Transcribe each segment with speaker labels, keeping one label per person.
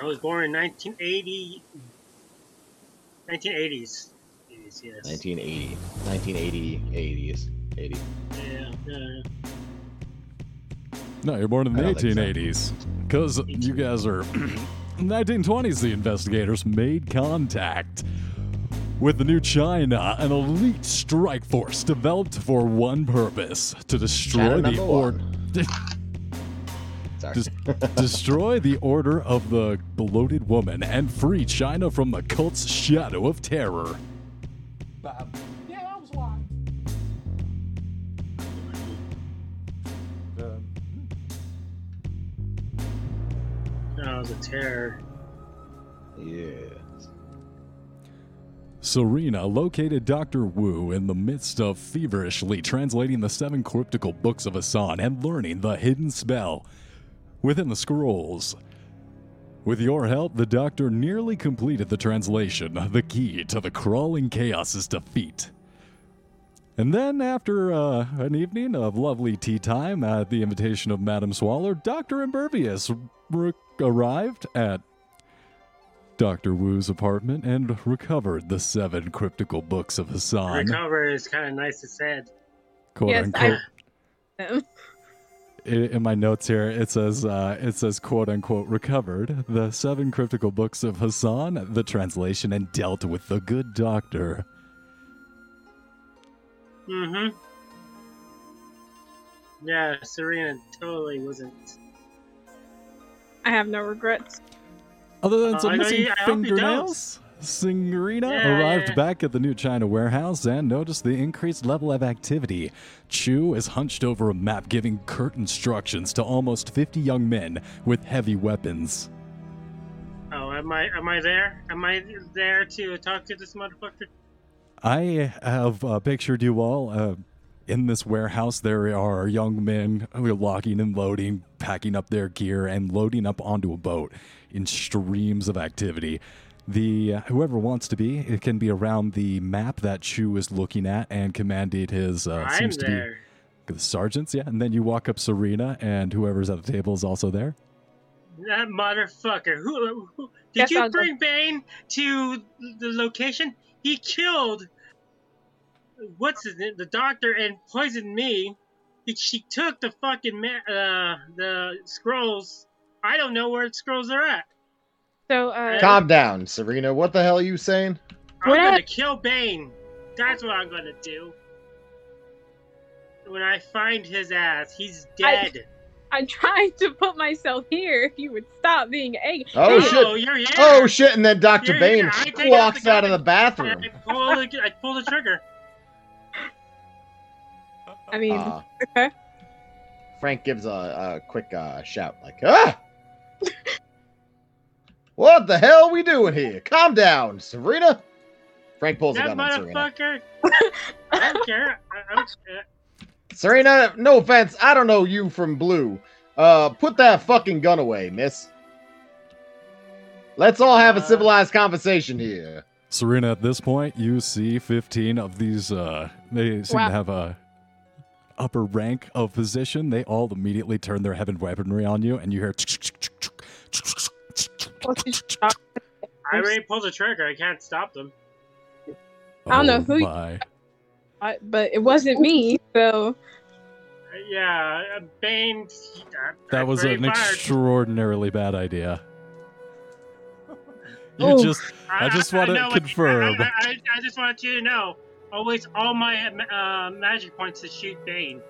Speaker 1: I was born in 1980. 1980s. 80s, yes.
Speaker 2: 1980, 1980, 80s, 80.
Speaker 1: Yeah, yeah.
Speaker 3: No, you're born in the
Speaker 2: I don't think so.
Speaker 3: 1880s. Because you guys are. 1920s, the investigators made contact with the new China, an elite strike force developed for one purpose to destroy
Speaker 2: China
Speaker 3: the
Speaker 2: number
Speaker 3: order.
Speaker 2: Sorry.
Speaker 3: Just- destroy the order of the bloated woman and free China from the cult's shadow of terror.
Speaker 1: That was a terror.
Speaker 2: yeah.
Speaker 3: Serena located Dr. Wu in the midst of feverishly translating the seven cryptical books of Asan and learning the hidden spell within the scrolls. With your help, the doctor nearly completed the translation, the key to the crawling chaos's defeat. And then, after uh, an evening of lovely tea time at the invitation of Madame Swallow, Dr. Impervious r- arrived at Dr. Wu's apartment and recovered the seven cryptical books of Hassan.
Speaker 1: Recover is kind of nice to said.
Speaker 3: quote
Speaker 4: Yes, I-
Speaker 3: unquote. I- in my notes here, it says uh, it says quote unquote recovered the seven cryptical books of Hassan, the translation, and dealt with the good doctor.
Speaker 1: Mm hmm. Yeah, Serena totally wasn't.
Speaker 4: I have no regrets.
Speaker 3: Other than
Speaker 1: Uh,
Speaker 3: some
Speaker 1: I know
Speaker 3: missing
Speaker 1: you- I hope he
Speaker 3: fingernails, Singerina
Speaker 1: Yeah,
Speaker 3: arrived
Speaker 1: yeah.
Speaker 3: back at the new China warehouse and noticed the increased level of activity. Chu is hunched over a map giving curt instructions to almost 50 young men with heavy weapons.
Speaker 1: Oh, am I am I there? Am I there to talk to this motherfucker?
Speaker 3: I have uh, pictured you all uh, in this warehouse. There are young men who are locking and loading, packing up their gear, and loading up onto a boat in streams of activity. The uh, whoever wants to be, it can be around the map that Chu is looking at and commanded his. Uh,
Speaker 1: I'm
Speaker 3: seems to
Speaker 1: there.
Speaker 3: be the sergeants, yeah. And then you walk up Serena, and whoever's at the table is also there.
Speaker 1: That motherfucker. Who, who did
Speaker 4: Yes,
Speaker 1: you
Speaker 4: I'll-
Speaker 1: bring Bane to the location? He killed what's his name, the doctor, and poisoned me. He, she took the fucking ma- uh, the scrolls. I don't know where the scrolls are at.
Speaker 4: So, uh,
Speaker 2: Calm down, Serena. What the hell are you saying?
Speaker 1: I'm
Speaker 4: What
Speaker 1: gonna
Speaker 4: up?
Speaker 1: kill Bane. That's what I'm gonna do. When I find his ass, he's
Speaker 4: I-
Speaker 1: dead.
Speaker 4: I'm trying to put myself here. If you would stop being a
Speaker 2: Oh,
Speaker 4: Hey,
Speaker 2: shit.
Speaker 1: you're here.
Speaker 2: Oh shit! And then Doctor
Speaker 1: You're-
Speaker 2: Bane
Speaker 1: I take out
Speaker 2: walks
Speaker 1: the
Speaker 2: out of the
Speaker 1: gun. I
Speaker 2: bathroom.
Speaker 1: pull the, I pull the trigger.
Speaker 4: I mean,
Speaker 2: Ah.
Speaker 4: okay.
Speaker 2: Frank gives a, a quick uh, shout, like, "Ah! what the hell we doing here? Calm down, Serena." Frank pulls a
Speaker 1: That
Speaker 2: gun on Serena.
Speaker 1: motherfucker. I don't care. I, I'm, uh,
Speaker 2: Serena, no offense, I don't know you from Blue. Uh, put that fucking gun away, Miss. Let's all have a
Speaker 1: Uh.
Speaker 2: civilized conversation here.
Speaker 3: Serena, at this point, you see 15 of these. Uh, they seem
Speaker 4: Wow.
Speaker 3: to have a upper rank of position. They all immediately turn their heavy weaponry on you, and you hear.
Speaker 1: I already pulled the trigger. I can't stop them.
Speaker 4: I don't know
Speaker 3: Oh
Speaker 4: who you-
Speaker 3: my.
Speaker 4: I- but it wasn't me.
Speaker 1: Uh,
Speaker 4: So,
Speaker 1: yeah, uh, Bane. I- I
Speaker 3: That was
Speaker 1: already fired.
Speaker 3: an extraordinarily bad idea. You
Speaker 4: Oh.
Speaker 3: just. I just wanna
Speaker 1: know what-
Speaker 3: confirm.
Speaker 1: I, I, I- I just want you to know. I'll waste all my uh, magic points to shoot Bane.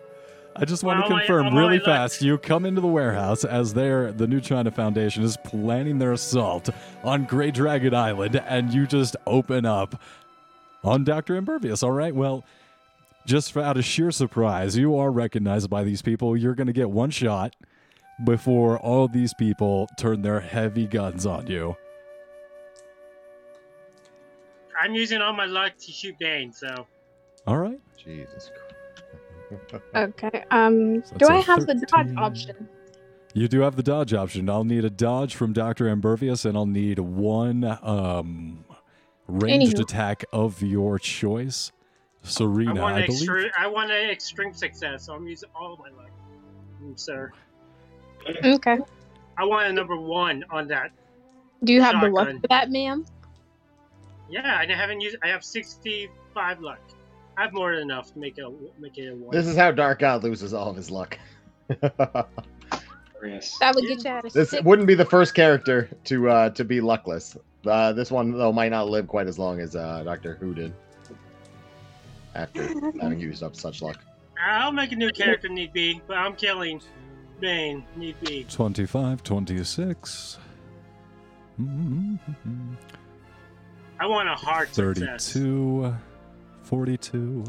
Speaker 3: I just want to
Speaker 1: Well, I-
Speaker 3: confirm
Speaker 1: I'm
Speaker 3: really
Speaker 1: already
Speaker 3: fast. You come into the warehouse as their the New China Foundation is planning their assault on Grey Dragon Island, and you just open up on Doctor Impervious. All right, well, just for, out of sheer surprise, you are recognized by these people. You're going to get one shot before all these people turn their heavy guns on you.
Speaker 1: I'm using all my luck to shoot Bane, so.
Speaker 3: All right,
Speaker 2: Jesus. Christ.
Speaker 4: okay. Um,
Speaker 3: So
Speaker 4: do
Speaker 3: it's
Speaker 4: I
Speaker 3: a
Speaker 4: have the dodge
Speaker 3: 13.
Speaker 4: option?
Speaker 3: you do have the dodge option. I'll need a dodge from Doctor Impervious, and I'll need one um, ranged
Speaker 4: Anywho.
Speaker 3: attack of your choice. Serena,
Speaker 1: I want
Speaker 3: I
Speaker 1: an
Speaker 3: believe.
Speaker 1: extreme. I want an extreme success. So I'm using all my luck, Mm, sir.
Speaker 4: Okay.
Speaker 1: I want a number one on that.
Speaker 4: Do you have the luck
Speaker 1: Shotgun.
Speaker 4: for that, ma'am?
Speaker 1: Yeah, I haven't used. I have sixty-five luck. I have more than enough to make it a make it a one.
Speaker 2: This is how Dark God loses all of his luck.
Speaker 5: Yes.
Speaker 4: That would get you out of
Speaker 2: this
Speaker 4: six.
Speaker 2: wouldn't be the first character to uh, to be luckless. Uh, this one though might not live quite as long as uh, Doctor Who did. After having used up such luck,
Speaker 1: I'll make a new character need be, but I'm killing Bane need be.
Speaker 3: 25, 26. Mhm.
Speaker 1: I want a hard success.
Speaker 3: 32, 42.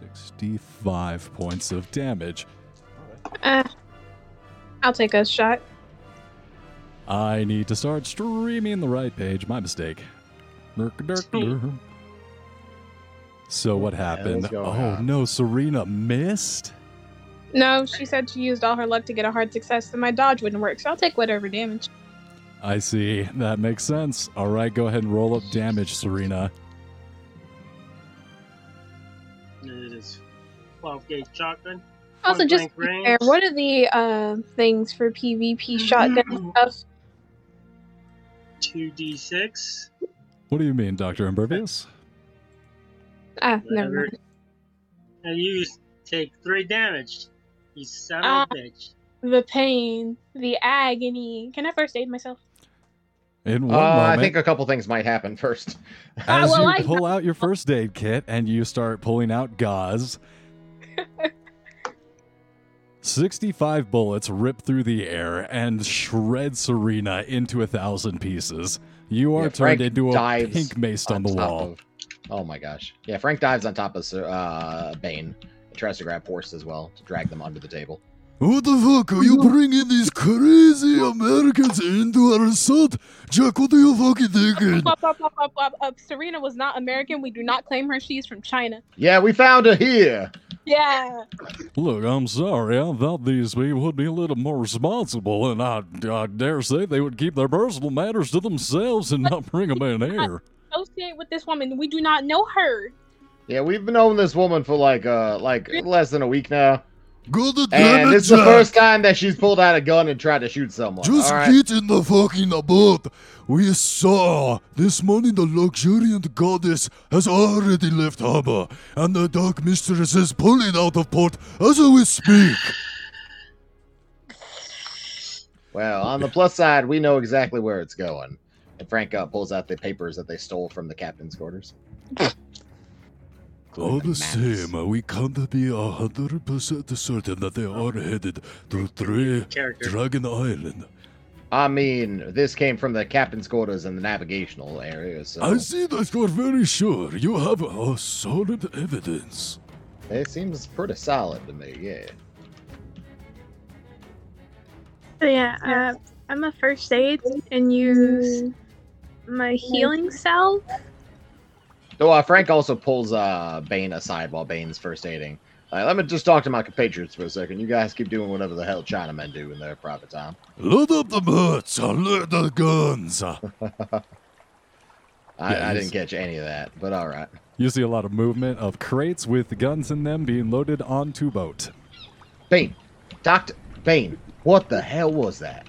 Speaker 3: Sixty-five points of damage.
Speaker 4: Uh, I'll take a shot.
Speaker 3: I need to start streaming the right page. My mistake. Nerk, nerk, nerk. So what happened?
Speaker 2: what's going
Speaker 3: Oh
Speaker 2: on?
Speaker 3: no, Serena missed.
Speaker 4: No, she said she used all her luck to get a hard success, so my dodge wouldn't work. So I'll take whatever damage.
Speaker 3: I see. That makes sense. All right, go ahead and roll up damage, Serena.
Speaker 1: It is twelve gauge shotgun.
Speaker 4: Also,
Speaker 1: point blank
Speaker 4: just to be
Speaker 1: range.
Speaker 4: fair, what are the uh, things for PvP
Speaker 1: Mm-hmm.
Speaker 4: shotgun stuff?
Speaker 1: two d six.
Speaker 3: What do you mean, Doctor Impervious?
Speaker 4: Ah, never
Speaker 1: Whatever.
Speaker 4: mind.
Speaker 1: And you take three damage. You son of
Speaker 4: Ah.
Speaker 1: a bitch.
Speaker 4: The pain, the agony. Can I first aid myself?
Speaker 3: In
Speaker 2: uh,
Speaker 3: one
Speaker 2: I
Speaker 3: moment,
Speaker 2: think a couple things might happen first.
Speaker 4: Ah,
Speaker 3: as
Speaker 4: well,
Speaker 3: you
Speaker 4: I-
Speaker 3: pull out your first aid kit and you start pulling out gauze, 65 bullets rip through the air and shred Serena into a thousand pieces. You are
Speaker 2: Yeah, Frank
Speaker 3: turned into a
Speaker 2: dives
Speaker 3: pink mace on the
Speaker 2: top
Speaker 3: wall.
Speaker 2: of- oh my gosh! Yeah, Frank dives on top of Sir- uh, Bane. He tries to grab Force as well to drag them under the table.
Speaker 3: What the fuck are you bringing these crazy Americans into our assault? Jack, what are you fucking thinking?
Speaker 4: Up, up, up, up, up, up. Uh, Serena was not American. We do not claim her. She's from China.
Speaker 2: Yeah, we found her here.
Speaker 4: Yeah.
Speaker 3: Look, I'm sorry. I thought these people would be a little more responsible, and I, I dare say they would keep their personal matters to themselves and not bring them in here.
Speaker 4: Associate with this woman. We do not know her.
Speaker 2: Yeah, we've known this woman for like uh like less than a week now,
Speaker 6: Good
Speaker 2: and
Speaker 6: damn it,
Speaker 2: this is the
Speaker 6: Jack.
Speaker 2: first time that she's pulled out a gun and tried to shoot someone.
Speaker 6: Just
Speaker 2: All right.
Speaker 6: get in the fucking boat. We saw this morning the luxuriant goddess has already left harbor, and the dark mistress is pulling out of port as we speak.
Speaker 2: Well, on the plus side, we know exactly where it's going. And Frank uh, pulls out the papers that they stole from the captain's quarters.
Speaker 6: All
Speaker 2: Including
Speaker 6: the
Speaker 2: maps.
Speaker 6: same, we can't be a hundred percent certain that they are headed to three
Speaker 1: Character.
Speaker 6: Dragon Island.
Speaker 2: I mean, this came from the captain's quarters in the navigational area, so
Speaker 3: Oh,
Speaker 6: I see that you're very sure you have a solid evidence.
Speaker 2: it seems pretty solid to me. Yeah.
Speaker 7: So yeah, uh, I'm a first aid and use my healing salve.
Speaker 2: Though uh, Frank also pulls uh, Bane aside while Bane's first aiding. Uh, let me just talk to my compatriots for a second. You guys keep doing whatever the hell Chinamen do in their private time.
Speaker 6: Load up the merch, load the guns.
Speaker 2: I,
Speaker 3: Yeah,
Speaker 2: I
Speaker 3: he's-
Speaker 2: didn't catch any of that, but all right.
Speaker 3: You see a lot of movement of crates with guns in them being loaded onto boat.
Speaker 2: Bane, Doctor Bane, what the hell was that?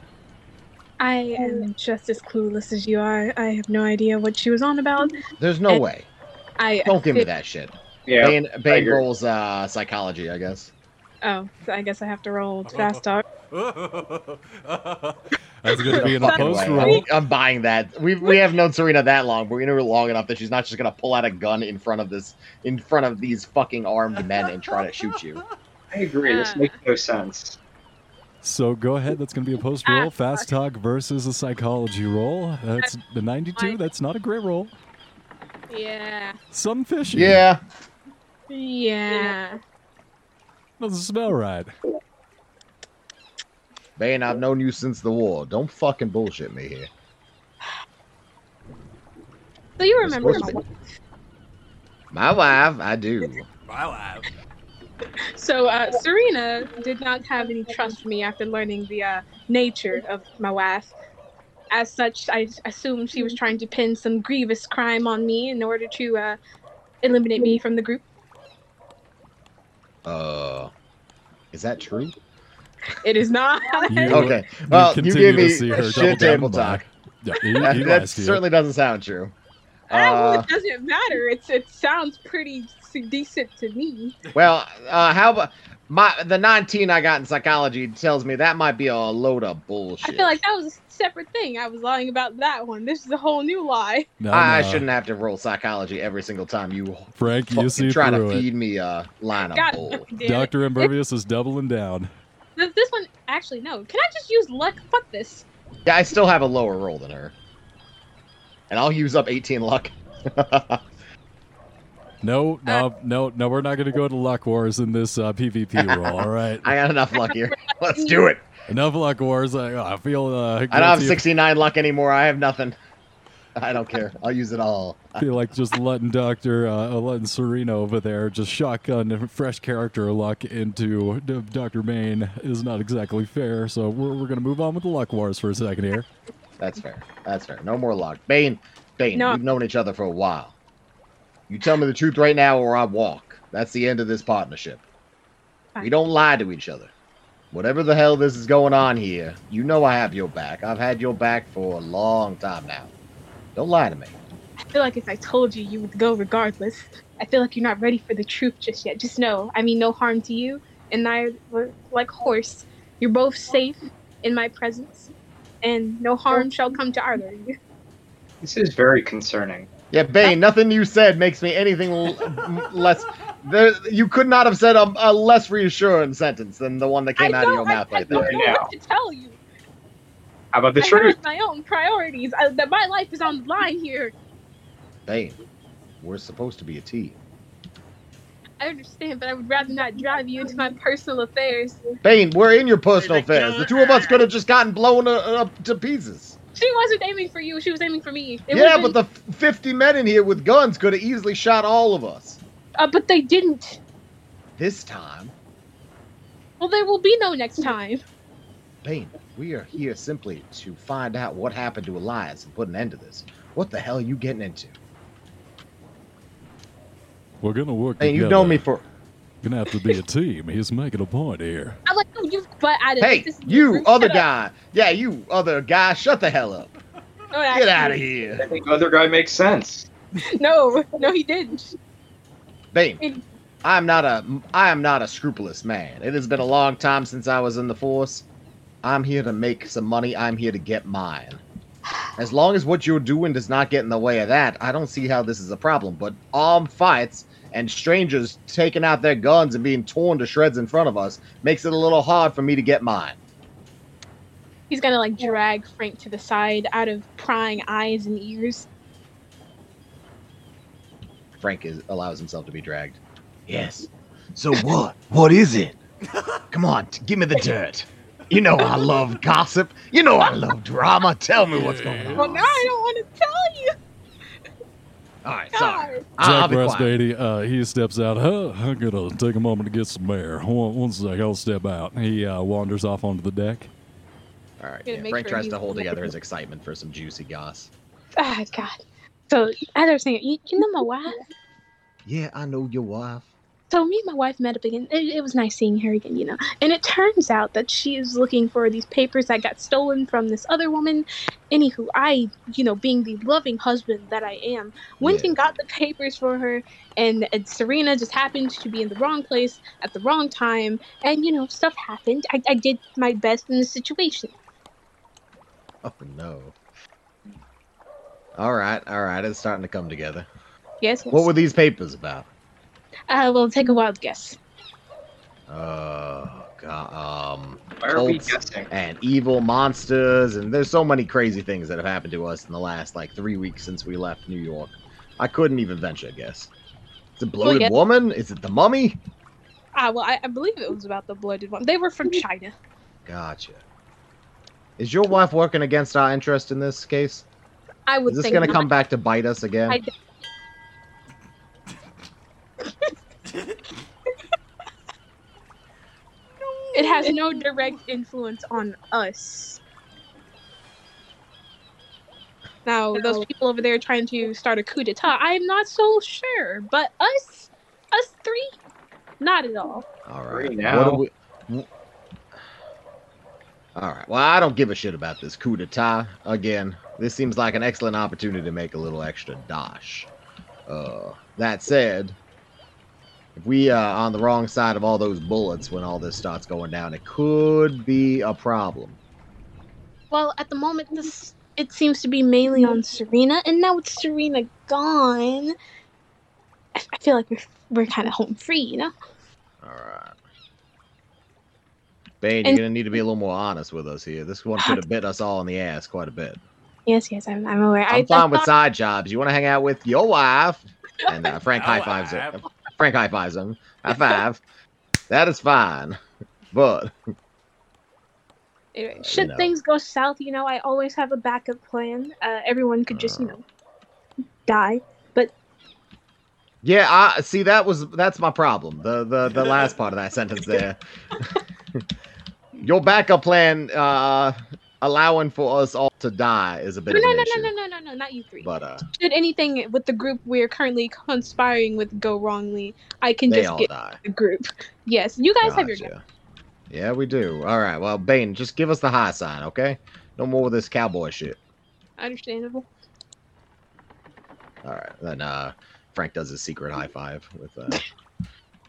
Speaker 7: I am just as clueless as you are. I have no idea what she was on about.
Speaker 2: There's no
Speaker 7: And-
Speaker 2: way.
Speaker 7: I
Speaker 2: Don't give me that shit.
Speaker 5: Yeah.
Speaker 2: Bane, Bane
Speaker 5: agree.
Speaker 2: rolls uh, psychology, I guess.
Speaker 4: Oh, so I guess I have to roll fast talk.
Speaker 3: That's going to be an
Speaker 2: Fucking
Speaker 3: opposed
Speaker 2: way.
Speaker 3: roll.
Speaker 2: I'm, I'm buying that. We we have known Serena that long, but we know her long enough that she's not just gonna pull out a gun in front of this, in front of these fucking armed men and try to shoot you.
Speaker 5: I agree. This
Speaker 4: Uh.
Speaker 5: makes no sense.
Speaker 3: So go ahead. That's going to be a post roll. Fast talk versus a psychology roll. That's the 92. That's not a great roll.
Speaker 4: Uh, Yeah.
Speaker 3: Some fishy.
Speaker 2: Yeah,
Speaker 4: Yeah.
Speaker 3: Doesn't smell right.
Speaker 2: Bane, I've known you since the war. Don't fucking bullshit me here.
Speaker 4: So you
Speaker 2: You're
Speaker 4: remember
Speaker 2: supposed
Speaker 4: my
Speaker 2: to. My wife, I do.
Speaker 4: So uh, Serena did not have any trust for me after learning the uh, nature of my wife. As such, I assumed she was trying to pin some grievous crime on me in order to uh, eliminate me from the group.
Speaker 2: Uh, is that true?
Speaker 4: It is not.
Speaker 3: You-
Speaker 2: Okay. Well, you
Speaker 3: continue
Speaker 2: gave
Speaker 3: to
Speaker 2: me
Speaker 3: see her double down
Speaker 2: shit table
Speaker 3: and lie.
Speaker 2: talk.
Speaker 3: Yeah, he, he
Speaker 2: That, that
Speaker 3: lies to you.
Speaker 2: certainly doesn't sound true.
Speaker 4: Ah, well,
Speaker 2: Uh,
Speaker 4: it doesn't matter. It's it sounds pretty s- decent to me.
Speaker 2: well, uh, how about my the 19 I got in psychology tells me that might be a load of bullshit.
Speaker 4: I feel like that was a separate thing. I was lying about that one. This is a whole new lie.
Speaker 3: No,
Speaker 2: I, I
Speaker 3: no.
Speaker 2: shouldn't have to roll psychology every single time you
Speaker 3: Frank, you see
Speaker 2: fucking try to
Speaker 3: through it.
Speaker 2: feed me a line of
Speaker 4: God,
Speaker 2: bull.
Speaker 4: damn it.
Speaker 3: Doctor Impervious is doubling down.
Speaker 4: Th- This one actually no. Can I just use luck? Fuck this.
Speaker 2: Yeah, I still have a lower roll than her, and I'll use up 18 luck.
Speaker 3: No,
Speaker 2: Uh,
Speaker 3: no, no, no. We're not going to go to luck wars in this uh, PvP roll. All right,
Speaker 2: I got enough luck here. Let's do it.
Speaker 3: enough luck wars. I, I feel. Uh,
Speaker 2: I don't have
Speaker 3: guilty.
Speaker 2: 69 luck anymore. I have nothing. I don't care. I'll use it all.
Speaker 3: I feel like just letting Doctor, uh, letting Serena over there just shotgun fresh character luck into uh, Doctor Main is not exactly fair. So we're we're going to move on with the luck wars for a second here.
Speaker 2: That's fair. That's fair. No more luck. Bane, Bane,
Speaker 4: No.
Speaker 2: we've known each other for a while. You tell me the truth right now, or I walk. That's the end of this partnership. We
Speaker 4: Fine.
Speaker 2: don't lie to each other. Whatever the hell this is going on here, you know I have your back. I've had your back for a long time now. Don't lie to me.
Speaker 4: I feel like if I told you, you would go regardless. I feel like you're not ready for the truth just yet. Just know, I mean, no harm to you, and I were like horse. You're both safe in my presence, and no harm shall come to either of you.
Speaker 5: This is very concerning.
Speaker 2: Yeah, Bane,
Speaker 4: Oh.
Speaker 2: nothing you said makes me anything l- m- less. There, you could not have said a, a less reassuring sentence than the one that came
Speaker 4: I
Speaker 2: out of
Speaker 4: know,
Speaker 2: your
Speaker 4: I-
Speaker 2: mouth
Speaker 4: I
Speaker 2: right
Speaker 4: don't
Speaker 2: there.
Speaker 5: Right
Speaker 4: know
Speaker 5: now.
Speaker 4: what to tell you.
Speaker 5: How about the
Speaker 4: I
Speaker 5: truth?
Speaker 4: have my own priorities. I, that my life is on the line here.
Speaker 2: Bane, we're supposed to be a team.
Speaker 4: I understand, but I would rather not drive you into my personal affairs.
Speaker 2: Bane, we're in your personal
Speaker 1: Like, you know,
Speaker 2: affairs. The two of us
Speaker 1: uh,
Speaker 2: could have just gotten blown uh, up to pieces.
Speaker 4: She wasn't aiming for you. She was aiming for me. It
Speaker 2: yeah,
Speaker 4: would've
Speaker 2: but the f- 50 men in here with guns could have easily shot all of us.
Speaker 4: been- uh, but they didn't.
Speaker 2: This time,
Speaker 4: Well, there will be no next time.
Speaker 2: Bane, we are here simply to find out what happened to Elias and put an end to this. What the hell are you getting into?
Speaker 3: We're going to work.
Speaker 2: Bane, you've
Speaker 3: together.
Speaker 2: known me for.
Speaker 3: Going to have to be a team. He's making a point here.
Speaker 4: I'm like, no, you butt out of
Speaker 2: Hey,
Speaker 4: this. This is
Speaker 2: you
Speaker 4: rude.
Speaker 2: other
Speaker 4: Shut up.
Speaker 2: guy. Yeah, you other guy. Shut the hell up.
Speaker 4: Don't ask
Speaker 2: Get
Speaker 4: me.
Speaker 2: out of
Speaker 5: I
Speaker 2: here.
Speaker 5: think the other guy makes sense.
Speaker 4: No, no, he didn't.
Speaker 2: Bane, I'm not a I am not a scrupulous man. It has been a long time since I was in the force. I'm here to make some money. I'm here to get mine. As long as what you're doing does not get in the way of that, I don't see how this is a problem. But armed fights and strangers taking out their guns and being torn to shreds in front of us makes it a little hard for me to get mine.
Speaker 4: He's gonna like drag Frank to the side out of prying eyes and ears.
Speaker 2: Frank is, allows himself to be dragged. Yes. So what? What is it? Come on, t- give me the dirt. You know I love gossip. You know I love drama. Tell me what's going on.
Speaker 4: Well, now I don't want to tell you.
Speaker 2: All right, sorry.
Speaker 4: God.
Speaker 2: I- I'll
Speaker 3: Jack
Speaker 2: be quiet.
Speaker 3: Rasbady, uh, he steps out. Huh, I'm gonna take a moment to get some air. One, one sec, I'll step out. He uh, wanders off onto the deck.
Speaker 2: All right.
Speaker 4: Gonna
Speaker 2: yeah,
Speaker 4: make
Speaker 2: Frank
Speaker 4: sure
Speaker 2: tries
Speaker 4: he's
Speaker 2: to hold
Speaker 4: not-
Speaker 2: together his excitement for some juicy goss.
Speaker 4: Ah, God. So as I was saying, you, you know my wife.
Speaker 2: Yeah, I know your wife.
Speaker 4: So me and my wife met up again. It, it was nice seeing her again, you know. And it turns out that she is looking for these papers that got stolen from this other woman. Anywho, I, you know, being the loving husband that I am, went
Speaker 2: Yeah.
Speaker 4: and got the papers for her, and, and Serena just happened to be in the wrong place at the wrong time, and you know, stuff happened. I, I did my best in the situation.
Speaker 2: Oh no. All right, all right. It's starting to come together.
Speaker 4: Yes. yes.
Speaker 2: What were these papers about?
Speaker 4: uh, well, take a wild guess.
Speaker 2: Oh god. Um.
Speaker 5: Why are we
Speaker 2: Colts.
Speaker 5: guessing?
Speaker 2: and evil monsters and there's so many crazy things that have happened to us in the last like three weeks since we left new york i couldn't even venture a guess it's a bloated
Speaker 4: yeah.
Speaker 2: woman is it the mummy
Speaker 4: Ah, well, I, I believe it was about the blooded one. They were from China.
Speaker 2: gotcha is your wife working against our interest in this case
Speaker 4: I would
Speaker 2: is this
Speaker 4: think
Speaker 2: going to
Speaker 4: not.
Speaker 2: come back to bite us again
Speaker 4: I- It has no direct influence on us. Now, those people over there trying to start a coup d'etat, I'm not so sure. But us, us three, Not at all.
Speaker 2: All
Speaker 5: Free
Speaker 2: right.
Speaker 5: now.
Speaker 2: What do we? All right. Well, I don't give a shit about this coup d'état again. This seems like an excellent opportunity to make a little extra dosh. Uh, that said, if we are on the wrong side of all those bullets when all this starts going down, it could be a problem.
Speaker 4: Well, at the moment, this Mm-hmm. it seems to be mainly on Serena, and now with Serena gone, I, I feel like we're we're kind of home free, you know.
Speaker 2: All right. Bane, you're
Speaker 4: And-
Speaker 2: gonna need to be a little more honest with us here. This one could have bit us all in the ass quite a bit.
Speaker 4: Yes, yes, I'm, I'm aware. I-
Speaker 2: I'm
Speaker 4: I
Speaker 2: fine with
Speaker 4: thought-
Speaker 2: side jobs. You want to hang out with your wife? And uh, Frank
Speaker 8: Your
Speaker 2: high fives him.
Speaker 8: wife.
Speaker 2: Frank high fives him. High five. that is fine. But
Speaker 4: Anyway, should
Speaker 2: know.
Speaker 4: things go south, you know, I always have a backup plan. Uh, everyone could just, you know, die.
Speaker 2: yeah, I see. That was that's my problem. The the the last part of that sentence there. your backup plan, uh, allowing for us all to die, is a
Speaker 4: No,
Speaker 2: bit
Speaker 4: no,
Speaker 2: of an
Speaker 4: no,
Speaker 2: issue.
Speaker 4: no, no, no, no, no, not you three.
Speaker 2: But uh,
Speaker 4: should anything with the group we're currently conspiring with go wrongly, I can
Speaker 2: they
Speaker 4: just
Speaker 2: all
Speaker 4: get
Speaker 2: die.
Speaker 4: the group. Yes, you guys have your
Speaker 2: Gotcha. Yeah, we do. All right. Well, Bane, just give us the high sign, okay? No more of this cowboy shit.
Speaker 4: understandable.
Speaker 2: All right. Then uh, Frank does his secret high five with uh,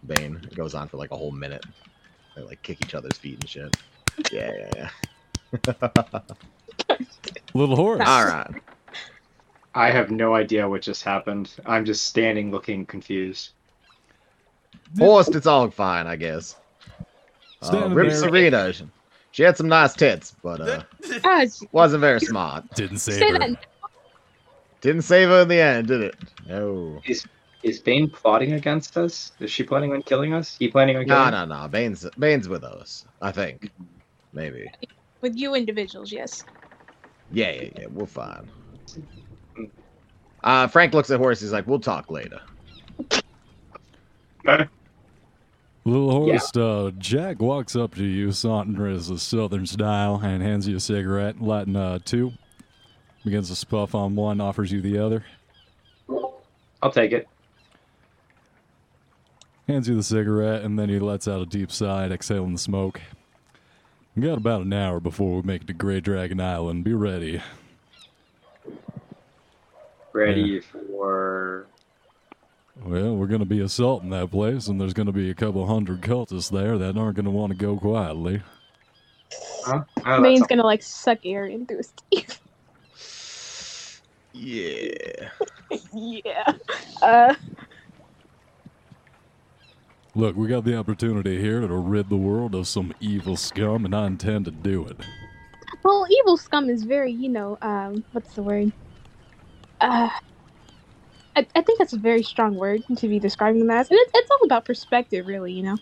Speaker 2: Bane. It goes on for like a whole minute. They like kick each other's feet and shit. Yeah, yeah, yeah.
Speaker 3: Little horse.
Speaker 2: All right.
Speaker 5: I have no idea what just happened. I'm just standing looking confused.
Speaker 2: Forced, it's all fine, I guess. Uh,
Speaker 3: Standing
Speaker 2: Rip
Speaker 3: there.
Speaker 2: Serena. she- She had some nice tits, but uh,
Speaker 4: Ah, it's-
Speaker 2: wasn't very smart.
Speaker 3: Didn't save
Speaker 4: Say
Speaker 3: her.
Speaker 4: that.
Speaker 2: Didn't save her in the end, did it? No.
Speaker 5: Is Bane plotting against us? Is she planning on killing us? He planning on killing
Speaker 2: No,
Speaker 5: us?
Speaker 2: no, no. Bane's Bane's with us, I think. Maybe.
Speaker 4: with you individuals, yes.
Speaker 2: Yeah, yeah, yeah. We're fine. Uh, Frank looks at Horace. He's like, "We'll talk later."
Speaker 3: Little horse, uh, Jack walks up to you, saunters the southern style, and hands you a cigarette, lighting uh, two. Begins to puff on one, offers you the other.
Speaker 5: I'll take it.
Speaker 3: Hands you the cigarette, and then he lets out a deep sigh, exhaling the smoke. We got about an hour before we make it to Grey Dragon Island. Be ready.
Speaker 5: Ready
Speaker 3: Yeah.
Speaker 5: for
Speaker 3: Well, we're going to be assaulting that place, and there's going to be a couple hundred cultists there that aren't going to want to go quietly.
Speaker 5: huh? Oh,
Speaker 4: Bane's
Speaker 5: that's
Speaker 4: gonna like suck air in through his teeth.
Speaker 2: Yeah.
Speaker 4: yeah. Uh,
Speaker 3: Look, we got the opportunity here to rid the world of some evil scum, and I intend to do it.
Speaker 4: well, evil scum is very, you know, um, what's the word? Uh, I, I think that's a very strong word to be describing them as, and it, it's all about perspective, really, you know.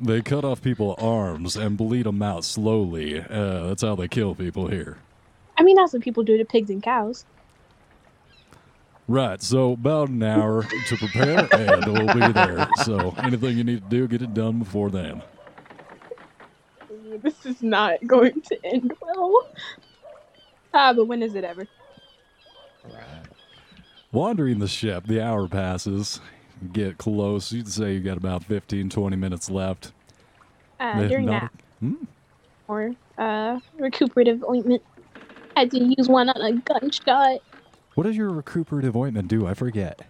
Speaker 3: They cut off people's arms and bleed them out slowly. Uh, that's how they kill people here.
Speaker 4: I mean, that's what people do to pigs and cows.
Speaker 3: Right, so about an hour to prepare, and we'll be there. So anything you need to do, get it done before then.
Speaker 4: This is not going to end well. Ah, but when is it ever?
Speaker 3: Wandering the ship, the hour passes. Get close. You'd say you got about 15, 20 minutes left.
Speaker 4: Uh,
Speaker 3: If
Speaker 4: during
Speaker 3: not- hmm.
Speaker 4: that or uh, recuperative ointment. I did use one on a gunshot.
Speaker 3: What does your recuperative ointment do? I forget.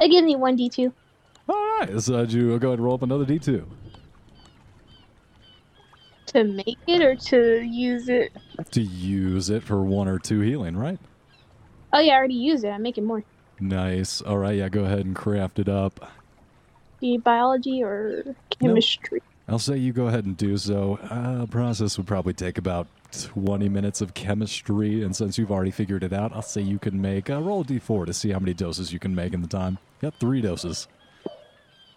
Speaker 4: It gave me one d two.
Speaker 3: All right, so you go ahead and roll up another D2.
Speaker 4: To make it or to use it?
Speaker 3: To use it for one or two healing, right?
Speaker 4: Oh yeah, I already used it. I'm making more.
Speaker 3: Nice. All right, yeah, go ahead and craft it up.
Speaker 4: Do you need biology or chemistry?
Speaker 3: I'll say you go ahead and do so. Uh, process would probably take about 20 minutes of chemistry, and since you've already figured it out, I'll say you can make uh, roll a d4 to see how many doses you can make in the time. Yep, three doses.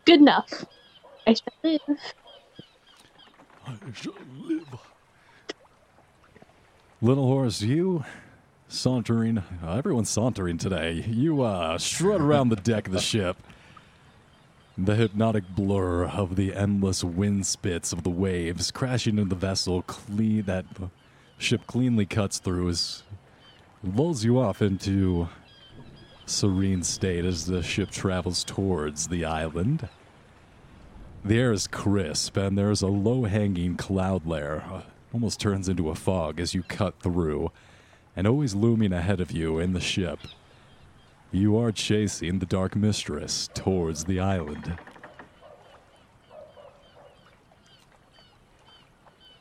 Speaker 4: Good enough. I shall live.
Speaker 3: I shall live. Little horse, you sauntering. Uh, everyone's sauntering today. You uh, strut around the deck of the ship. The hypnotic blur of the endless wind spits of the waves crashing into the vessel, clean that the ship cleanly cuts through, is lulls you off into serene state as the ship travels towards the island. The air is crisp, and there is a low hanging cloud layer. uh, Almost turns into a fog as you cut through, and always looming ahead of you in the ship. You are chasing the Dark Mistress towards the island.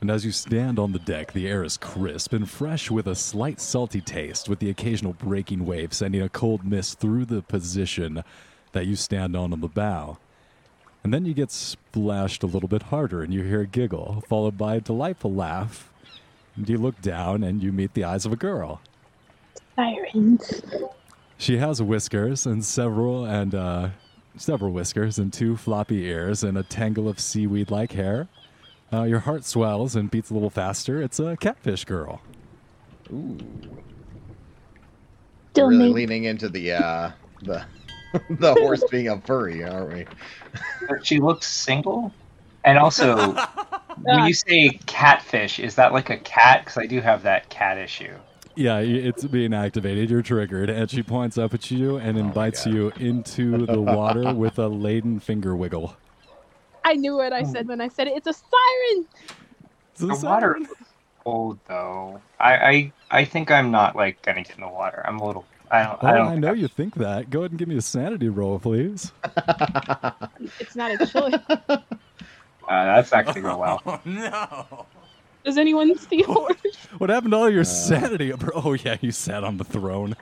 Speaker 3: And as you stand on the deck, the air is crisp and fresh with a slight salty taste, with the occasional breaking wave sending a cold mist through the position that you stand on on the bow. And then you get splashed a little bit harder and you hear a giggle, followed by a delightful laugh. And you look down and you meet the eyes of a girl.
Speaker 4: Sirens.
Speaker 3: She has whiskers and several and uh, several whiskers and two floppy ears and a tangle of seaweed-like hair. Uh, your heart swells and beats a little faster. It's a catfish girl.
Speaker 2: Ooh,
Speaker 4: Still
Speaker 2: really
Speaker 4: make-
Speaker 2: leaning into the uh, the the horse being a furry, aren't we?
Speaker 8: But she looks single. And also, when you say catfish, is that like a cat? Because I do have that cat issue.
Speaker 3: Yeah, y- it's being activated. You're triggered, and she points up at you and
Speaker 8: Oh
Speaker 3: invites
Speaker 2: God.
Speaker 3: you into the water with a laden finger wiggle.
Speaker 4: I knew what I said when I said it. It's a siren.
Speaker 3: It's a
Speaker 8: The water
Speaker 3: siren.
Speaker 8: looks cold though. I, I I think I'm not like gonna get in the water. I'm a little. I don't.
Speaker 3: Oh,
Speaker 8: I don't.
Speaker 3: I
Speaker 8: think
Speaker 3: know
Speaker 8: I'm-
Speaker 3: you think that. Go ahead and give me a sanity roll, please.
Speaker 4: It's not a choice.
Speaker 8: Uh, that's not gonna go well.
Speaker 3: Oh, no.
Speaker 4: Does anyone see horse?
Speaker 3: What happened to all your
Speaker 2: Uh,
Speaker 3: sanity, bro? Oh, yeah, you sat on the throne.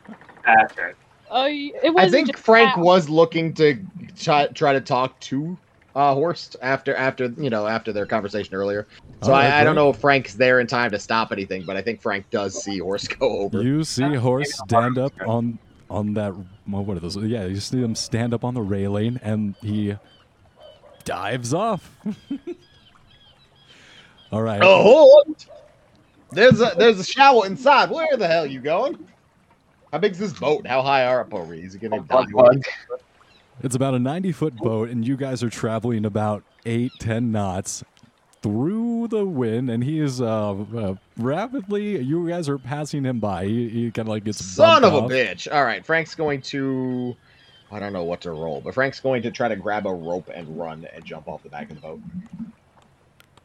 Speaker 8: That's right.
Speaker 4: Oh, y- it was
Speaker 2: I think Frank was looking to try, try to talk to uh, Horst after after you know after their conversation earlier. So
Speaker 3: All
Speaker 2: I,
Speaker 3: right,
Speaker 2: I don't
Speaker 3: Oh, Frank.
Speaker 2: know if Frank's there in time to stop anything, but I think Frank does see Horst go over.
Speaker 3: You see
Speaker 8: Maybe
Speaker 3: horse
Speaker 8: the
Speaker 3: stand
Speaker 8: water's
Speaker 3: up
Speaker 8: good.
Speaker 3: on on that. Well, what are those? Yeah, you see him stand up on the railing, and he dives off. all right.
Speaker 2: Oh, Horst! there's a there's a shower inside. Where the hell you going? How big's this boat? How high are up are we? Is it gonna
Speaker 8: Bug,
Speaker 2: die?
Speaker 8: bug.
Speaker 3: It's about a 90 foot boat, and you guys are traveling about eight, ten knots through the wind, and he is uh, uh, rapidly, you guys are passing him by. He, he kind of like gets
Speaker 2: Son of
Speaker 3: bumped
Speaker 2: a
Speaker 3: off.
Speaker 2: bitch! All right, Frank's going to. I don't know what to roll, but Frank's going to try to grab a rope and run and jump off the back of the boat.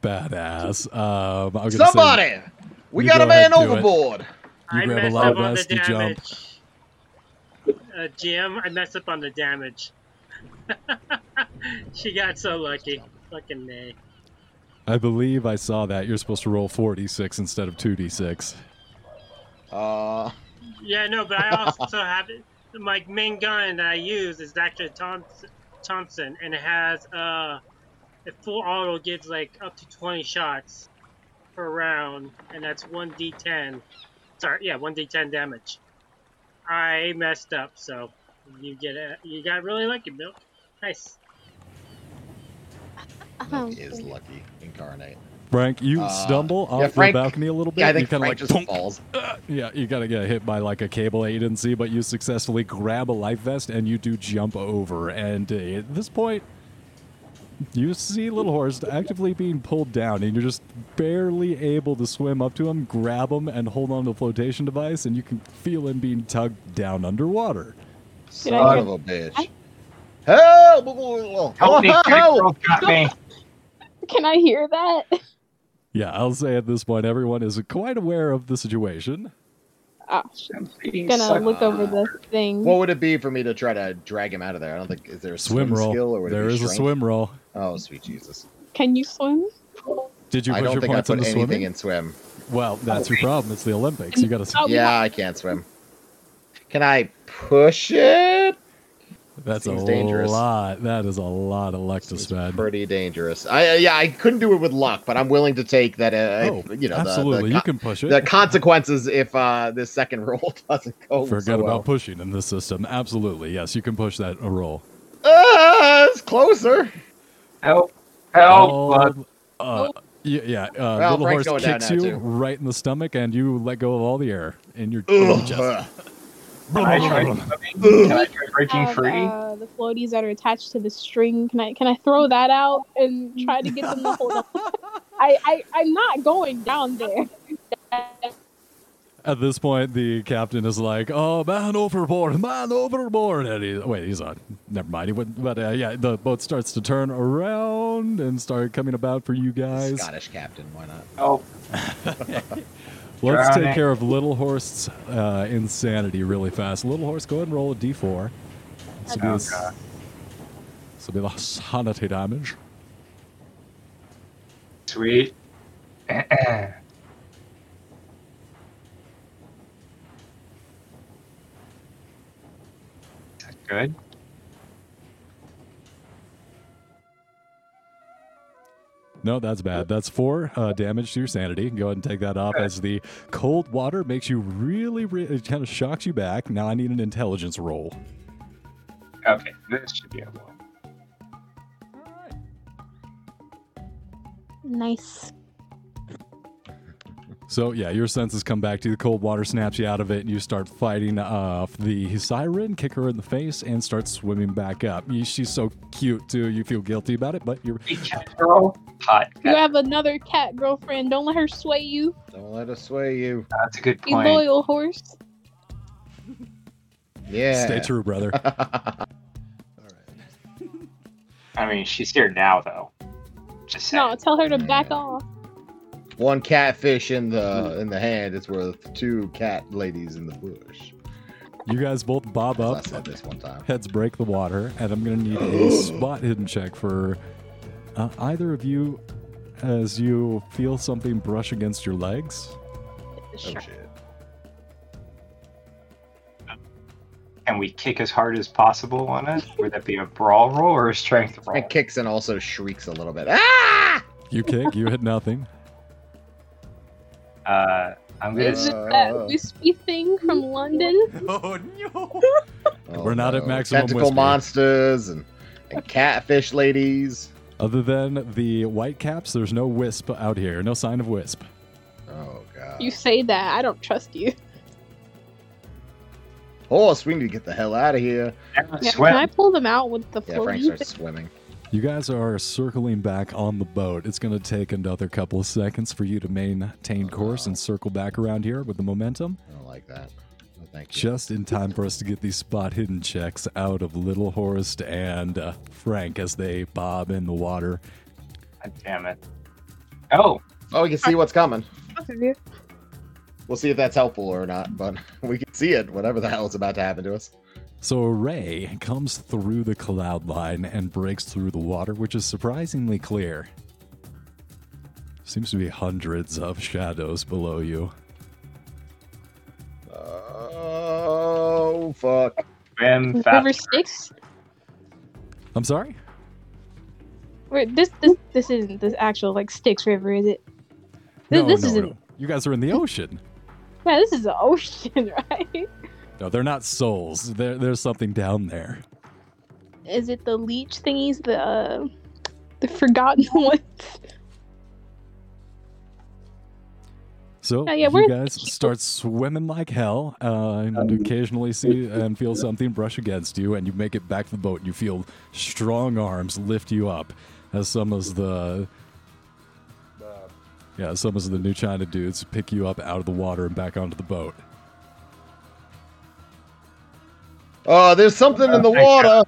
Speaker 3: Badass. Um, I'm gonna say-
Speaker 2: Somebody! we
Speaker 3: you
Speaker 2: got
Speaker 3: go
Speaker 2: a man
Speaker 3: ahead, do it.
Speaker 2: overboard!
Speaker 3: You
Speaker 1: I
Speaker 3: grab a
Speaker 1: messed
Speaker 3: live
Speaker 1: up on the
Speaker 3: vest, you jump.
Speaker 1: damage. Uh, Jim, I messed up on the damage. she got so lucky. Fucking nay.
Speaker 3: I believe I saw that. You're supposed to roll 4d6 instead of 2d6.
Speaker 2: Uh,
Speaker 1: Yeah, no, but I also have it. My main gun that I use is Dr. Thompson, Thompson and it has uh, a full auto gives like up to 20 shots per round, and that's 1d10. Sorry, yeah, 1d10 damage. I messed up, so you get a, you got really lucky, Bill. Nice.
Speaker 4: Um,
Speaker 2: is lucky incarnate.
Speaker 3: Frank, you
Speaker 2: Uh,
Speaker 3: stumble
Speaker 2: yeah,
Speaker 3: off
Speaker 2: Frank-
Speaker 3: the balcony a little bit.
Speaker 2: Yeah, I think
Speaker 3: you
Speaker 2: Frank
Speaker 3: kind of like
Speaker 2: just
Speaker 3: "Punk."
Speaker 2: falls.
Speaker 3: Yeah, you gotta get hit by like a cable that you didn't see, but you successfully grab a life vest and you do jump over. And uh, at this point, you see Little Horse actively being pulled down, and you're just barely able to swim up to him, grab him, and hold on to the flotation device, and you can feel him being tugged down underwater.
Speaker 4: Did I
Speaker 2: Son
Speaker 4: get-
Speaker 2: of a bitch.
Speaker 4: I-
Speaker 2: Help! Oh,
Speaker 8: Help me, kitty
Speaker 2: oh,
Speaker 8: girl got me.
Speaker 4: Can I hear that?
Speaker 3: Yeah, I'll say at this point, everyone is quite aware of the situation.
Speaker 4: Oh, sh-
Speaker 8: I'm being
Speaker 4: gonna
Speaker 8: sucked
Speaker 4: look over the thing.
Speaker 2: What would it be for me to try to drag him out of there? I don't think is there a swim,
Speaker 3: Swim roll.
Speaker 2: skill or would
Speaker 3: There
Speaker 2: it be
Speaker 3: is a
Speaker 2: strength?
Speaker 3: swim roll.
Speaker 2: Oh, sweet Jesus!
Speaker 4: Can you swim?
Speaker 3: Did you
Speaker 2: I
Speaker 3: put
Speaker 2: don't
Speaker 3: your
Speaker 2: think I
Speaker 3: points
Speaker 2: put
Speaker 3: on the
Speaker 2: anything
Speaker 3: swimming?
Speaker 2: in swim.
Speaker 3: Well, that's your problem. It's the Olympics. You gotta.
Speaker 4: Oh, we
Speaker 2: yeah, I can't swim. Can I push it?
Speaker 3: That's
Speaker 2: Seems
Speaker 3: a
Speaker 2: dangerous.
Speaker 3: lot. That is a lot of luck to
Speaker 2: It's
Speaker 3: spend.
Speaker 2: pretty dangerous. I uh, yeah, I couldn't do it with luck, but I'm willing to take that. Uh,
Speaker 3: Oh,
Speaker 2: if, you know, the-
Speaker 3: absolutely.
Speaker 2: The,
Speaker 3: you
Speaker 2: co-
Speaker 3: can push it.
Speaker 2: the consequences if uh, this second roll doesn't go.
Speaker 3: Oh, Forget
Speaker 2: so
Speaker 3: about
Speaker 2: well.
Speaker 3: pushing in this system. Absolutely. Yes, you can push that a roll.
Speaker 2: Uh, it's closer.
Speaker 8: Help! Help! bug.
Speaker 3: uh, yeah, yeah. Uh, little
Speaker 2: Frank's
Speaker 3: horse
Speaker 2: going down
Speaker 3: kicks
Speaker 2: now,
Speaker 3: you
Speaker 2: too.
Speaker 3: right in the stomach, and you let go of all the air in your, in your
Speaker 2: Ugh.
Speaker 3: chest.
Speaker 8: Can I try swimming? Can I try breaking
Speaker 4: Have,
Speaker 8: free?
Speaker 4: Uh, the floaties that are attached to the string. Can I can I throw that out and try to get them to hold on? I, I I'm not going down there.
Speaker 3: At this point, the captain is like, "Oh, man overboard, man overboard!" And he, wait, he's on. Never mind. He went, but uh, yeah, the boat starts to turn around and start coming about for you guys.
Speaker 2: Scottish captain, why not?
Speaker 8: Oh,
Speaker 3: Let's take
Speaker 8: Drowning.
Speaker 3: care of Little Horse's uh, insanity really fast. Little Horse, go ahead and roll a d4. This will be,
Speaker 8: Oh,
Speaker 3: the, s-
Speaker 8: God.
Speaker 3: this will be the sanity damage.
Speaker 8: sweet. Good.
Speaker 3: No, that's bad. That's four uh, damage to your sanity. Go ahead and take that off as the cold water makes you really, re it kind of shocks you back. Now I need an intelligence roll.
Speaker 8: Okay, this should be a one.
Speaker 4: Nice.
Speaker 3: So yeah, your senses come back to you. The cold water snaps you out of it, and you start fighting off the siren, kick her in the face, and start swimming back up. You, she's so cute too. You feel guilty about it, but you're
Speaker 8: Hey, cat girl. Hot
Speaker 4: You
Speaker 8: cat.
Speaker 4: have another cat girlfriend. Don't let her sway you.
Speaker 2: Don't let us sway you.
Speaker 8: That's a good
Speaker 4: Be
Speaker 8: point.
Speaker 4: loyal, horse.
Speaker 2: Yeah.
Speaker 3: stay true, brother.
Speaker 8: I mean, she's here now, though. Just saying.
Speaker 4: No, tell her to back off.
Speaker 2: One catfish in the in the hand is worth two cat ladies in the bush.
Speaker 3: You guys both bob
Speaker 2: As I
Speaker 3: up,
Speaker 2: said this one time.
Speaker 3: heads break the water, and I'm gonna need a spot hidden check for uh, either of you as you feel something brush against your legs.
Speaker 2: Oh
Speaker 4: Sure.
Speaker 2: shit.
Speaker 8: Can we kick as hard as possible on it? Would that be a brawl roll or a strength roll?
Speaker 2: And kicks and also shrieks a little bit. Ah!
Speaker 3: You kick, you hit nothing.
Speaker 8: Uh, I'm gonna.
Speaker 4: Is it
Speaker 2: Uh,
Speaker 4: that wispy thing from London?
Speaker 9: Oh no!
Speaker 2: Oh,
Speaker 3: We're not at maximum
Speaker 2: Tentacle
Speaker 3: whiskey.
Speaker 2: monsters and, and catfish ladies.
Speaker 3: Other than the white caps, there's no wisp out here. No sign of wisp.
Speaker 2: Oh god.
Speaker 4: You say that. I don't trust you.
Speaker 2: Horse, we need to get the hell out of here.
Speaker 8: never
Speaker 4: Yeah,
Speaker 8: swim.
Speaker 4: can I pull them out with the
Speaker 2: Yeah, Frank
Speaker 4: floaty
Speaker 2: starts
Speaker 4: thing?
Speaker 2: swimming.
Speaker 3: You guys are circling back on the boat. It's going to take another couple of seconds for you to maintain course and circle back around here with the momentum,
Speaker 2: I don't like that. No, thank you.
Speaker 3: just in time for us to get these spot hidden checks out of Little Horst and uh, Frank as they bob in the water.
Speaker 8: God damn it. Oh,
Speaker 2: Oh, we can see what's coming.
Speaker 4: Okay.
Speaker 2: We'll see if that's helpful or not, but we can see it, whatever the hell is about to happen to us.
Speaker 3: So Ray comes through the cloud line and breaks through the water, which is surprisingly clear. Seems to be hundreds of shadows below you.
Speaker 2: Oh, fuck.
Speaker 8: swim
Speaker 4: River
Speaker 8: fast.
Speaker 4: Styx?
Speaker 3: I'm sorry?
Speaker 4: Wait, this this this isn't the actual like Styx River, is it? This, this isn't.
Speaker 3: You guys are in the ocean.
Speaker 4: Yeah, this is the ocean, right?
Speaker 3: No, they're not souls. There, there's something down there.
Speaker 4: Is it the leech thingies, the uh, the forgotten ones?
Speaker 3: So
Speaker 4: Oh, yeah,
Speaker 3: you
Speaker 4: we're-
Speaker 3: guys start swimming like hell, uh, and occasionally see and feel something brush against you, and you make it back to the boat. And you feel strong arms lift you up, as some of the yeah, some of the new China dudes pick you up out of the water and back onto the boat.
Speaker 2: Oh, there's something in the
Speaker 8: Thank you.
Speaker 2: water.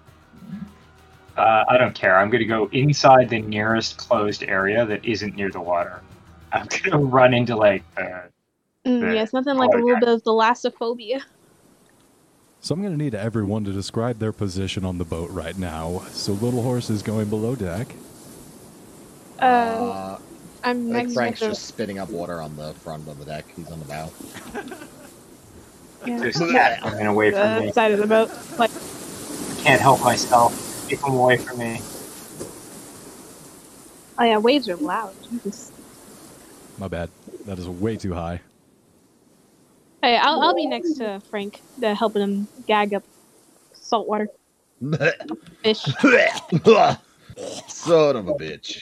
Speaker 8: Uh, I don't care. I'm gonna go inside the nearest closed area that isn't near the water. I'm gonna run into like. Uh,
Speaker 4: Mm, yeah, it's nothing like a
Speaker 8: Oh,
Speaker 4: little
Speaker 8: yeah.
Speaker 4: bit of the lassophobia.
Speaker 3: So I'm going to need everyone to describe their position on the boat right now. So Little Horse is going below deck.
Speaker 4: Uh,
Speaker 2: Uh,
Speaker 4: I'm
Speaker 2: I think
Speaker 4: next
Speaker 2: Frank's
Speaker 4: to
Speaker 2: just spitting up water on the front of the deck. He's on the bow.
Speaker 4: yeah,
Speaker 8: there's a cat coming away from
Speaker 4: the
Speaker 8: me.
Speaker 4: side of the boat. Like,
Speaker 8: Can't help myself. Keep him away from me.
Speaker 4: oh yeah, waves are loud. Jesus.
Speaker 3: My bad. That is way too high.
Speaker 4: Hey, I'll, I'll be next to Frank, uh, helping him gag up saltwater fish.
Speaker 2: Son of a bitch.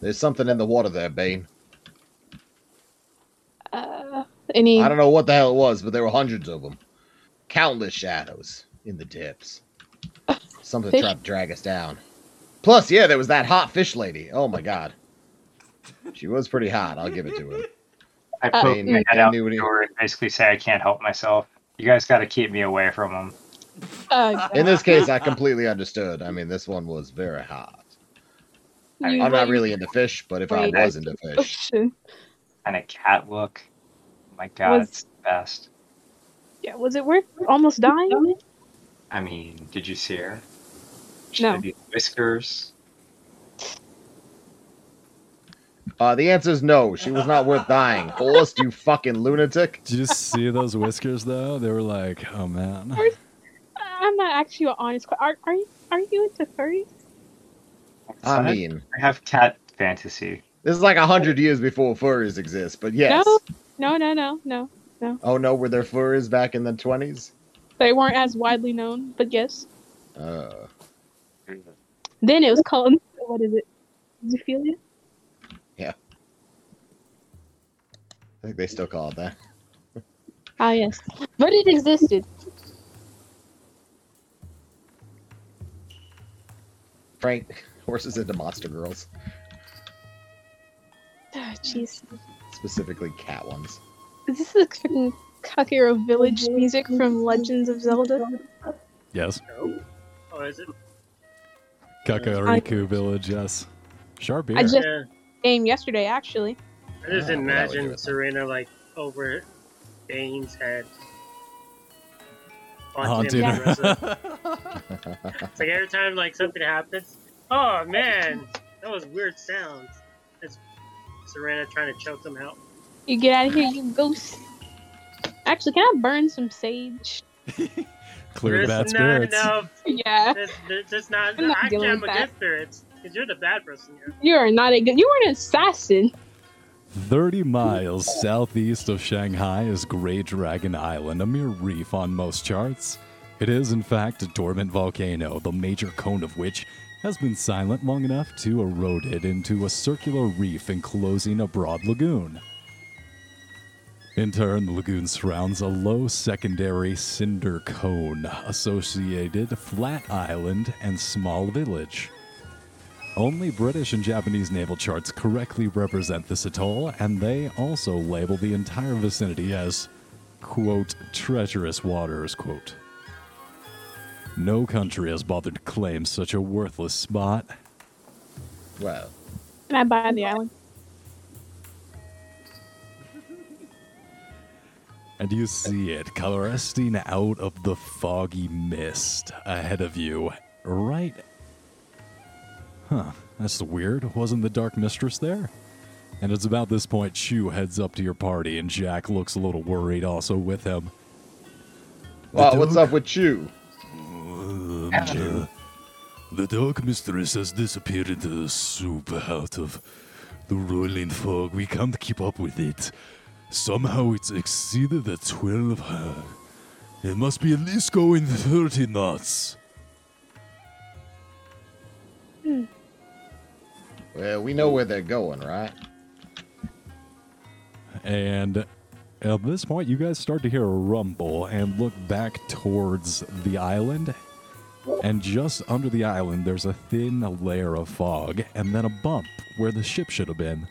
Speaker 2: There's something in the water there, Bane.
Speaker 4: Uh, any
Speaker 2: I don't know what the hell it was, but there were hundreds of them. Countless shadows in the depths. Something
Speaker 4: Fish.
Speaker 2: tried to drag us down. Plus, yeah, there was that hot fish lady. Oh my god, she was pretty hot. I'll give it to her.
Speaker 8: I poke
Speaker 2: Uh,
Speaker 8: my head out the
Speaker 2: annuity.
Speaker 8: door and basically say I can't help myself. You guys got to keep me away from them.
Speaker 4: Uh,
Speaker 2: In this case, I completely understood. I mean, this one was very hot.
Speaker 4: you
Speaker 2: I'm not
Speaker 4: went-
Speaker 2: really into fish, but if I
Speaker 4: Wait.
Speaker 2: was into fish,
Speaker 8: And a cat look. My God,
Speaker 4: Was-
Speaker 8: it's the best.
Speaker 4: Yeah, was it worth almost dying?
Speaker 8: I mean, did you see her? She
Speaker 4: No.
Speaker 8: had these whiskers.
Speaker 2: uh, the answer is no. She was not worth dying. Forrest, you fucking lunatic.
Speaker 3: Did you just see those whiskers though? They were like, oh man.
Speaker 4: I'm not actually an honest. que- Are are you are you into furries?
Speaker 2: I
Speaker 8: Son,
Speaker 2: mean,
Speaker 8: I have cat fantasy.
Speaker 2: this is like a hundred years before furries exist. But yes.
Speaker 4: No, no, no, no, no.
Speaker 2: Oh no, were there furries back in the twenties?
Speaker 4: They weren't as widely known, but yes.
Speaker 2: Uh,
Speaker 4: Then it was called what is it? Zoophilia.
Speaker 2: I think they still call it that.
Speaker 4: Ah yes, but it existed.
Speaker 2: Frank, horses into monster girls,
Speaker 4: Ah, Jeez,
Speaker 2: specifically cat ones.
Speaker 4: is this the freaking Kakiro Village music from Legends of Zelda?
Speaker 3: Yes.
Speaker 1: Or Oh, is it?
Speaker 3: Kakariku Village, yes. Sharp ear.
Speaker 4: I just
Speaker 1: Yeah.
Speaker 4: game yesterday actually.
Speaker 1: uh, I just
Speaker 2: Ah, well, that would do
Speaker 1: imagine
Speaker 2: it.
Speaker 1: Serena like over Dane's head.
Speaker 2: Oh,
Speaker 3: Haunting
Speaker 1: him for the rest of-
Speaker 3: her.
Speaker 1: It's like every time like something happens. Oh man, that was weird sound. It's Serena trying to choke them out.
Speaker 4: You get out of here, you ghost. Actually, can I burn some sage?
Speaker 3: Clear the bad
Speaker 1: there's not
Speaker 3: spirits.
Speaker 1: enough.
Speaker 4: Yeah,
Speaker 1: There's, there's just not.
Speaker 4: I'm not
Speaker 1: I
Speaker 4: dealing
Speaker 1: can't
Speaker 4: with
Speaker 1: with good
Speaker 4: that.
Speaker 1: spirits because you're the bad person here.
Speaker 4: you are not a good. You were an assassin.
Speaker 3: 30 miles southeast of Shanghai is Grey Dragon Island, a mere reef on most charts. It is, in fact, a dormant volcano, the major cone of which has been silent long enough to erode it into a circular reef enclosing a broad lagoon. In turn, the lagoon surrounds a low secondary cinder cone, associated flat island, and small village. Only British and Japanese naval charts correctly represent this atoll, and they also label the entire vicinity as, quote, treacherous waters, quote. No country has bothered to claim such a worthless spot.
Speaker 2: Well,
Speaker 4: Can I buy the island?
Speaker 3: And you see it cresting out of the foggy mist ahead of you, right? Huh, that's weird. Wasn't the Dark Mistress there? And it's about this point Chu heads up to your party, and Jack looks a little worried also with him.
Speaker 2: well what's
Speaker 6: dog-
Speaker 2: up with you?
Speaker 6: Um, uh, the dark mistress has disappeared into the soup out of the roiling fog. We can't keep up with it. Somehow it's exceeded the 12. uh, It must be at least going 30 knots.
Speaker 2: Well, we know where they're going, right?
Speaker 3: And at this point, you guys start to hear a rumble and look back towards the island. And just under the island, there's a thin layer of fog, and then a bump where the ship should have been.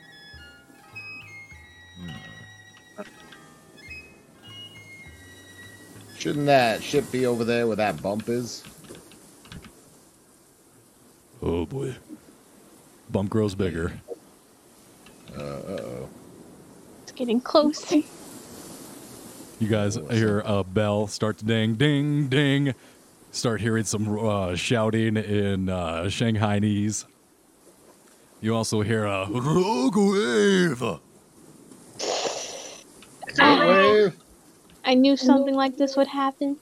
Speaker 2: Shouldn't that ship be over there where that bump is?
Speaker 6: Oh boy.
Speaker 3: Bump grows bigger.
Speaker 2: Uh oh.
Speaker 4: It's getting close.
Speaker 3: You guys hear a bell start to ding, ding, ding. Start hearing some uh, shouting in uh, Shanghainese. You also hear a
Speaker 6: Rogue wave!
Speaker 1: Uh-huh.
Speaker 2: Wave.
Speaker 4: I knew something like this would happen.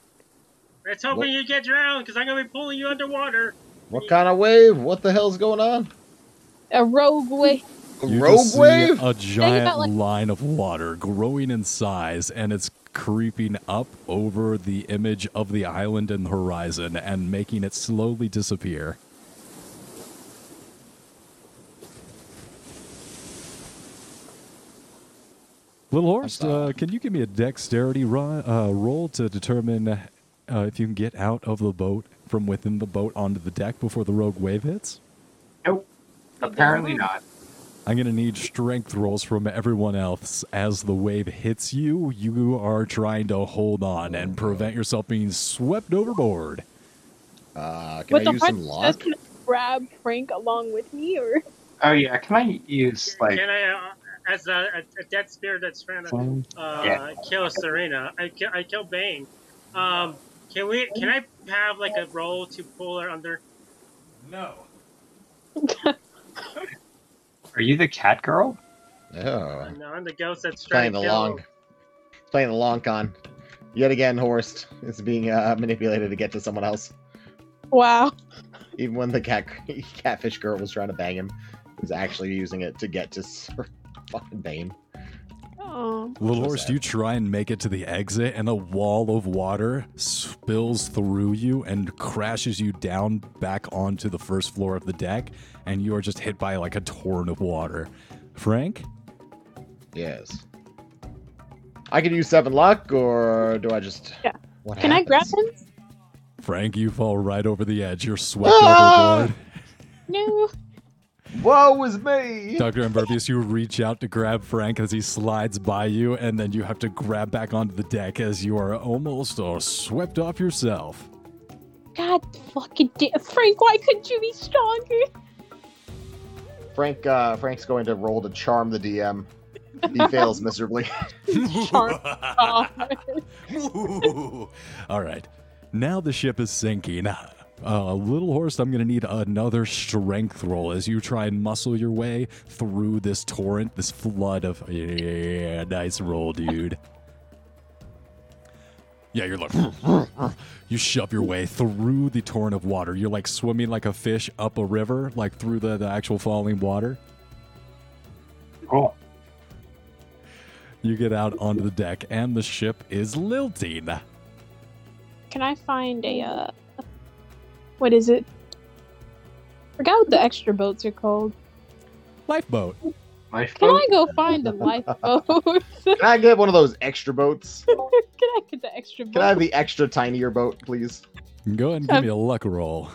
Speaker 1: Let's hoping
Speaker 2: What?
Speaker 1: you get drowned because I'm gonna be pulling you underwater.
Speaker 2: What kind of wave? What the hell's going on?
Speaker 4: A rogue way.
Speaker 2: A
Speaker 3: You
Speaker 2: rogue
Speaker 3: just see uh,
Speaker 2: wave?
Speaker 3: A giant
Speaker 4: about, like-
Speaker 3: line of water growing in size and it's creeping up over the image of the island and the horizon and making it slowly disappear. Little Horst, uh,
Speaker 2: sorry.
Speaker 3: can you give me a dexterity ro- uh, roll to determine uh, if you can get out of the boat from within the boat onto the deck before the rogue wave hits?
Speaker 8: Apparently not.
Speaker 3: I'm going to need strength rolls from everyone else as the wave hits you. You are trying to hold on and prevent yourself being swept overboard.
Speaker 2: Uh, can
Speaker 4: But
Speaker 2: I
Speaker 4: the
Speaker 2: use
Speaker 4: hard
Speaker 2: some
Speaker 4: does
Speaker 2: luck?
Speaker 4: can I grab Frank along with me, or
Speaker 8: Oh yeah, can I use like?
Speaker 1: Can I, uh, as a, a, a dead spirit that's trying to
Speaker 8: some-
Speaker 1: uh,
Speaker 8: Yeah.
Speaker 1: kill Serena, I kill, I kill Bane. Um, can we? Can I have like a roll to pull her under?
Speaker 3: No.
Speaker 8: Are you the cat girl?
Speaker 2: Oh,
Speaker 1: No, I'm the ghost that's trying
Speaker 2: playing the
Speaker 1: to kill.
Speaker 2: long, playing the long con. Yet again, Horst is being uh, manipulated to get to someone else.
Speaker 4: wow,
Speaker 2: Even when the cat catfish girl was trying to bang him, he was actually using it to get to Sir fucking Bane.
Speaker 4: oh,
Speaker 3: Little
Speaker 2: was
Speaker 3: horse,
Speaker 2: that?
Speaker 3: you try and make it to the exit, and a wall of water spills through you and crashes you down back onto the first floor of the deck, and you are just hit by like a torrent of water. Frank?
Speaker 2: Yes. I could use seven luck, or do I just?
Speaker 4: Yeah.
Speaker 2: What
Speaker 4: can I grab
Speaker 2: happens?
Speaker 4: him?
Speaker 3: Frank, you fall right over the edge. You're swept
Speaker 2: Ah!
Speaker 3: overboard.
Speaker 4: No,
Speaker 2: Woe is me!
Speaker 3: Dr. Impervious, you reach out to grab Frank as he slides by you, and then you have to grab back onto the deck as you are almost uh, swept off yourself.
Speaker 4: God fucking da- Frank, why couldn't you be stronger?
Speaker 2: Frank. Uh, Frank's going to roll to charm the DM. He fails miserably.
Speaker 4: Charm. Oh.
Speaker 3: Ooh. All right. Now the ship is sinking. Uh, little horse, I'm going to need another strength roll as you try and muscle your way through this torrent, this flood of. Yeah, nice roll, dude. Yeah, you're like. You shove your way through the torrent of water. You're like swimming like a fish up a river, like through the, the actual falling water.
Speaker 8: Cool.
Speaker 3: You get out onto the deck, and the ship is lilting.
Speaker 4: Can I find a uh, what is it? Forgot what the extra boats are called.
Speaker 3: Lifeboat.
Speaker 2: Oh.
Speaker 4: Can
Speaker 8: Lifeboat.
Speaker 4: I go find a lifeboat? Can
Speaker 2: Can I get one of those extra boats?
Speaker 4: I get the extra boat?
Speaker 2: Can I have the extra tinier boat, please?
Speaker 3: Go ahead and give me a luck roll.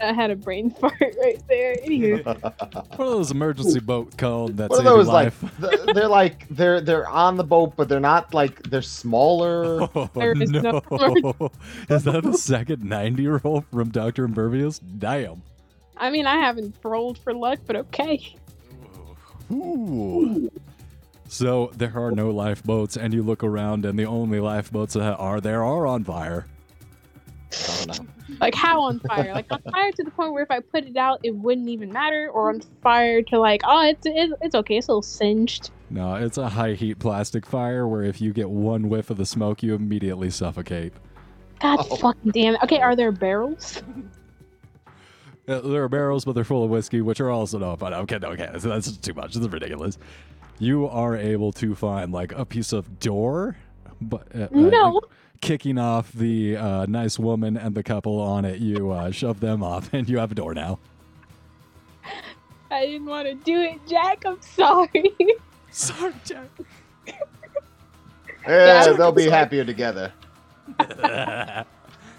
Speaker 4: I had a brain fart right there. Anywho,
Speaker 3: What are those emergency boat called that save
Speaker 2: What are
Speaker 3: your
Speaker 2: those like?
Speaker 3: life?
Speaker 2: th- they're like they're they're on the boat, but they're not like they're smaller.
Speaker 3: Oh,
Speaker 4: There is no
Speaker 3: no. is that the second 90 roll from Dr. Impervious? Damn.
Speaker 4: I mean, I haven't rolled for luck, but okay.
Speaker 3: Ooh. So there are no lifeboats, and you look around, and the only lifeboats that are there are on fire.
Speaker 2: I don't know.
Speaker 4: Like how on fire? Like on fire to the point where if I put it out, it wouldn't even matter, or on fire to like, oh, it's it's, it's okay, it's a little singed.
Speaker 3: No, it's a high heat plastic fire where if you get one whiff of the smoke, you immediately suffocate.
Speaker 4: God
Speaker 2: Oh.
Speaker 4: fucking damn it. Okay, are there barrels?
Speaker 3: Uh, There are barrels, but they're full of whiskey, which are also no fun. Okay, no, okay, so that's too much. This is ridiculous. You are able to find like a piece of door, but uh, uh,
Speaker 4: No.
Speaker 3: kicking off the uh, nice woman and the couple on it. You uh, shove them off, and you have a door now.
Speaker 4: I didn't want to do it, Jack. I'm sorry.
Speaker 3: Sorry, Jack.
Speaker 2: Yeah, they'll be happier together.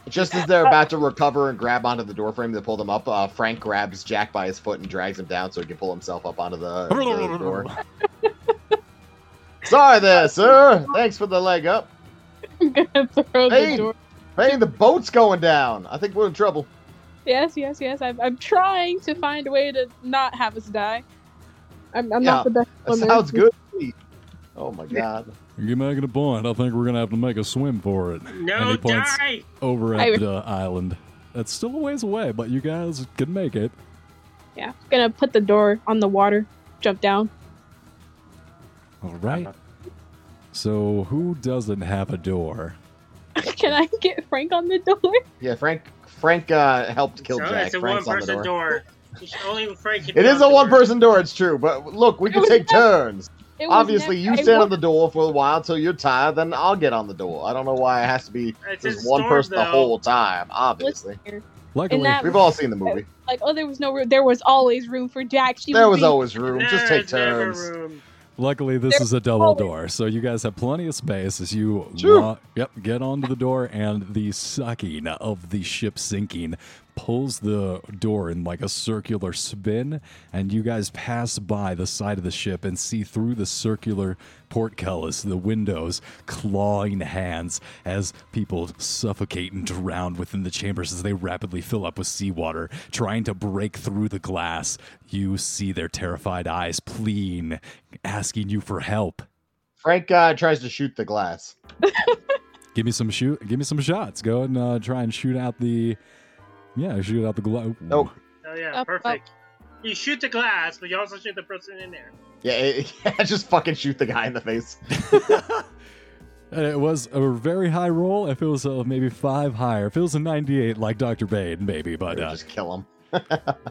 Speaker 2: Just as they're about to recover and grab onto the doorframe to pull them up, uh, Frank grabs Jack by his foot and drags him down so he can pull himself up onto the, the door. Sorry there, sir. Thanks for the leg up.
Speaker 4: I'm gonna throw
Speaker 2: Hey.
Speaker 4: the door.
Speaker 2: Hey, the boat's going down. I think we're in trouble.
Speaker 4: Yes, yes, yes. I'm, I'm trying to find a way to not have us die. I'm, I'm
Speaker 2: Yeah,
Speaker 4: not the best
Speaker 7: Oh,
Speaker 2: That
Speaker 4: swimmer.
Speaker 2: sounds good. to me. Oh my god.
Speaker 3: You're making a point. I think we're gonna have to make a swim for it
Speaker 1: No,
Speaker 3: Any points?
Speaker 1: die!
Speaker 3: over
Speaker 4: I-
Speaker 3: at the island. That's still a ways away, but you guys can make it.
Speaker 4: Yeah, gonna put the door on the water, jump down.
Speaker 3: All right.
Speaker 4: Uh-huh.
Speaker 3: So who doesn't have a door?
Speaker 4: Can I get Frank on the door?
Speaker 2: Yeah, Frank. Frank uh, helped kill
Speaker 1: so
Speaker 2: Jack.
Speaker 1: Oh, it's a
Speaker 2: Frank's on the
Speaker 1: one-person
Speaker 2: door.
Speaker 1: door. It's Only Frank can
Speaker 2: It
Speaker 1: be
Speaker 2: is
Speaker 1: on
Speaker 2: a
Speaker 1: the door.
Speaker 2: one-person door. It's true, but look, we
Speaker 4: It
Speaker 2: can
Speaker 4: was
Speaker 2: take
Speaker 4: never-
Speaker 2: turns.
Speaker 4: It was
Speaker 2: Obviously,
Speaker 4: never-
Speaker 2: you
Speaker 4: it
Speaker 2: stand
Speaker 4: was-
Speaker 2: on the door for a while till you're tired. Then I'll get on the door. I don't know why it has to be
Speaker 1: It's
Speaker 2: just
Speaker 1: his
Speaker 2: one
Speaker 1: storm,
Speaker 2: person the
Speaker 1: though.
Speaker 2: whole time. Obviously,
Speaker 3: Luckily,
Speaker 4: that-
Speaker 2: we've all seen the movie.
Speaker 4: Like, oh, there was no room. There was always room for Jack. She
Speaker 2: There was
Speaker 4: being-
Speaker 2: always room. Just take
Speaker 1: There's never
Speaker 2: turns.
Speaker 1: room.
Speaker 3: Luckily, this
Speaker 4: There-
Speaker 3: is a double
Speaker 4: oh.
Speaker 3: door, so you guys have plenty of space as you
Speaker 2: Sure.
Speaker 3: wa- yep, get onto the door and the sucking of the ship sinking pulls the door in like a circular spin, and you guys pass by the side of the ship and see through the circular portcullis, the windows, clawing hands as people suffocate and drown within the chambers as they rapidly fill up with seawater, trying to break through the glass. You see their terrified eyes pleading, asking you for help.
Speaker 2: Frank uh, tries to shoot the glass.
Speaker 3: Give me some shoot. Give me some shots. Go and uh, try and shoot out the. Yeah, shoot out the glow.
Speaker 2: Nope.
Speaker 1: Oh yeah,
Speaker 4: Up,
Speaker 1: perfect. You shoot the glass, but you also shoot the person in there.
Speaker 2: Yeah, it, just fucking shoot the guy in the face.
Speaker 3: And it was a very high roll. If it was uh, maybe five higher, if it was a 98 like Dr. Bade, maybe, but
Speaker 2: Or
Speaker 3: uh,
Speaker 2: just kill him.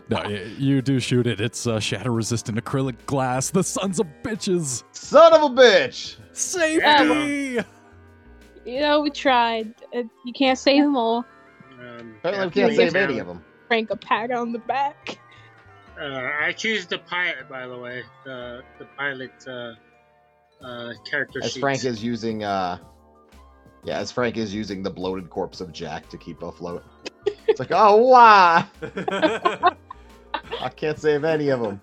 Speaker 3: no, y- you do shoot it. It's uh, shatter resistant acrylic glass. The sons of bitches.
Speaker 2: Son of a bitch!
Speaker 3: Safety!
Speaker 4: You know, we tried. Uh, You can't save them all.
Speaker 1: Um,
Speaker 2: Apparently, we
Speaker 1: yeah,
Speaker 2: can't save
Speaker 1: down.
Speaker 2: any of them.
Speaker 4: Frank a pat on the back.
Speaker 1: Uh, I choose the pilot, by the way. The the pilot uh, uh, character
Speaker 2: As
Speaker 1: sheets.
Speaker 2: Frank is using, uh, yeah, as Frank is using the bloated corpse of Jack to keep afloat. It's like, oh, why? I can't save any of them.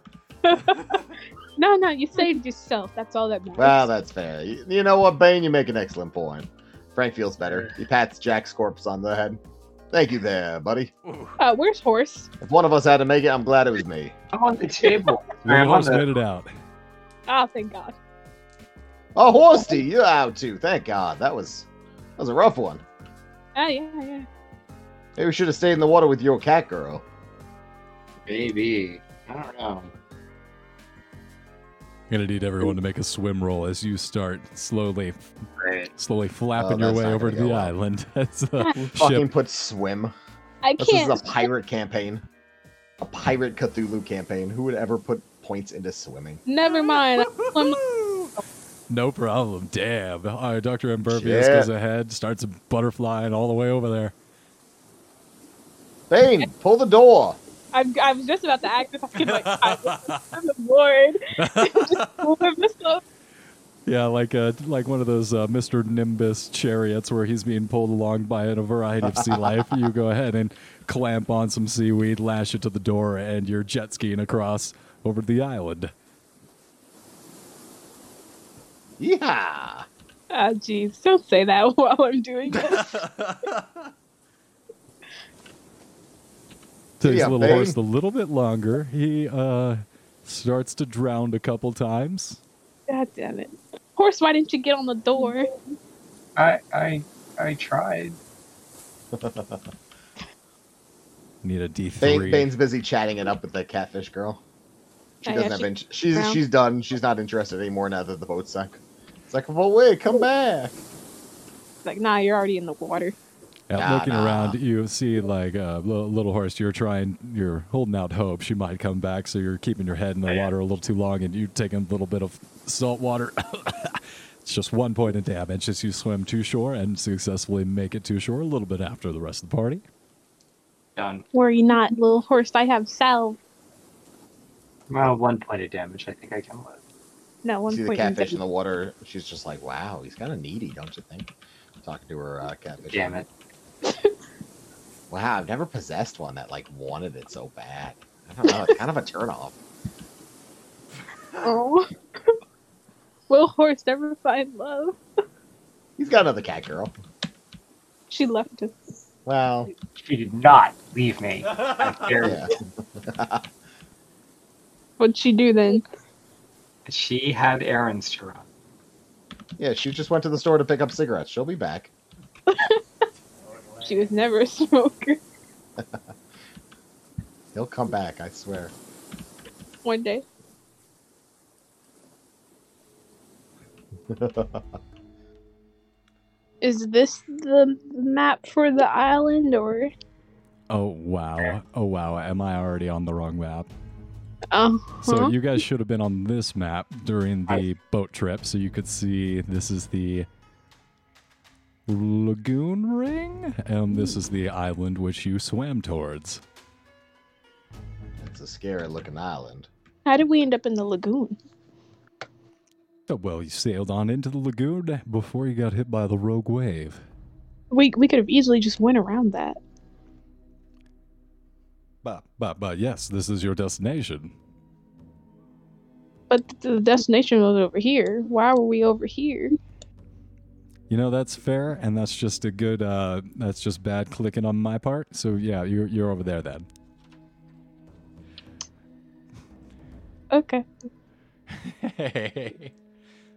Speaker 4: No, no, you saved yourself. That's all that matters.
Speaker 2: Well, that's fair. You, you know what, Bane? You make an excellent point. Frank feels better. He pats Jack's corpse on the head. Thank you there, buddy.
Speaker 4: uh, where's horse?
Speaker 2: If one of us had to make it, I'm glad it was me.
Speaker 8: I'm on the table.
Speaker 3: One
Speaker 8: I'm on
Speaker 3: horse
Speaker 8: the,
Speaker 3: made it out.
Speaker 4: Ah, thank God.
Speaker 2: Oh, Horsty, you're out too. Thank God. That was that was a rough one.
Speaker 4: Ah, yeah, yeah.
Speaker 2: Maybe we should have stayed in the water with your cat girl.
Speaker 8: maybe. I don't know.
Speaker 3: I'm gonna need everyone to make a swim roll as you start slowly,
Speaker 8: Right.
Speaker 3: slowly
Speaker 2: Oh,
Speaker 3: flapping your
Speaker 2: that's
Speaker 3: way
Speaker 2: not
Speaker 3: over to
Speaker 2: gonna
Speaker 3: the
Speaker 2: go well.
Speaker 3: island as the
Speaker 2: Fucking
Speaker 3: ship
Speaker 2: put swim.
Speaker 4: I
Speaker 2: This
Speaker 4: can't.
Speaker 2: is a pirate campaign. A pirate Cthulhu campaign. Who would ever put points into swimming?
Speaker 4: Never mind. I'll swim
Speaker 3: No problem. Damn. All right, Dr. Impervious
Speaker 2: Shit.
Speaker 3: goes ahead, starts butterflying all the way over there.
Speaker 2: Bane, pull the door.
Speaker 4: I'm, I was just about to act if I could like I'm bored. just move myself.
Speaker 3: Yeah, like uh, like one of those uh, Mr. Nimbus chariots where he's being pulled along by a variety of sea life. You go ahead and clamp on some seaweed, lash it to the door, and you're jet skiing across over the island.
Speaker 2: Yeah.
Speaker 4: Ah, jeez, don't say that while I'm doing this.
Speaker 3: Takes
Speaker 2: Yeah,
Speaker 3: the little
Speaker 2: babe.
Speaker 3: horse a little bit longer. He uh, starts to drown a couple times.
Speaker 4: God damn it, horse! Why didn't you get on the door?
Speaker 8: I I I tried.
Speaker 3: Need a D
Speaker 2: Bane,
Speaker 3: three.
Speaker 2: Bane's busy chatting it up with the catfish girl. Oh, She
Speaker 4: I
Speaker 2: doesn't
Speaker 4: got
Speaker 2: have
Speaker 4: you.
Speaker 2: int- she's
Speaker 4: Brown.
Speaker 2: she's done. She's not interested anymore now that the boat sunk. It's like, well, wait, come back.
Speaker 4: It's like, nah, you're already in the water.
Speaker 3: Yeah,
Speaker 2: Nah,
Speaker 3: looking
Speaker 2: nah.
Speaker 3: around, you see like uh, li- little horse. You're trying, you're holding out hope she might come back. So you're keeping your head in the
Speaker 8: Yeah.
Speaker 3: water a little too long, and you take a little bit of salt water. it's just one point of damage as you swim to shore and successfully make it to shore a little bit after the rest of the party.
Speaker 8: Done.
Speaker 4: Worry not, little horse. I have salve.
Speaker 8: Well, one point of damage. I think I can live.
Speaker 4: No one
Speaker 2: See the
Speaker 4: point in
Speaker 2: catfish in the water. She's just like, wow, he's kind of needy, don't you think? Talking to her uh, catfish.
Speaker 8: Damn it.
Speaker 2: Wow, I've never possessed one that like wanted it so bad. I don't know, it's kind of a turnoff.
Speaker 4: Oh. Will horse never find love?
Speaker 2: He's got another cat girl.
Speaker 4: She left him.
Speaker 2: Well,
Speaker 8: She did not leave me. I dare
Speaker 2: yeah.
Speaker 4: What'd she do then?
Speaker 8: She had errands to run.
Speaker 2: Yeah, she just went to the store to pick up cigarettes. She'll be back.
Speaker 4: She was never a smoker.
Speaker 2: He'll come back, I swear.
Speaker 4: One day. Is this the map for the island or?
Speaker 3: Oh wow! Oh wow! Am I already on the wrong map?
Speaker 2: Um,
Speaker 4: Oh,
Speaker 3: So you guys should have been on this map during the boat trip, so you could see this is the lagoon ring, and this is the island which you swam towards.
Speaker 2: It's a scary looking island.
Speaker 4: how did we end up in the lagoon?
Speaker 3: Oh, Well, you sailed on into the lagoon before you got hit by the rogue wave.
Speaker 4: We we could have easily just went around that.
Speaker 3: But, but, but, yes, this is your destination.
Speaker 4: But the destination was over here. Why were we over here?
Speaker 3: You know that's fair, and that's just a good. Uh, that's just bad clicking on my part. So yeah, you're you're over there then.
Speaker 4: Okay.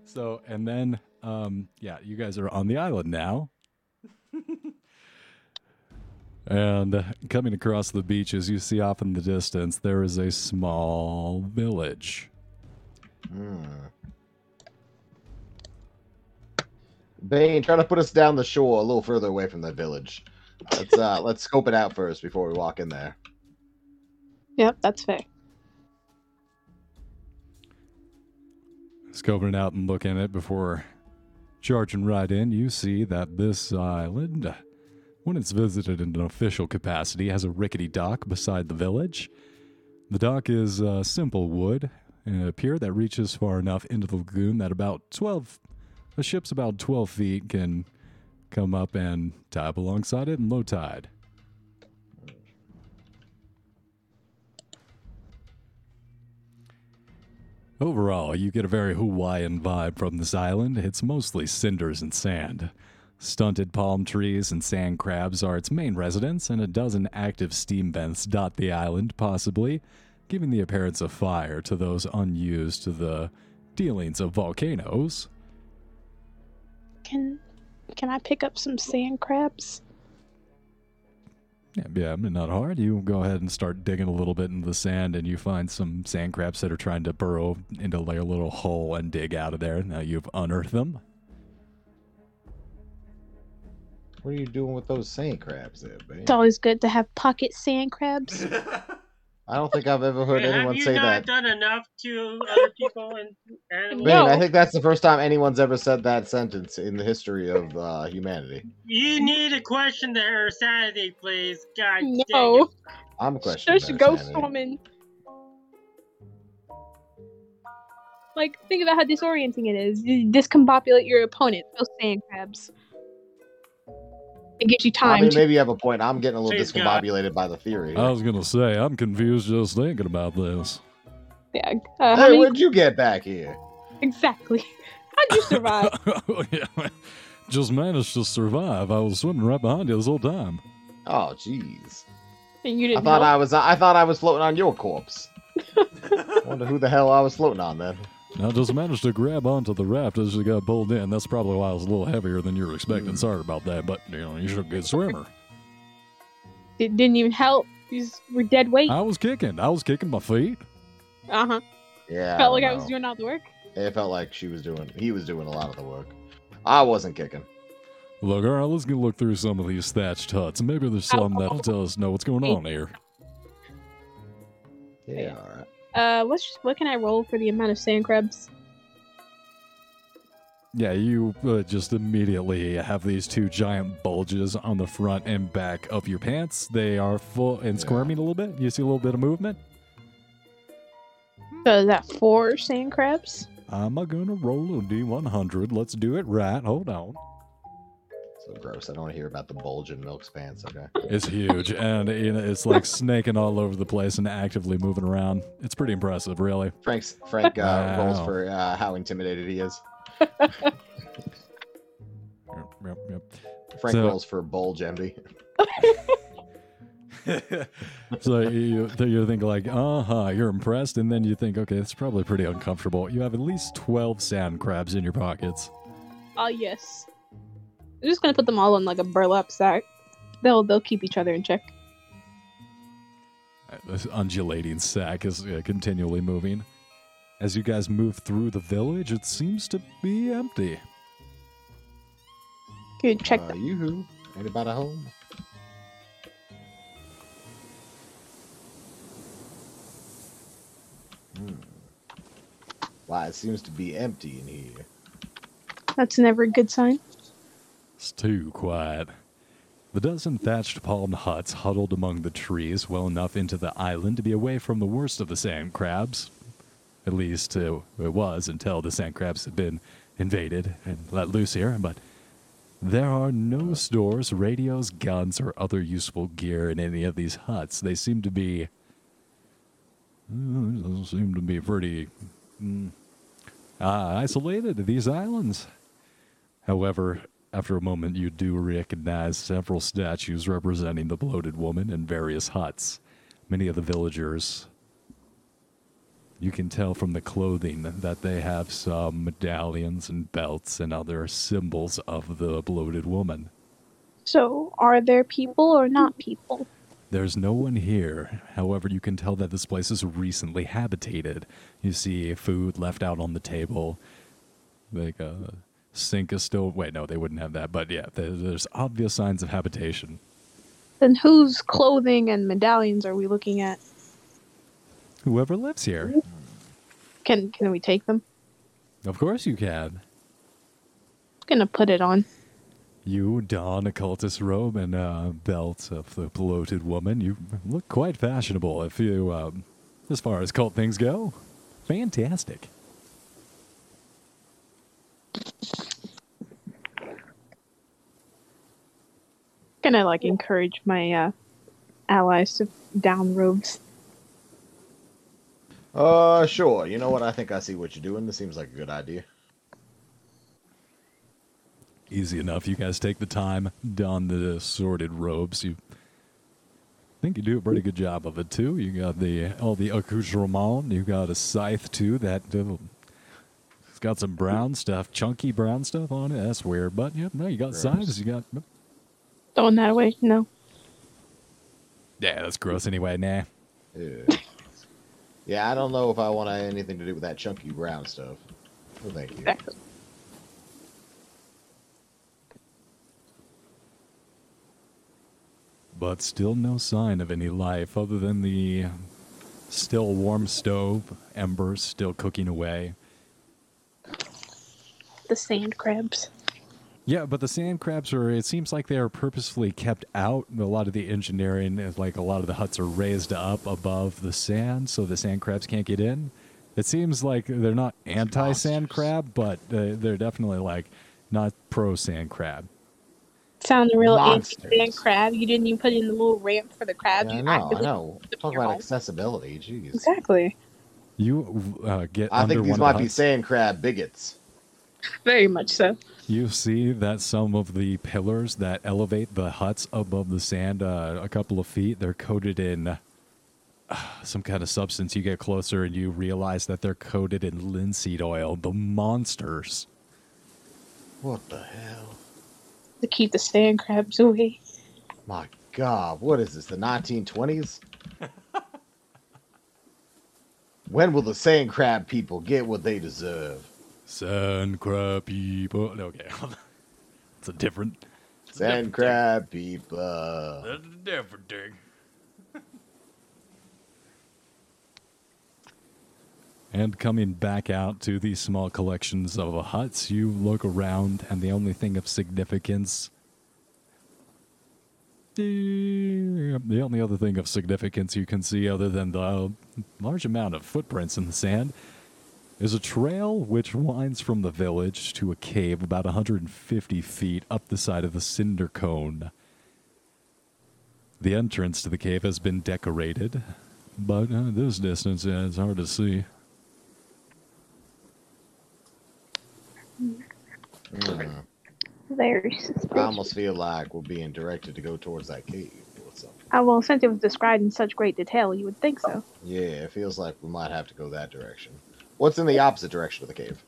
Speaker 3: so and then um, yeah, you guys are on the island now. and uh, coming across the beach, as you see off in the distance, there is a small village.
Speaker 2: Hmm. Bane, try to put us down the shore a little further away from the village. Let's uh, let's scope it out first before we walk in there.
Speaker 4: Yep, that's fair.
Speaker 3: Scoping it out and looking at it before charging right in, you see that this island, when it's visited in an official capacity, has a rickety dock beside the village. The dock is uh, simple wood and a pier that reaches far enough into the lagoon that about 12 a ship's about 12 feet can come up and dive alongside it in low tide. Overall, you get a very Hawaiian vibe from this island. It's mostly cinders and sand. Stunted palm trees and sand crabs are its main residence, and a dozen active steam vents dot the island, possibly giving the appearance of fire to those unused to the dealings of volcanoes.
Speaker 4: Can can I pick up some sand crabs?
Speaker 3: Yeah, yeah, not hard. You go ahead and start digging a little bit into the sand, and you find some sand crabs that are trying to burrow into their little hole and dig out of there. Now you've unearthed them.
Speaker 2: What are you doing with those sand crabs there, Bane?
Speaker 4: It's always good to have pocket sand crabs.
Speaker 2: I don't think I've ever heard
Speaker 1: Have
Speaker 2: anyone
Speaker 1: you
Speaker 2: say
Speaker 1: not
Speaker 2: that.
Speaker 1: done enough to other people and animals?
Speaker 2: Bane, I
Speaker 4: No.
Speaker 2: think that's the first time anyone's ever said that sentence in the history of uh, humanity.
Speaker 1: You need to question their sanity, please. God dang
Speaker 4: No.
Speaker 1: it.
Speaker 2: I'm questioning.
Speaker 4: Just
Speaker 2: their
Speaker 4: go
Speaker 2: sanity.
Speaker 4: swimming. Like, think about how disorienting it is. You discombobulate your opponent. Those sand crabs. It gives you
Speaker 2: I
Speaker 4: time.
Speaker 2: mean,
Speaker 4: to-
Speaker 2: maybe you have a point. I'm getting a little
Speaker 1: Please, God.
Speaker 2: discombobulated by the theory.
Speaker 3: I was gonna say, I'm confused just thinking about this.
Speaker 4: yeah. Uh, how
Speaker 2: hey,
Speaker 4: many-
Speaker 2: when'd you get back here?
Speaker 4: Exactly. How'd you survive?
Speaker 3: Oh, Yeah, just managed to survive. I was swimming right behind you this whole time.
Speaker 2: Oh, jeez.
Speaker 4: and you
Speaker 2: I
Speaker 4: didn't.
Speaker 2: thought
Speaker 4: help?
Speaker 2: I was. I thought I was floating on your corpse. Wonder who the hell I was floating on then.
Speaker 3: I just managed to grab onto the raft as you got pulled in. That's probably why I was a little heavier than you were expecting. Sorry about that, but you know, you're a good swimmer.
Speaker 4: It didn't even help. You just were dead weight.
Speaker 3: I was kicking. I was kicking my feet.
Speaker 4: Uh huh.
Speaker 2: Yeah.
Speaker 4: Felt like
Speaker 2: don't
Speaker 4: I was
Speaker 2: know.
Speaker 4: doing all the work.
Speaker 2: It felt like she was doing. He was doing a lot of the work. I wasn't kicking.
Speaker 3: Look, all right, let's go look through some of these thatched huts. Maybe there's some that'll tell us know what's going on here.
Speaker 2: Yeah.
Speaker 4: Yeah.
Speaker 2: All right.
Speaker 4: Uh, what's what can I roll for the amount of sand crabs?
Speaker 3: Yeah, you uh, just immediately have these two giant bulges on the front and back of your pants. They are full and
Speaker 2: Yeah.
Speaker 3: squirming a little bit. You see a little bit of movement.
Speaker 4: So is that four sand crabs?
Speaker 3: I'm gonna roll a D100. Let's do it right. Hold on.
Speaker 2: So gross. I don't want to hear about the bulge in Milk's pants. Okay.
Speaker 3: It's huge, and you know, it's like snaking all over the place and actively moving around. It's pretty impressive, really.
Speaker 2: Frank's Frank uh, rolls
Speaker 3: Wow.
Speaker 2: for uh, how intimidated he is.
Speaker 3: Yep, yep, yep.
Speaker 2: Frank
Speaker 3: So-
Speaker 2: rolls for bulge envy.
Speaker 3: so you th- you think like, uh huh, you're impressed, and then you think, okay, it's probably pretty uncomfortable. You have at least twelve sand crabs in your pockets.
Speaker 4: Oh yes. I'm just gonna put them all in like a burlap sack. They'll they'll keep each other in check.
Speaker 3: Uh, This undulating sack is uh, continually moving. As you guys move through the village, it seems to be empty.
Speaker 4: Good check.
Speaker 2: Uh,
Speaker 4: them.
Speaker 2: yoo-hoo. Anybody home? Hmm. Why it seems to be empty in here.
Speaker 4: That's never a good sign.
Speaker 3: It's too quiet. The dozen thatched palm huts huddled among the trees well enough into the island to be away from the worst of the sand crabs. At least uh, it was until the sand crabs had been invaded and let loose here, but There are no stores, radios, guns, or other useful gear in any of these huts. They seem to be. Mm, those seem to be pretty mm, uh, isolated, these islands. However, after a moment, you do recognize several statues representing the bloated woman and various huts. Many of the villagers. You can tell from the clothing that they have some medallions and belts and other symbols of the bloated woman.
Speaker 7: So, are there people or
Speaker 4: Hmm.
Speaker 7: not people?
Speaker 3: There's no one here. However, you can tell that this place is recently habitated. You see food left out on the table, like a sink is still. Wait, no, they wouldn't have that. But yeah, there, there's obvious signs of habitation.
Speaker 7: Then whose clothing and medallions are we looking at?
Speaker 3: Whoever lives here,
Speaker 7: Can can we take them?
Speaker 3: of course you can.
Speaker 7: gonna put it on.
Speaker 3: You don a cultist robe and a belt of the bloated woman. You look quite fashionable if you, um, as far as cult things go. Fantastic.
Speaker 7: Gonna like encourage my uh, allies to down robes.
Speaker 2: Uh, sure. You know what? I think I see what you're doing. This seems like a good idea.
Speaker 3: Easy enough. You guys take the time, don the assorted robes. You think you do a pretty good job of it too. You got the all the accoutrement. You got a scythe too. That uh, it's got some brown stuff, chunky brown stuff on it. That's weird, but yep. No, you got
Speaker 2: Gross.
Speaker 3: scythes. You got
Speaker 7: Throwing that away? No.
Speaker 3: yeah. That's gross anyway. Nah.
Speaker 2: Yeah. yeah, I don't know if I want anything to do with that chunky brown stuff. Well, thank you.
Speaker 7: Exactly.
Speaker 3: but still no sign of any life other than the still warm stove, embers still cooking away.
Speaker 4: The sand crabs.
Speaker 3: Yeah, but the sand crabs are, it seems like they are purposefully kept out. A lot of the engineering is like a lot of the huts are raised up above the sand so the sand crabs can't get in. It seems like they're not anti sand
Speaker 2: monsters.
Speaker 3: crab, but uh, they're definitely like not pro sand crab.
Speaker 4: Sound real
Speaker 2: Monsters.
Speaker 4: anti crab. You didn't even put in the little ramp for the crabs.
Speaker 2: Yeah, I
Speaker 4: You
Speaker 2: know, I
Speaker 4: actively-
Speaker 2: know. Talk about accessibility. Jeez.
Speaker 4: Exactly.
Speaker 3: You uh, get
Speaker 2: I
Speaker 3: under
Speaker 2: think
Speaker 3: one
Speaker 2: these
Speaker 3: of
Speaker 2: might
Speaker 3: the
Speaker 2: be
Speaker 3: huts.
Speaker 2: sand crab bigots.
Speaker 4: Very much so.
Speaker 3: You see that some of the pillars that elevate the huts above the sand uh, a couple of feet, they're coated in uh, some kind of substance. You get closer and you realize that they're coated in linseed oil, the monsters.
Speaker 2: What the hell?
Speaker 4: To keep the sand crabs away.
Speaker 2: My God, what is this? The 1920s? when will the sand crab people get what they deserve?
Speaker 3: Sand crab people. Okay, it's a different,
Speaker 2: Sand crab people.
Speaker 3: that's a different thing. And coming back out to these small collections of huts, you look around, and the only thing of significance. The only other thing of significance you can see, other than the large amount of footprints in the sand, is a trail which winds from the village to a cave about 150 feet up the side of the cinder cone. The entrance to the cave has been decorated, but uh, at this distance, yeah, it's hard to see.
Speaker 2: Mm.
Speaker 7: Very
Speaker 2: I
Speaker 7: suspicious.
Speaker 2: almost feel like we're being directed to go towards that cave or something.
Speaker 7: Ah, well, since it was described in such great detail, you would think so.
Speaker 2: Yeah, it feels like we might have to go that direction. What's in the opposite direction of the cave?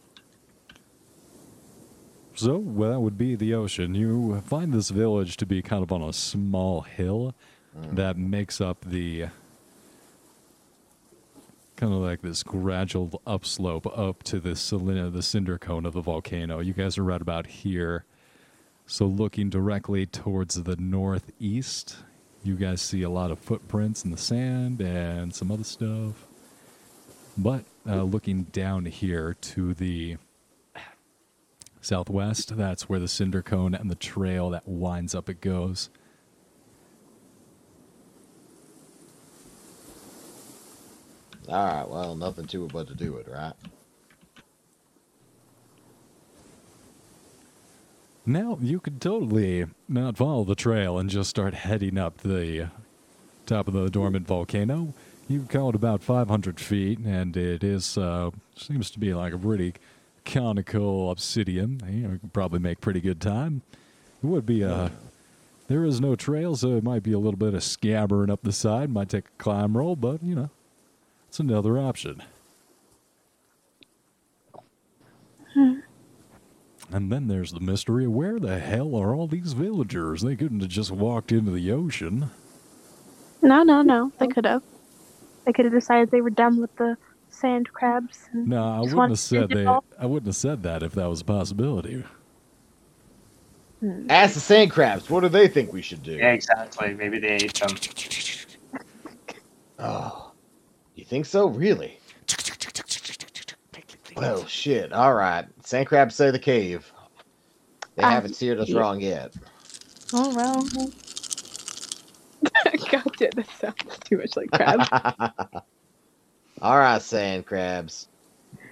Speaker 3: So well, that would be the ocean. You find this village to be kind of on a small hill that makes up the kind of like this gradual upslope up to the salina, the cinder cone of the volcano. You guys are right about here. So looking directly towards the northeast, you guys see a lot of footprints in the sand and some other stuff. But uh, looking down here to the southwest. That's where the cinder cone and the trail that winds up it goes.
Speaker 2: All right, well, nothing to it but to do it, right?
Speaker 3: Now you could totally not follow the trail and just start heading up the top of the dormant volcano. You go at about 500 feet, and it is uh, seems to be like a pretty conical obsidian. You know, you could probably make pretty good time. It would be a there is no trail, so it might be a little bit of scabbering up the side. Might take a climb roll, but you know, it's another option. And then there's the mystery of where the hell are all these villagers? They couldn't have just walked into the ocean.
Speaker 4: No, no, no. They could have. They could have decided they were done with the sand crabs. And
Speaker 3: No, I
Speaker 4: just
Speaker 3: wouldn't
Speaker 4: wanted
Speaker 3: have
Speaker 4: to
Speaker 3: said
Speaker 4: finish it
Speaker 3: they.
Speaker 4: all.
Speaker 3: I wouldn't have said that if that was a possibility.
Speaker 6: Ask the sand crabs. What do they think we should do?
Speaker 8: Yeah, exactly. Maybe they ate them.
Speaker 6: Oh, you think so? Really? Well, shit. All right. Sand crabs say the cave. They
Speaker 7: Ah,
Speaker 6: haven't steered us
Speaker 7: yeah.
Speaker 6: wrong yet.
Speaker 4: Oh well.
Speaker 7: God damn, that sounds too much like crab.
Speaker 6: All right, sand crabs.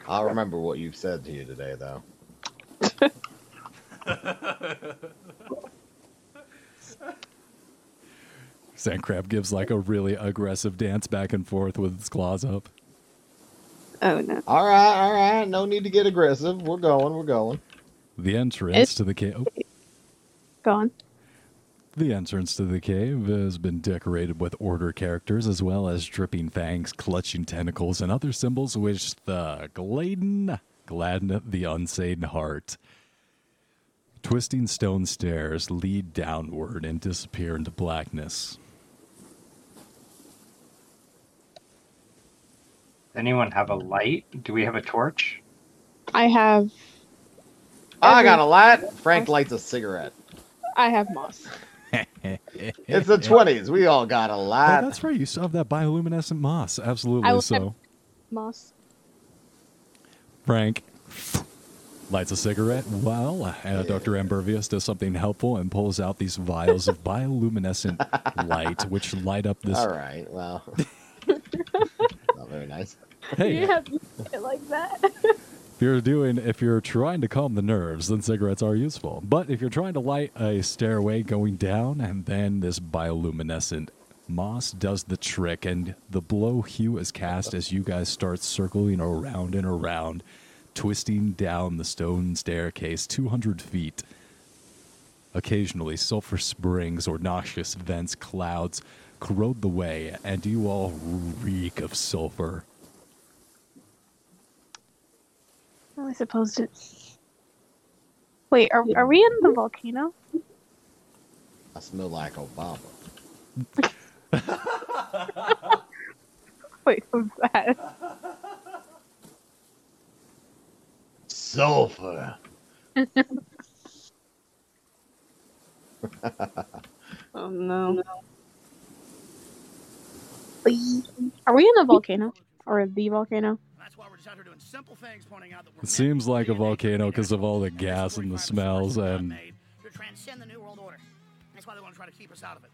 Speaker 6: I'll remember what you've said to you today, though.
Speaker 3: Sand crab gives like a really aggressive dance back and forth with its claws up.
Speaker 7: oh no.
Speaker 6: All right, all right. No need to get aggressive. We're going. We're going.
Speaker 3: The entrance to the oh, cave.
Speaker 4: Go on.
Speaker 3: The entrance to the cave has been decorated with order characters as well as dripping fangs, clutching tentacles, and other symbols which the gladen gladden the unsaid heart. Twisting stone stairs lead downward and disappear into blackness.
Speaker 8: Anyone have a light? Do we have a torch?
Speaker 7: I have
Speaker 6: I got a light. Frank lights a cigarette.
Speaker 7: I have moss.
Speaker 6: It's the twenties. We all got a
Speaker 3: Oh,
Speaker 6: light.
Speaker 3: that's right. You still have that bioluminescent moss.
Speaker 7: I
Speaker 3: Absolutely.
Speaker 7: will
Speaker 3: So,
Speaker 7: have- Moss.
Speaker 3: Frank lights a cigarette while uh, Dr. Ambervius does something helpful and pulls out these vials of bioluminescent light, which light up this.
Speaker 6: All right. Well, not very nice.
Speaker 3: Hey,
Speaker 4: Yeah, it like that.
Speaker 3: If you're doing, if you're trying to calm the nerves, then cigarettes are useful. But if you're trying to light a stairway going down, and then this bioluminescent moss does the trick, and the blow hue is cast as you guys start circling around and around, twisting down the stone staircase 200 feet. Occasionally, sulfur springs or noxious vents, clouds corrode the way, and you all reek of sulfur.
Speaker 4: Oh, I supposed it. Wait, are, are we in the volcano?
Speaker 6: I smell like Obama.
Speaker 4: Wait, who's that?
Speaker 6: Sulfur.
Speaker 7: Oh no.
Speaker 4: Are we in the volcano or the volcano?
Speaker 3: It seems like a volcano because of all the gas and the smells and
Speaker 10: To transcend the New World Order. That's why they want to try to keep us out of it.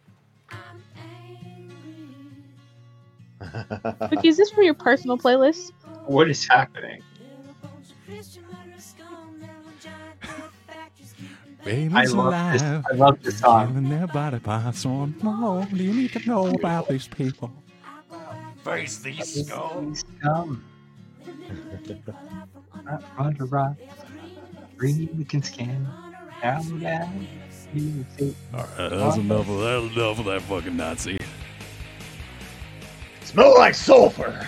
Speaker 7: Cookie, is this from your personal playlist?
Speaker 11: What is happening?
Speaker 8: I
Speaker 3: babies
Speaker 8: love this.
Speaker 3: alive.
Speaker 8: I love this song.
Speaker 3: And their body parts on more. Do you need to know about these people?
Speaker 10: Face these skulls.
Speaker 8: Scum. Not front or rock. Green we can scan. Down down. You see.
Speaker 3: All right, that's enough of that. Enough of that fucking Nazi.
Speaker 6: Smell like sulfur.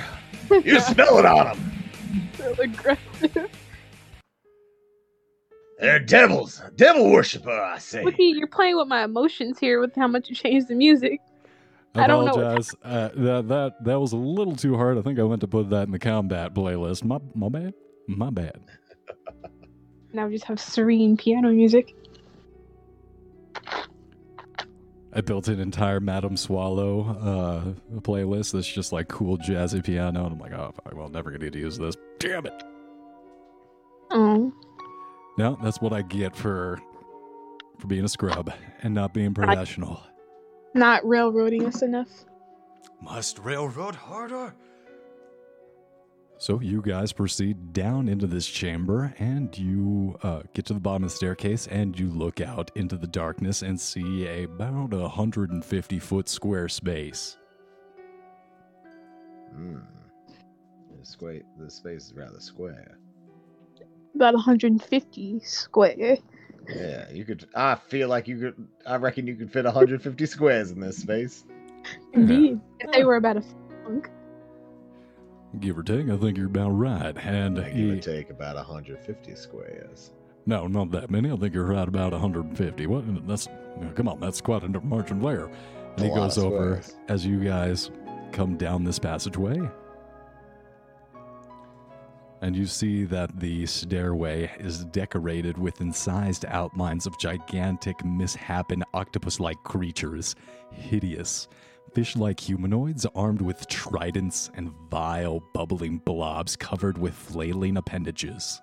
Speaker 6: You smell it on them.
Speaker 7: So aggressive.
Speaker 6: They're devils. Devil worshiper, I say.
Speaker 7: Cookie, you're playing with my emotions here with how much you changed the music.
Speaker 3: I
Speaker 7: I don't know what-
Speaker 3: apologize. Uh, that that that was a little too hard. I think I went to put that in the combat playlist. My my bad. My bad.
Speaker 7: Now we just have serene piano music.
Speaker 3: I built an entire Madam Swallow uh, playlist that's just like cool jazzy piano, and I'm like, oh, fuck, well, never gonna need to use this. Damn it.
Speaker 7: Oh.
Speaker 3: No, that's what I get for for being a scrub and not being professional.
Speaker 7: Not railroading us enough.
Speaker 3: Must railroad harder. So you guys proceed down into this chamber and you uh, get to the bottom of the staircase and you look out into the darkness and see about a 150 foot square space.
Speaker 2: Hmm. The, square, the space is rather square.
Speaker 4: About 150 square.
Speaker 2: Yeah, you could. I feel like you could. I reckon you could fit 150 squares in this space.
Speaker 4: Indeed. If they were about a funk.
Speaker 3: Give or take, I think you're about right. And
Speaker 2: Yeah, Give
Speaker 3: he-
Speaker 2: or take about 150 squares.
Speaker 3: No, not that many. I think you're right about 150. What? That's come on. That's quite a margin of error. And he
Speaker 2: A lot
Speaker 3: goes
Speaker 2: of
Speaker 3: over
Speaker 2: squares.
Speaker 3: as you guys come down this passageway, and you see that the stairway is decorated with incised outlines of gigantic, misshapen octopus-like creatures, hideous. Fish-like humanoids armed with tridents and vile, bubbling blobs covered with flailing appendages.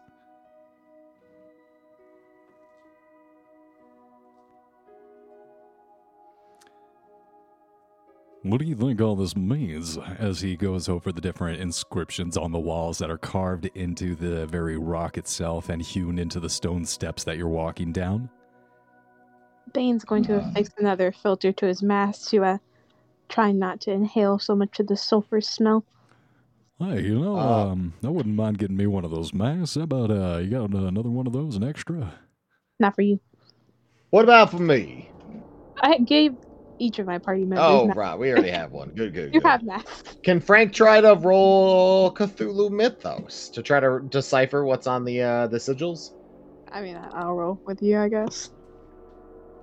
Speaker 3: What do you think all this means as he goes over the different inscriptions on the walls that are carved into the very rock itself and hewn into the stone steps that you're walking down?
Speaker 4: Bane's going to
Speaker 2: Uh.
Speaker 4: affix another filter to his mask to uh, try not to inhale so much of the sulfur smell.
Speaker 3: Hey, you know,
Speaker 2: Uh.
Speaker 3: um, I wouldn't mind getting me one of those masks. How about uh, you got another one of those, an extra?
Speaker 4: Not for you.
Speaker 2: What about for me?
Speaker 4: I gave each of my party members.
Speaker 2: Oh,
Speaker 4: masks.
Speaker 2: right. We already have one. Good, good,
Speaker 4: You
Speaker 2: good.
Speaker 4: have masks.
Speaker 2: Can Frank try to roll Cthulhu Mythos to try to decipher what's on the uh, the sigils?
Speaker 4: I mean, I- I'll roll with you, I guess.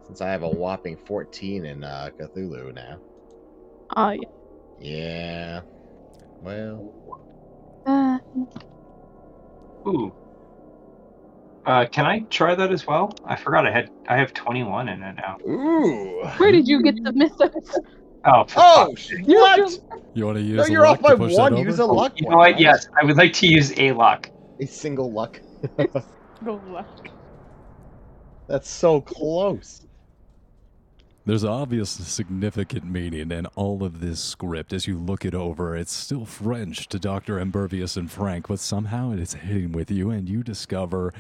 Speaker 2: Since I have a whopping 14 in uh, Cthulhu now.
Speaker 7: Oh, yeah.
Speaker 2: Yeah. Well,
Speaker 4: Uh,
Speaker 8: Ooh. Uh, can I try that as well? I forgot I had I have 21 in it now.
Speaker 2: ooh.
Speaker 4: where did you get the mythos?
Speaker 8: Oh, for
Speaker 2: Oh,
Speaker 8: fuck's
Speaker 2: sh-
Speaker 8: sake.
Speaker 2: what?
Speaker 3: You want to use?
Speaker 2: No,
Speaker 3: the
Speaker 2: you're
Speaker 3: luck
Speaker 2: off
Speaker 3: to
Speaker 2: by
Speaker 3: push
Speaker 2: one.
Speaker 3: That
Speaker 2: Use a
Speaker 3: over? Oh.
Speaker 2: luck.
Speaker 8: You
Speaker 2: one,
Speaker 8: know what?
Speaker 2: right?
Speaker 8: Yes, I would like to use a lock.
Speaker 2: A single luck.
Speaker 4: Go luck.
Speaker 2: That's so close.
Speaker 3: There's obvious significant meaning in all of this script as you look it over. It's still French to Dr. Imbervius and Frank, but somehow it's hitting with you, and you discover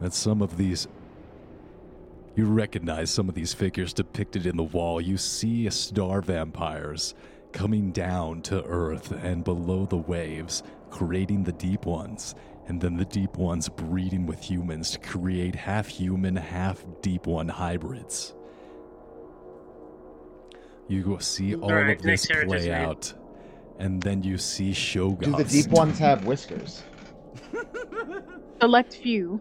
Speaker 3: that some of these. You recognize some of these figures depicted in the wall. You see star vampires coming down to Earth and below the waves, creating the deep ones, and then the deep ones breeding with humans to create half human, half deep one hybrids. You go see all
Speaker 1: Alright,
Speaker 3: of this
Speaker 1: next character's
Speaker 3: play
Speaker 1: name.
Speaker 3: out, and then you see Shogun.
Speaker 2: Do the deep ones have whiskers?
Speaker 4: Select few.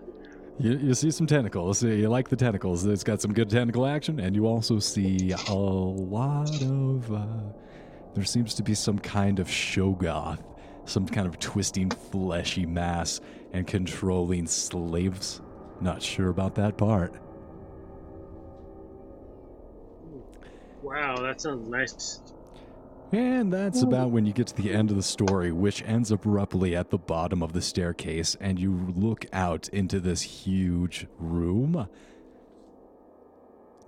Speaker 3: You, you see some tentacles. You- You like the tentacles. It's got some good tentacle action, and you also see a lot of. Uh, there seems to be some kind of shogoth, some kind of twisting fleshy mass, and controlling slaves. Not sure about that part.
Speaker 1: Wow, that sounds nice.
Speaker 3: And that's about when you get to the end of the story, which ends abruptly at the bottom of the staircase, and you look out into this huge room.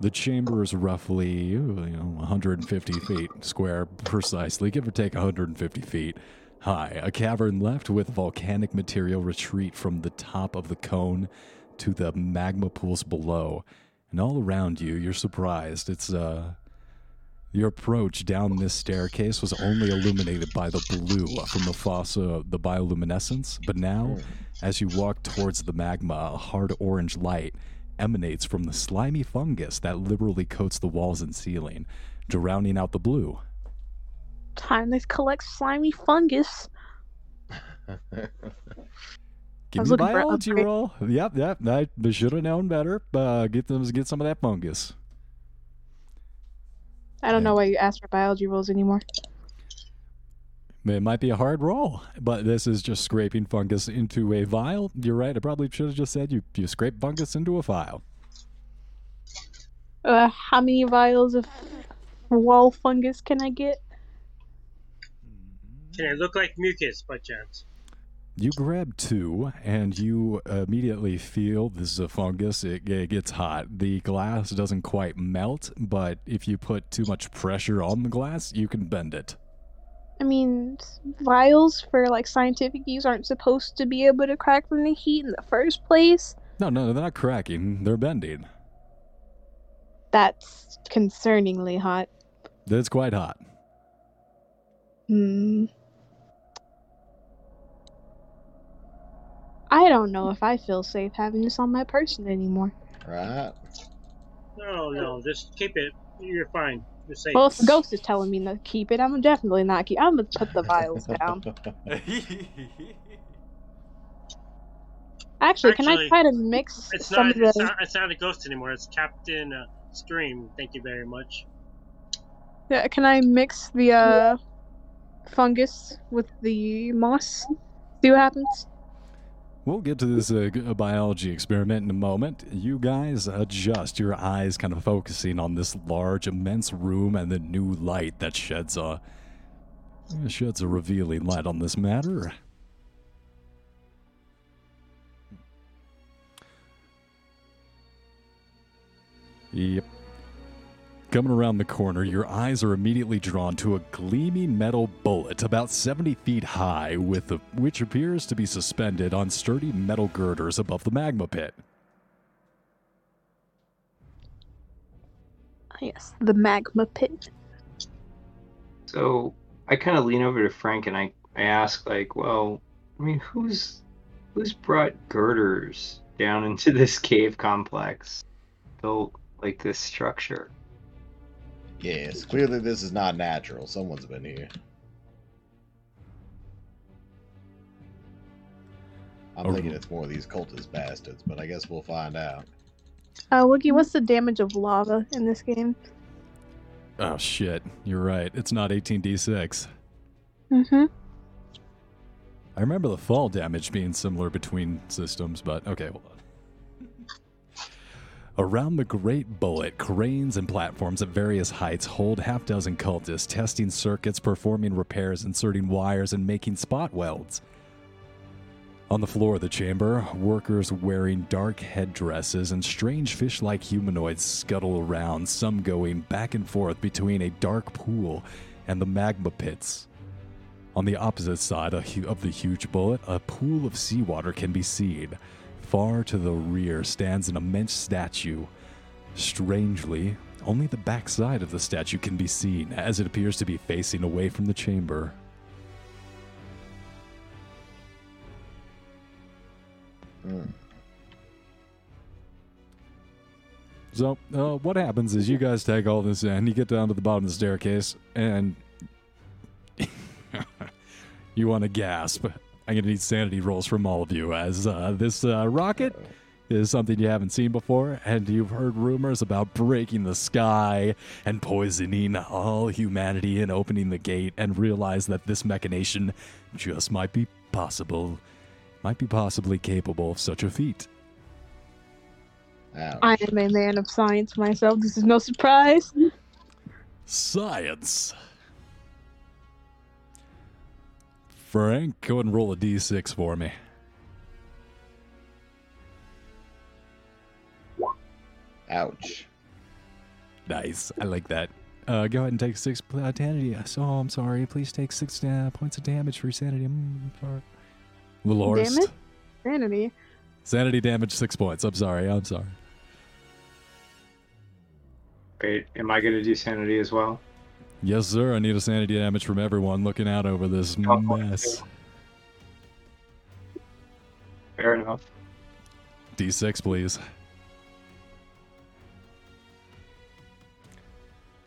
Speaker 3: The chamber is roughly ooh, you know, 150 feet square, precisely, give or take 150 feet high. A cavern left with volcanic material retreat from the top of the cone to the magma pools below. And all around you, you're surprised. It's, uh, your approach down this staircase was only illuminated by the blue from the fossa, the bioluminescence, but now, as you walk towards the magma, a hard orange light emanates from the slimy fungus that liberally coats the walls and ceiling, drowning out the blue.
Speaker 7: Time to collect slimy fungus.
Speaker 3: Give
Speaker 7: I
Speaker 3: me
Speaker 7: was
Speaker 3: the
Speaker 7: looking for an
Speaker 3: biology
Speaker 7: upgrade.
Speaker 3: roll. Yep, yep. I should have known better. Uh, get them, get some of that fungus.
Speaker 4: I don't
Speaker 3: Yeah.
Speaker 4: know why you asked for biology rules anymore.
Speaker 3: It might be a hard roll, but this is just scraping fungus into a vial. You're right. I probably should have just said you you scrape fungus into a vial.
Speaker 4: Uh, how many vials of wall fungus can I get?
Speaker 1: Can it look like mucus by chance?
Speaker 3: You grab two, and you immediately feel this is a fungus. It, it gets hot. The glass doesn't quite melt, but if you put too much pressure on the glass, you can bend it.
Speaker 7: I mean, s- vials for like scientific use aren't supposed to be able to crack from the heat in the first place.
Speaker 3: No, no, they're not cracking. They're bending.
Speaker 4: That's concerningly hot.
Speaker 3: It's quite hot.
Speaker 4: Hmm. I don't know if I feel safe having this on my person anymore.
Speaker 2: Right.
Speaker 1: No, no, just keep it. You're fine. You're safe.
Speaker 4: Well, if the ghost is telling me to keep it, I'm definitely not keep. I'm gonna put the vials down. Actually, can I
Speaker 1: Actually,
Speaker 4: try to mix
Speaker 1: It's
Speaker 4: some
Speaker 1: not,
Speaker 4: of the?
Speaker 1: it's not. It's not a ghost anymore. It's Captain uh, Scream. Thank you very much.
Speaker 7: Yeah, can I mix the uh, fungus with the moss? See what happens.
Speaker 3: We'll get to this uh, g- uh, biology experiment in a moment. You guys adjust your eyes, kind of focusing on this large, immense room and the new light that sheds a sheds a revealing light on this matter. Yep. Coming around the corner, your eyes are immediately drawn to a gleaming metal bullet about 70 feet high, with the, which appears to be suspended on sturdy metal girders above the magma pit.
Speaker 7: Ah, Yes, the magma pit.
Speaker 8: So I kind of lean over to Frank and I, I ask, like, well, I mean, who's who's brought girders down into this cave complex, built like this structure?
Speaker 2: Yes, clearly this is not natural. Someone's been here. I'm
Speaker 3: Oh.
Speaker 2: thinking it's more of these cultist bastards, but I guess we'll find out.
Speaker 7: Uh, Woogie, what's the damage of lava in this game?
Speaker 3: Oh shit, you're right. It's not 18d6.
Speaker 7: Mm-hmm.
Speaker 3: I remember the fall damage being similar between systems, but okay, hold on. Around the great bullet, cranes and platforms at various heights hold half dozen cultists testing circuits, performing repairs, inserting wires, and making spot welds. On the floor of the chamber, workers wearing dark headdresses and strange fish like humanoids scuttle around, some going back and forth between a dark pool and the magma pits. On the opposite side a hu- of the huge bullet, a pool of seawater can be seen. Far to the rear stands an immense statue. Strangely, only the backside of the statue can be seen, as it appears to be facing away from the chamber.
Speaker 2: Mm.
Speaker 3: So, uh, what happens is you guys take all this in, you get down to the bottom of the staircase, and you want to gasp. I'm going to need sanity rolls from all of you, as uh, this uh, rocket is something you haven't seen before, and you've heard rumors about breaking the sky and poisoning all humanity and opening the gate, and realize that this machination just might be possible, might be possibly capable of such a feat.
Speaker 2: Ouch.
Speaker 4: I am a man of science myself. This is no surprise.
Speaker 3: Science. Frank, go ahead and roll a d6 for me.
Speaker 2: Ouch.
Speaker 3: Nice. I like that. Uh, go ahead and take six pl- uh, sanity. Oh, I'm sorry. Please take six uh, points of damage for sanity. Mm, for- Little horse.
Speaker 4: Damage? Sanity.
Speaker 3: Sanity damage, six points. I'm sorry. I'm sorry.
Speaker 5: Wait, am I gonna do sanity as well?
Speaker 3: Yes, sir. I need a sanity damage from everyone looking out over this
Speaker 8: Don't want to.
Speaker 3: mess.
Speaker 8: Fair enough.
Speaker 3: D6, please.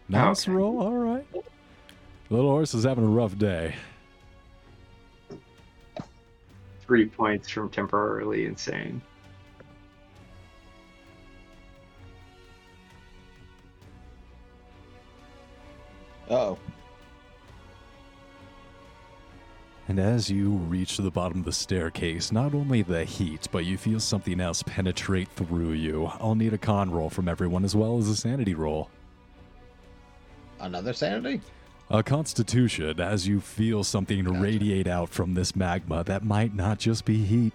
Speaker 3: Nice
Speaker 8: Okay.
Speaker 3: roll. All right. Little horse is having a rough day.
Speaker 5: Three points from temporarily insane.
Speaker 2: Oh,
Speaker 3: And as you reach the bottom of the staircase, not only the heat, but you feel something else penetrate through you. I'll need a con roll from everyone as well as a sanity roll.
Speaker 2: another sanity?
Speaker 3: A constitution as you feel something
Speaker 2: Gotcha.
Speaker 3: radiate out from this magma that might not just be heat.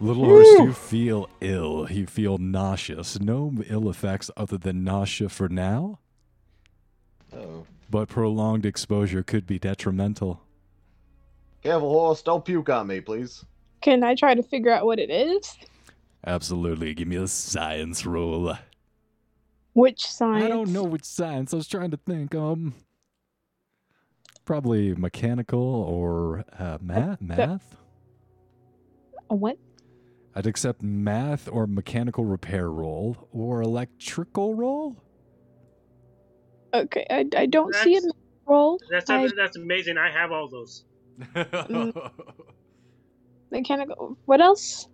Speaker 3: Little horse, you feel ill. You feel nauseous. No ill effects other than nausea for now.
Speaker 2: Oh.
Speaker 3: but prolonged exposure could be detrimental.
Speaker 2: Careful, horse. Don't puke on me, please.
Speaker 4: Can I try to figure out what it is?
Speaker 3: Absolutely. Give me a science roll.
Speaker 4: Which sign?
Speaker 3: I don't know which science. I was trying to think. Um, probably mechanical or uh, math. Math.
Speaker 4: A what?
Speaker 3: I'd accept math or mechanical repair roll or electrical roll.
Speaker 4: Okay, I, I don't see a roll.
Speaker 1: That's
Speaker 4: I-
Speaker 1: that's amazing. I have all those.
Speaker 4: Mechanical. What else?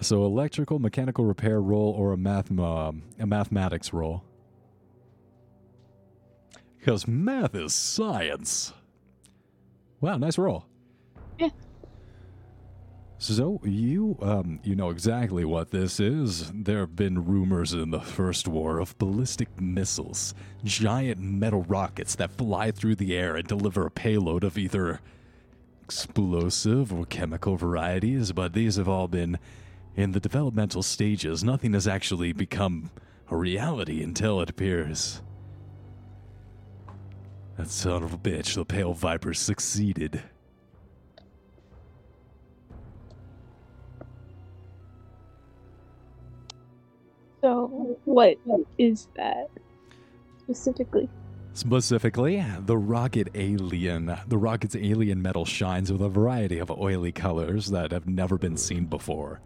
Speaker 3: So electrical, mechanical repair roll, or a math um, a mathematics roll. Because math is science. Wow, nice roll.
Speaker 4: Yeah.
Speaker 3: So you um, you know exactly what this is. There have been rumors in the First War of ballistic missiles, giant metal rockets that fly through the air and deliver a payload of either explosive or chemical varieties, but these have all been in the developmental stages. Nothing has actually become a reality until it appears. That son of a bitch, the Pale Viper, succeeded.
Speaker 4: So, what is that specifically?
Speaker 3: Specifically, the rocket alien. The rocket's alien metal shines with a variety of oily colors that have never been seen before.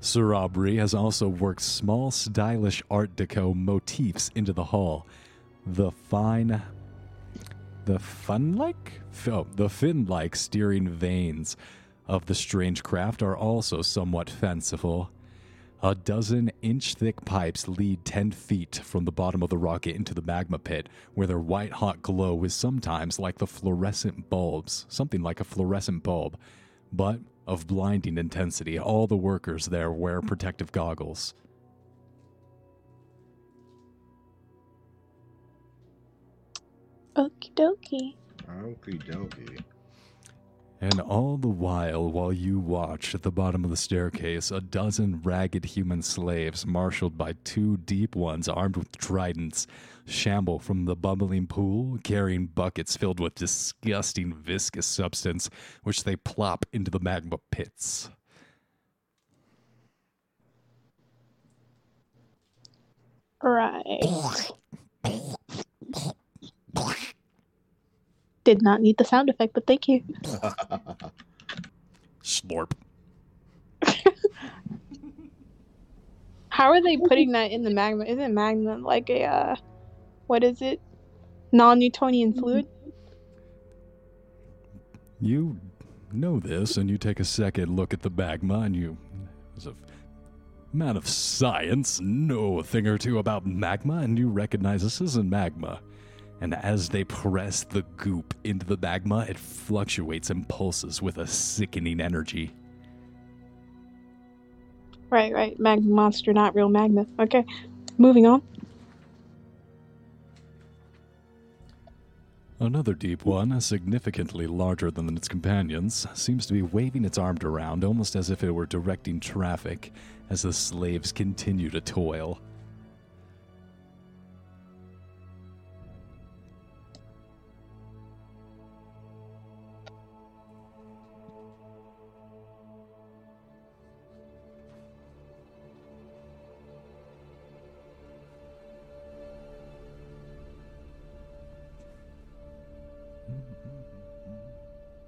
Speaker 3: Sir Aubrey has also worked small, stylish Art Deco motifs into the hull. The fine. The fun like? Oh, the fin like steering vanes of the strange craft are also somewhat fanciful. A dozen inch thick pipes lead 10 feet from the bottom of the rocket into the magma pit, where their white hot glow is sometimes like the fluorescent bulbs, something like a fluorescent bulb, but of blinding intensity. All the workers there wear protective goggles.
Speaker 4: Okie dokie.
Speaker 2: Okie dokie.
Speaker 3: And all the while, while you watch at the bottom of the staircase, a dozen ragged human slaves, marshaled by two deep ones armed with tridents, shamble from the bubbling pool, carrying buckets filled with disgusting viscous substance, which they plop into the magma pits.
Speaker 4: Right. Did not need the sound effect, but thank you.
Speaker 3: Slurp.
Speaker 4: How are they putting that in the magma? Isn't magma like a, uh, what is it? Non Newtonian fluid?
Speaker 3: You know this, and you take a second look at the magma, and you, as a man of science, know a thing or two about magma, and you recognize this isn't magma. And as they press the goop into the magma, it fluctuates and pulses with a sickening energy.
Speaker 4: Right, right. Magma monster, not real magma. Okay. Moving on.
Speaker 3: Another deep one, significantly larger than its companions, seems to be waving its arm around almost as if it were directing traffic as the slaves continue to toil.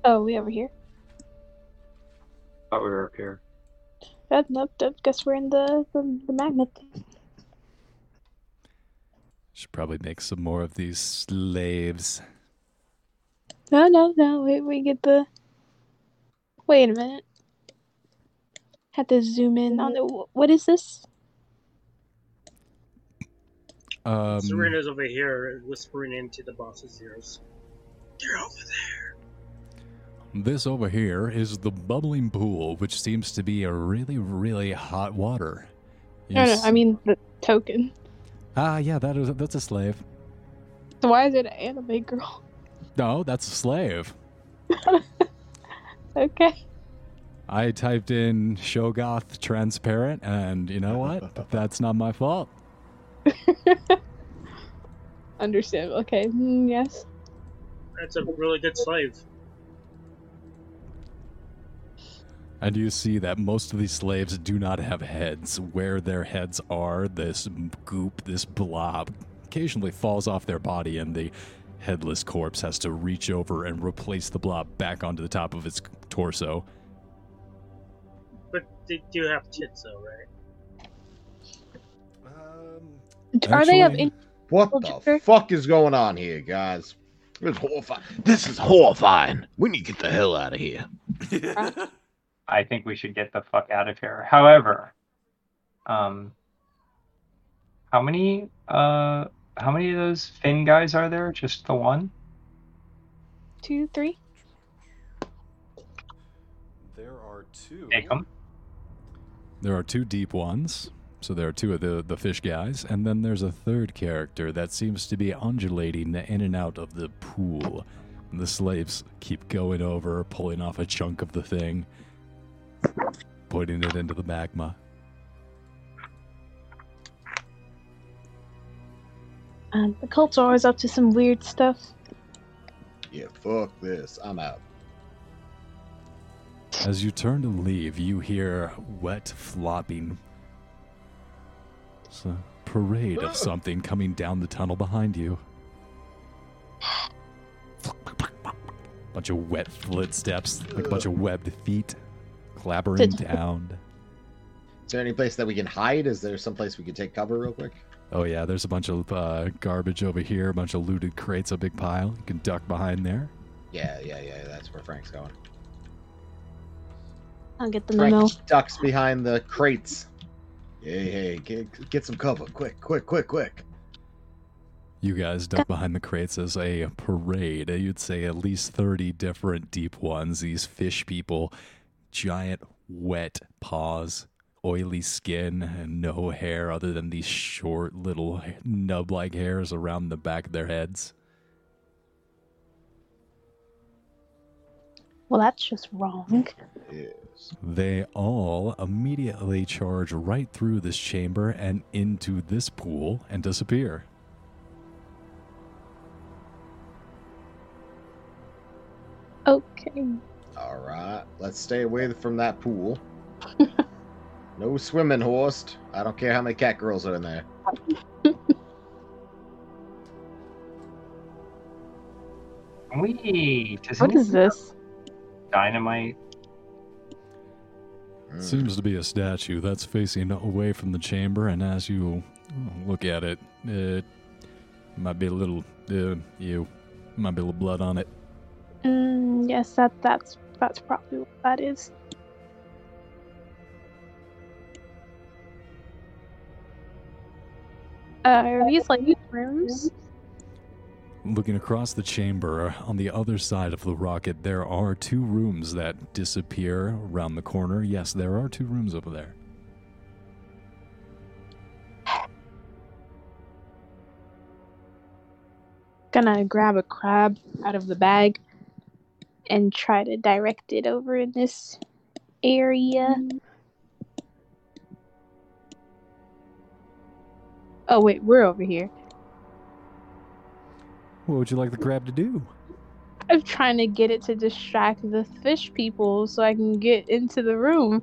Speaker 4: Oh, we over here.
Speaker 8: Thought we were up here.
Speaker 4: Uh, nope, nope. Guess we're in the, the, the magma thing.
Speaker 3: Should probably make some more of these slaves.
Speaker 4: No, no, no. We, we get the. Wait a minute. Had to zoom in on the. wh- What is this?
Speaker 3: Um,
Speaker 1: Serena's over here whispering into the boss's ears. They're over
Speaker 3: this over here is the bubbling pool, which seems to be a really, really hot water. You
Speaker 4: No, no.
Speaker 3: s-
Speaker 4: I mean the token.
Speaker 3: ah, yeah, that is that's a slave.
Speaker 4: So why is it an anime girl?
Speaker 3: No, that's a slave.
Speaker 4: Okay.
Speaker 3: I typed in Shogoth transparent, and you know what? That's not my fault.
Speaker 4: Understandable. Okay. Mm, yes.
Speaker 1: That's a really good slave.
Speaker 3: And you see that most of these slaves do not have heads. Where their heads are, this goop, this blob, occasionally falls off their body, and the headless corpse has to reach over and replace the blob back onto the top of its torso.
Speaker 1: But they do have tits, though, right?
Speaker 4: Are they of
Speaker 3: Actually-
Speaker 4: in-
Speaker 2: What
Speaker 4: Well,
Speaker 2: the
Speaker 4: Jupiter-
Speaker 2: fuck is going on here, guys? It's horrifying. This is horrifying. We need to get the hell out of here.
Speaker 8: I think we should get the fuck out of here. However, um, how many uh how many of those Finn guys are there? Just the one?
Speaker 4: two, three?
Speaker 5: There are two.
Speaker 8: Take them.
Speaker 3: There are two deep ones, so there are two of the, the fish guys, and then there's a third character that seems to be undulating in and out of the pool. And the slaves keep going over, pulling off a chunk of the thing, putting it into the magma.
Speaker 4: Um, the cult's are always up to some weird stuff.
Speaker 2: Yeah, fuck this. I'm out.
Speaker 3: As you turn to leave, you hear wet flopping. It's a parade of something coming down the tunnel behind you. Bunch of wet footsteps, like a bunch of webbed feet, clabbering
Speaker 4: Did-
Speaker 3: down.
Speaker 2: Is there any place that we can hide? Is there some place we can take cover real quick?
Speaker 3: Oh yeah, there's a bunch of uh, garbage over here, a bunch of looted crates, a big pile. You can duck behind there.
Speaker 2: Yeah, yeah, yeah. That's where Frank's going.
Speaker 4: I'll get the
Speaker 2: Frank
Speaker 4: memo.
Speaker 2: ducks behind the crates. Hey, hey, get, get some cover. Quick, quick, quick, quick.
Speaker 3: You guys duck behind the crates as a parade. You'd say at least 30 different deep ones. These fish people, giant wet paws, oily skin, and no hair other than these short little nub like hairs around the back of their heads.
Speaker 4: Well, that's just wrong.
Speaker 2: Yes.
Speaker 3: They all immediately charge right through this chamber and into this pool and disappear.
Speaker 4: Okay.
Speaker 2: All right. Let's stay away from that pool. no swimming, Horst. I don't care how many cat girls are in there.
Speaker 8: Can we does
Speaker 4: What
Speaker 8: anyone
Speaker 4: is this?
Speaker 8: have dynamite?
Speaker 2: Mm.
Speaker 3: Seems to be a statue that's facing away from the chamber, and as you look at it, it might be a little, uh, you might be a little blood on it.
Speaker 4: Mm, yes, that that's that's probably what that is. Uh, are these like rooms?
Speaker 3: Looking across the chamber, uh, on the other side of the rocket, there are two rooms that disappear around the corner. Yes, there are two rooms over there.
Speaker 4: Gonna grab a crab out of the bag and try to direct it over in this area. Oh wait, we're over here.
Speaker 3: What would you like the crab to do?
Speaker 4: I'm trying to get it to distract the fish people so I can get into the room.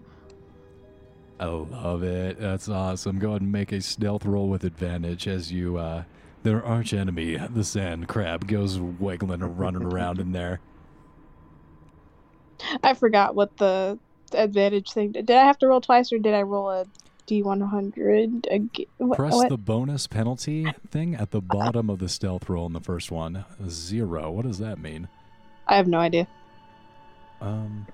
Speaker 3: I love it. That's awesome. Go ahead and make a stealth roll with advantage as you, uh, their arch enemy, the sand crab, goes wiggling and running around in there.
Speaker 4: I forgot what the advantage thing did. Did I have to roll twice or did I roll a D100? Again? What,
Speaker 3: Press
Speaker 4: what?
Speaker 3: the bonus penalty thing at the bottom of the stealth roll in the first one. Zero. What does that mean?
Speaker 4: I have no idea.
Speaker 3: Um,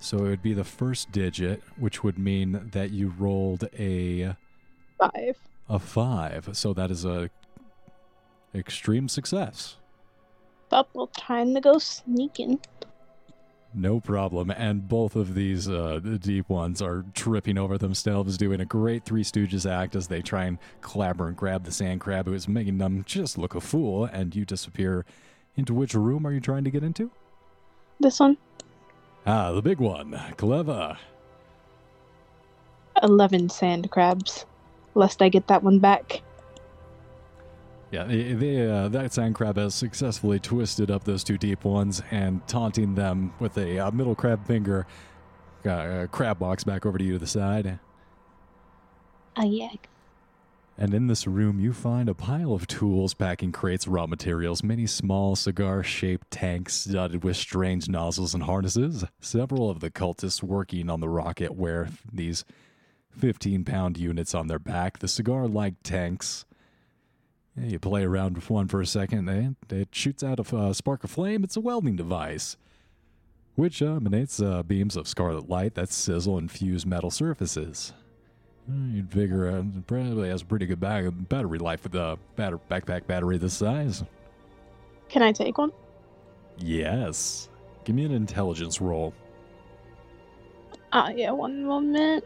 Speaker 3: so it would be the first digit, which would mean that you rolled a
Speaker 4: Five.
Speaker 3: a five. So that is a extreme success.
Speaker 4: Double time to go sneaking.
Speaker 3: No problem. And both of these uh, the deep ones are tripping over themselves, doing a great Three Stooges act as they try and clamber and grab the sand crab, who is making them just look a fool. And you disappear. Into which room are you trying to get into?
Speaker 4: This one,
Speaker 3: Ah, the big one. Clever.
Speaker 4: 11 sand crabs. Lest I get that one back.
Speaker 3: Yeah, they, they, uh, that sand crab has successfully twisted up those two deep ones and taunting them with a uh, middle crab finger. Uh, uh, crab walks back over to you to the side.
Speaker 7: Oh yeah.
Speaker 3: And in this room, you find a pile of tools, packing crates, raw materials, many small cigar shaped tanks studded with strange nozzles and harnesses. Several of the cultists working on the rocket wear these 15 pound units on their back, the cigar like tanks. Yeah, You play around with one for a second, and it shoots out a f- uh, spark of flame. It's a welding device, which uh, emanates uh, beams of scarlet light that sizzle and fuse metal surfaces. Mm, You'd figure uh, it probably has a pretty good bag- battery life with a batter- backpack battery this size.
Speaker 7: Can I take one?
Speaker 3: Yes. Give me an intelligence roll.
Speaker 7: Oh yeah, one moment.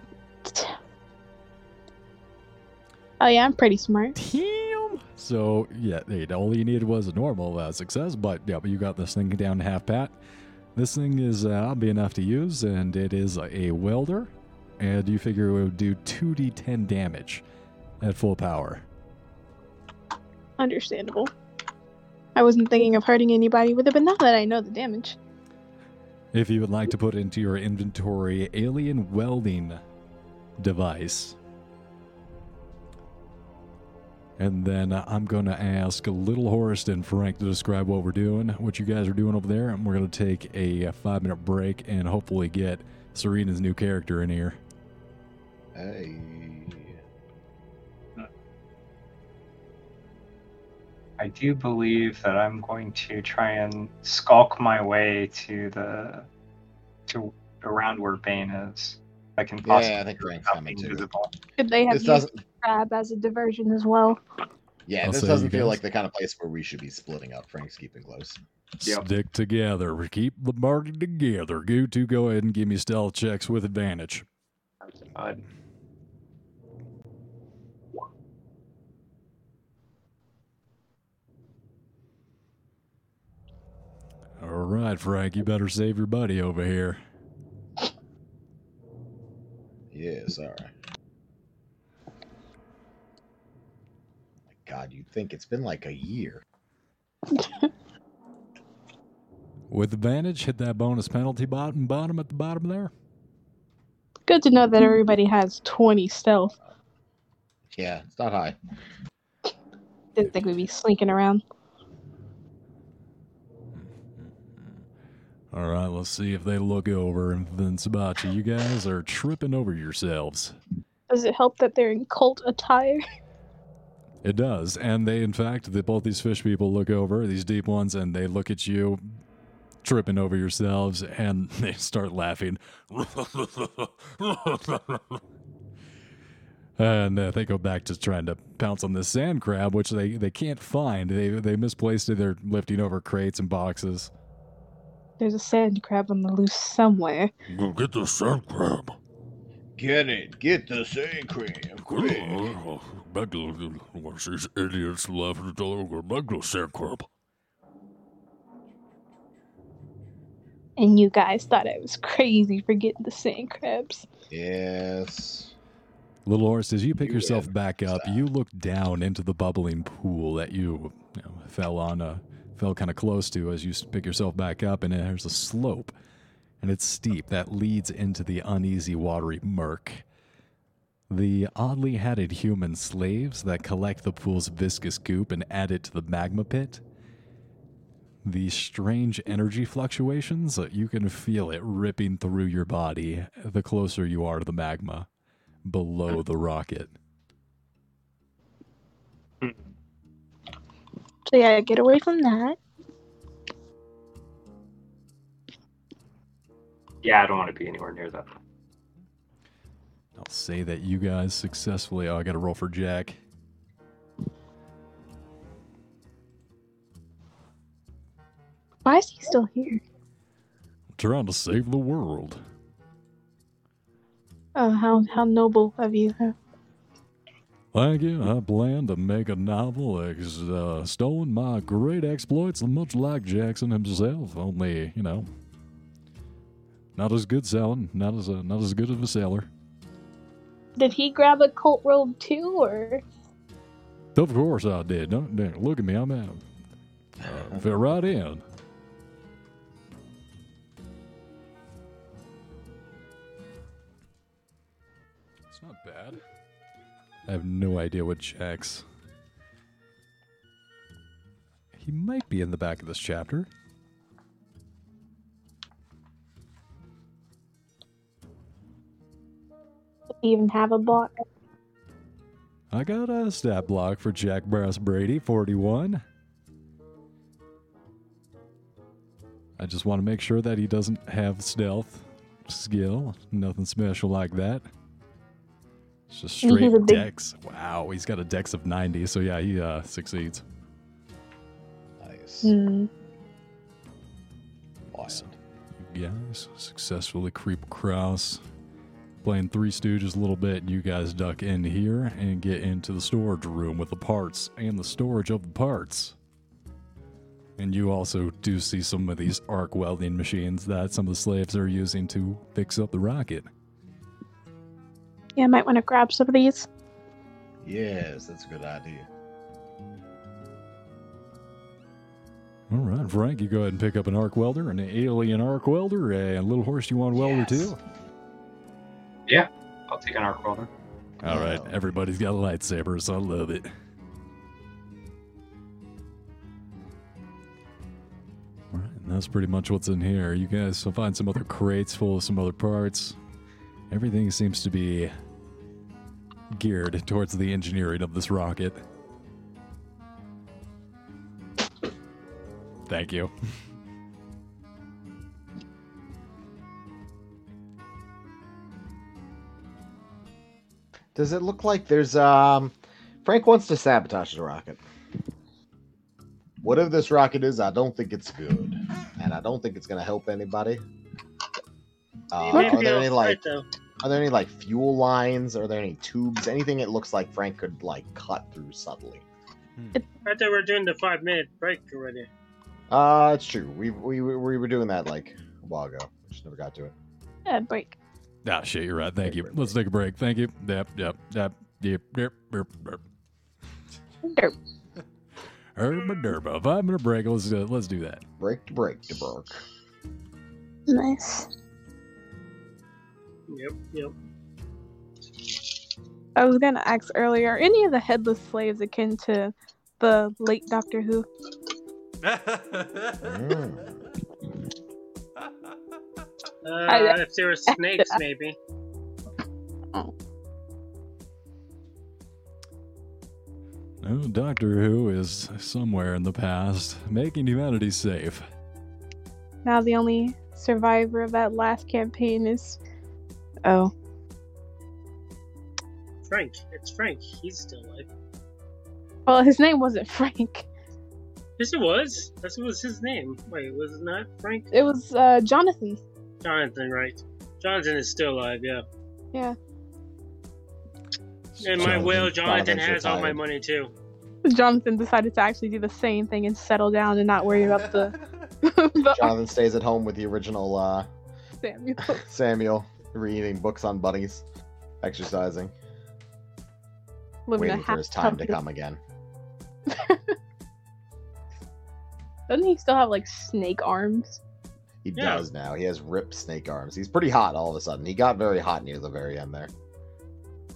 Speaker 7: Oh yeah, I'm pretty smart.
Speaker 3: So yeah, hey, all you needed was a normal uh, success, but yeah, but you got this thing down to half pat. This thing is uh, obby enough to use, and it is a welder, and you figure it would do two d10 damage at full power.
Speaker 7: Understandable. I wasn't thinking of hurting anybody with it, but now that I know the damage,
Speaker 3: If you would like to put into your inventory alien welding device. And then uh, I'm going to ask Little Horst and Frank to describe what we're doing, what you guys are doing over there, and we're going to take a uh, five minute break and hopefully get Serena's new character in here.
Speaker 2: Hey.
Speaker 8: I do believe that I'm going to try and skulk my way to the to around where Bane is. If I can
Speaker 2: Yeah, I
Speaker 8: possibly
Speaker 2: think
Speaker 8: do it
Speaker 2: Bane's
Speaker 8: without
Speaker 2: coming
Speaker 8: being
Speaker 2: too.
Speaker 8: visible.
Speaker 7: could they have
Speaker 2: This
Speaker 7: used
Speaker 2: doesn't.
Speaker 7: crab as a diversion as well?
Speaker 2: Yeah,
Speaker 3: I'll
Speaker 2: this
Speaker 3: say
Speaker 2: doesn't
Speaker 3: you
Speaker 2: feel
Speaker 3: guys-
Speaker 2: like the kind of place where we should be splitting up. Frank's keeping close.
Speaker 8: Yep.
Speaker 3: Stick together. Keep the party together. Go to go ahead and give me stealth checks with advantage.
Speaker 8: God.
Speaker 3: All right, Frank, you better save your buddy over here.
Speaker 2: Yeah, sorry. My God, you'd think it's been like a year.
Speaker 3: With advantage, hit that bonus penalty bottom bottom at the bottom there.
Speaker 7: Good to know that everybody has 20 stealth.
Speaker 2: Yeah, it's not high.
Speaker 7: Didn't think we'd be slinking around.
Speaker 3: All right, let's see if they look over. And then Sabachi, you guys are tripping over yourselves.
Speaker 7: Does it help that they're in cult attire?
Speaker 3: It does, and they, in fact, the, both these fish people look over these deep ones, and they look at you, tripping over yourselves, and they start laughing. And uh, they go back to trying to pounce on this sand crab, which they, they can't find. They they misplaced it. They're lifting over crates and boxes.
Speaker 7: There's a sand crab on the loose somewhere.
Speaker 6: Go get the sand crab.
Speaker 2: Get it. Get the sand cream.
Speaker 6: Back to watch these idiots laughing at all over. Back to sand crab.
Speaker 7: And you guys thought I was crazy for getting the sand crabs.
Speaker 2: Yes.
Speaker 3: Little horse, as you pick
Speaker 2: You
Speaker 3: yourself
Speaker 2: win.
Speaker 3: back up,
Speaker 2: Stop.
Speaker 3: you look down into the bubbling pool that you, you know, fell on, uh, fell kind of close to as you s- pick yourself back up, and there's a slope, and it's steep that leads into the uneasy, watery murk. The oddly hatted human slaves that collect the pool's viscous goop and add it to the magma pit. The strange energy fluctuations, uh, you can feel it ripping through your body the closer you are to the magma below the rocket.
Speaker 7: So yeah, get away from that.
Speaker 8: Yeah, I don't want to be anywhere near that.
Speaker 3: I'll say that you guys successfully. Oh, I got to roll for Jack.
Speaker 7: Why is he still here?
Speaker 3: Trying to save the world.
Speaker 7: Oh, how how noble of you. huh?
Speaker 3: Thank you. I plan to make a novel ex- uh, stolen my great exploits, much like Jackson himself. Only, you know, not as good selling, not as uh, not as good of a seller.
Speaker 7: Did he grab a cult robe too, or
Speaker 3: Of course I did. Don't, don't look at me. I'm out. Uh, fit right in. It's not bad. I have no idea what Jack's. He might be in the back of this chapter.
Speaker 4: Even have a block.
Speaker 3: I got a stat block for Jack Brass Brady, 41. I just want to make sure that he doesn't have stealth skill. Nothing special like that. It's just
Speaker 4: He's a
Speaker 3: straight
Speaker 4: big-
Speaker 3: dex. Wow, he's got a dex of 90, so yeah, he uh, succeeds.
Speaker 6: Nice.
Speaker 4: Hmm.
Speaker 6: Awesome.
Speaker 3: You guys successfully creep across, playing Three Stooges a little bit. You guys duck in here and get into the storage room with the parts and the storage of the parts. And you also do see some of these arc welding machines that some of the slaves are using to fix up the rocket.
Speaker 4: Yeah, I might want to grab some of these.
Speaker 6: Yes, that's a good idea.
Speaker 3: All right, Frank, you go ahead and pick up an arc welder, an alien arc welder, and little horse, you want a welder too?
Speaker 8: I'll take an arc welder.
Speaker 3: All right, everybody's got lightsabers. I love it. All right, and that's pretty much what's in here. You guys will find some other crates full of some other parts. Everything seems to be geared towards the engineering of this rocket. Thank you.
Speaker 6: Does it look like there's um Frank wants to sabotage the rocket. Whatever this rocket is, I don't think it's good. And I don't think it's gonna help anybody. Uh,
Speaker 1: Maybe
Speaker 6: are there
Speaker 1: I'll
Speaker 6: any
Speaker 1: fight,
Speaker 6: like
Speaker 1: though.
Speaker 6: are there any like fuel lines? Are there any tubes? Anything it looks like Frank could like cut through subtly.
Speaker 1: I thought we were doing the five minute break already.
Speaker 6: Uh it's true. We we we we were doing that like a while ago. We just never got to it.
Speaker 4: Yeah, break.
Speaker 3: Ah, shit, you're right. Thank you. Let's take a break. Thank you. Yep, yep, yep, yep, yep, yep, yep.
Speaker 4: Derp.
Speaker 3: Herba derba. Five minute break. Let's do, let's do that.
Speaker 6: Break to break to break.
Speaker 4: Nice.
Speaker 1: Yep, yep.
Speaker 4: I was gonna ask earlier, are any of the headless slaves akin to the late Doctor Who?
Speaker 1: Uh,
Speaker 4: I-
Speaker 1: if there were snakes, maybe.
Speaker 3: No, Oh, Doctor Who is somewhere in the past making humanity safe.
Speaker 4: Now the only survivor of that last campaign is Oh.
Speaker 1: Frank. It's Frank. He's still alive.
Speaker 4: Well his name wasn't Frank.
Speaker 1: Yes, it was. That was his name. Wait, was it not Frank?
Speaker 4: It was uh Jonathan.
Speaker 1: Jonathan, right? Jonathan is still alive. Yeah.
Speaker 4: Yeah.
Speaker 1: And my will, Jonathan
Speaker 6: Jonathan's
Speaker 1: has all my
Speaker 6: retired.
Speaker 1: money too.
Speaker 4: Jonathan decided to actually do the same thing and settle down and not worry about the, the Ark
Speaker 6: Jonathan stays at home with the original uh
Speaker 4: Samuel.
Speaker 6: Samuel, reading books on bunnies, exercising,
Speaker 4: Living a
Speaker 6: waiting for
Speaker 4: half
Speaker 6: his time to come again.
Speaker 4: Doesn't he still have like snake arms?
Speaker 6: He
Speaker 1: Yeah.
Speaker 6: does now. He has ripped snake arms. He's pretty hot all of a sudden. He got very hot near the very end there.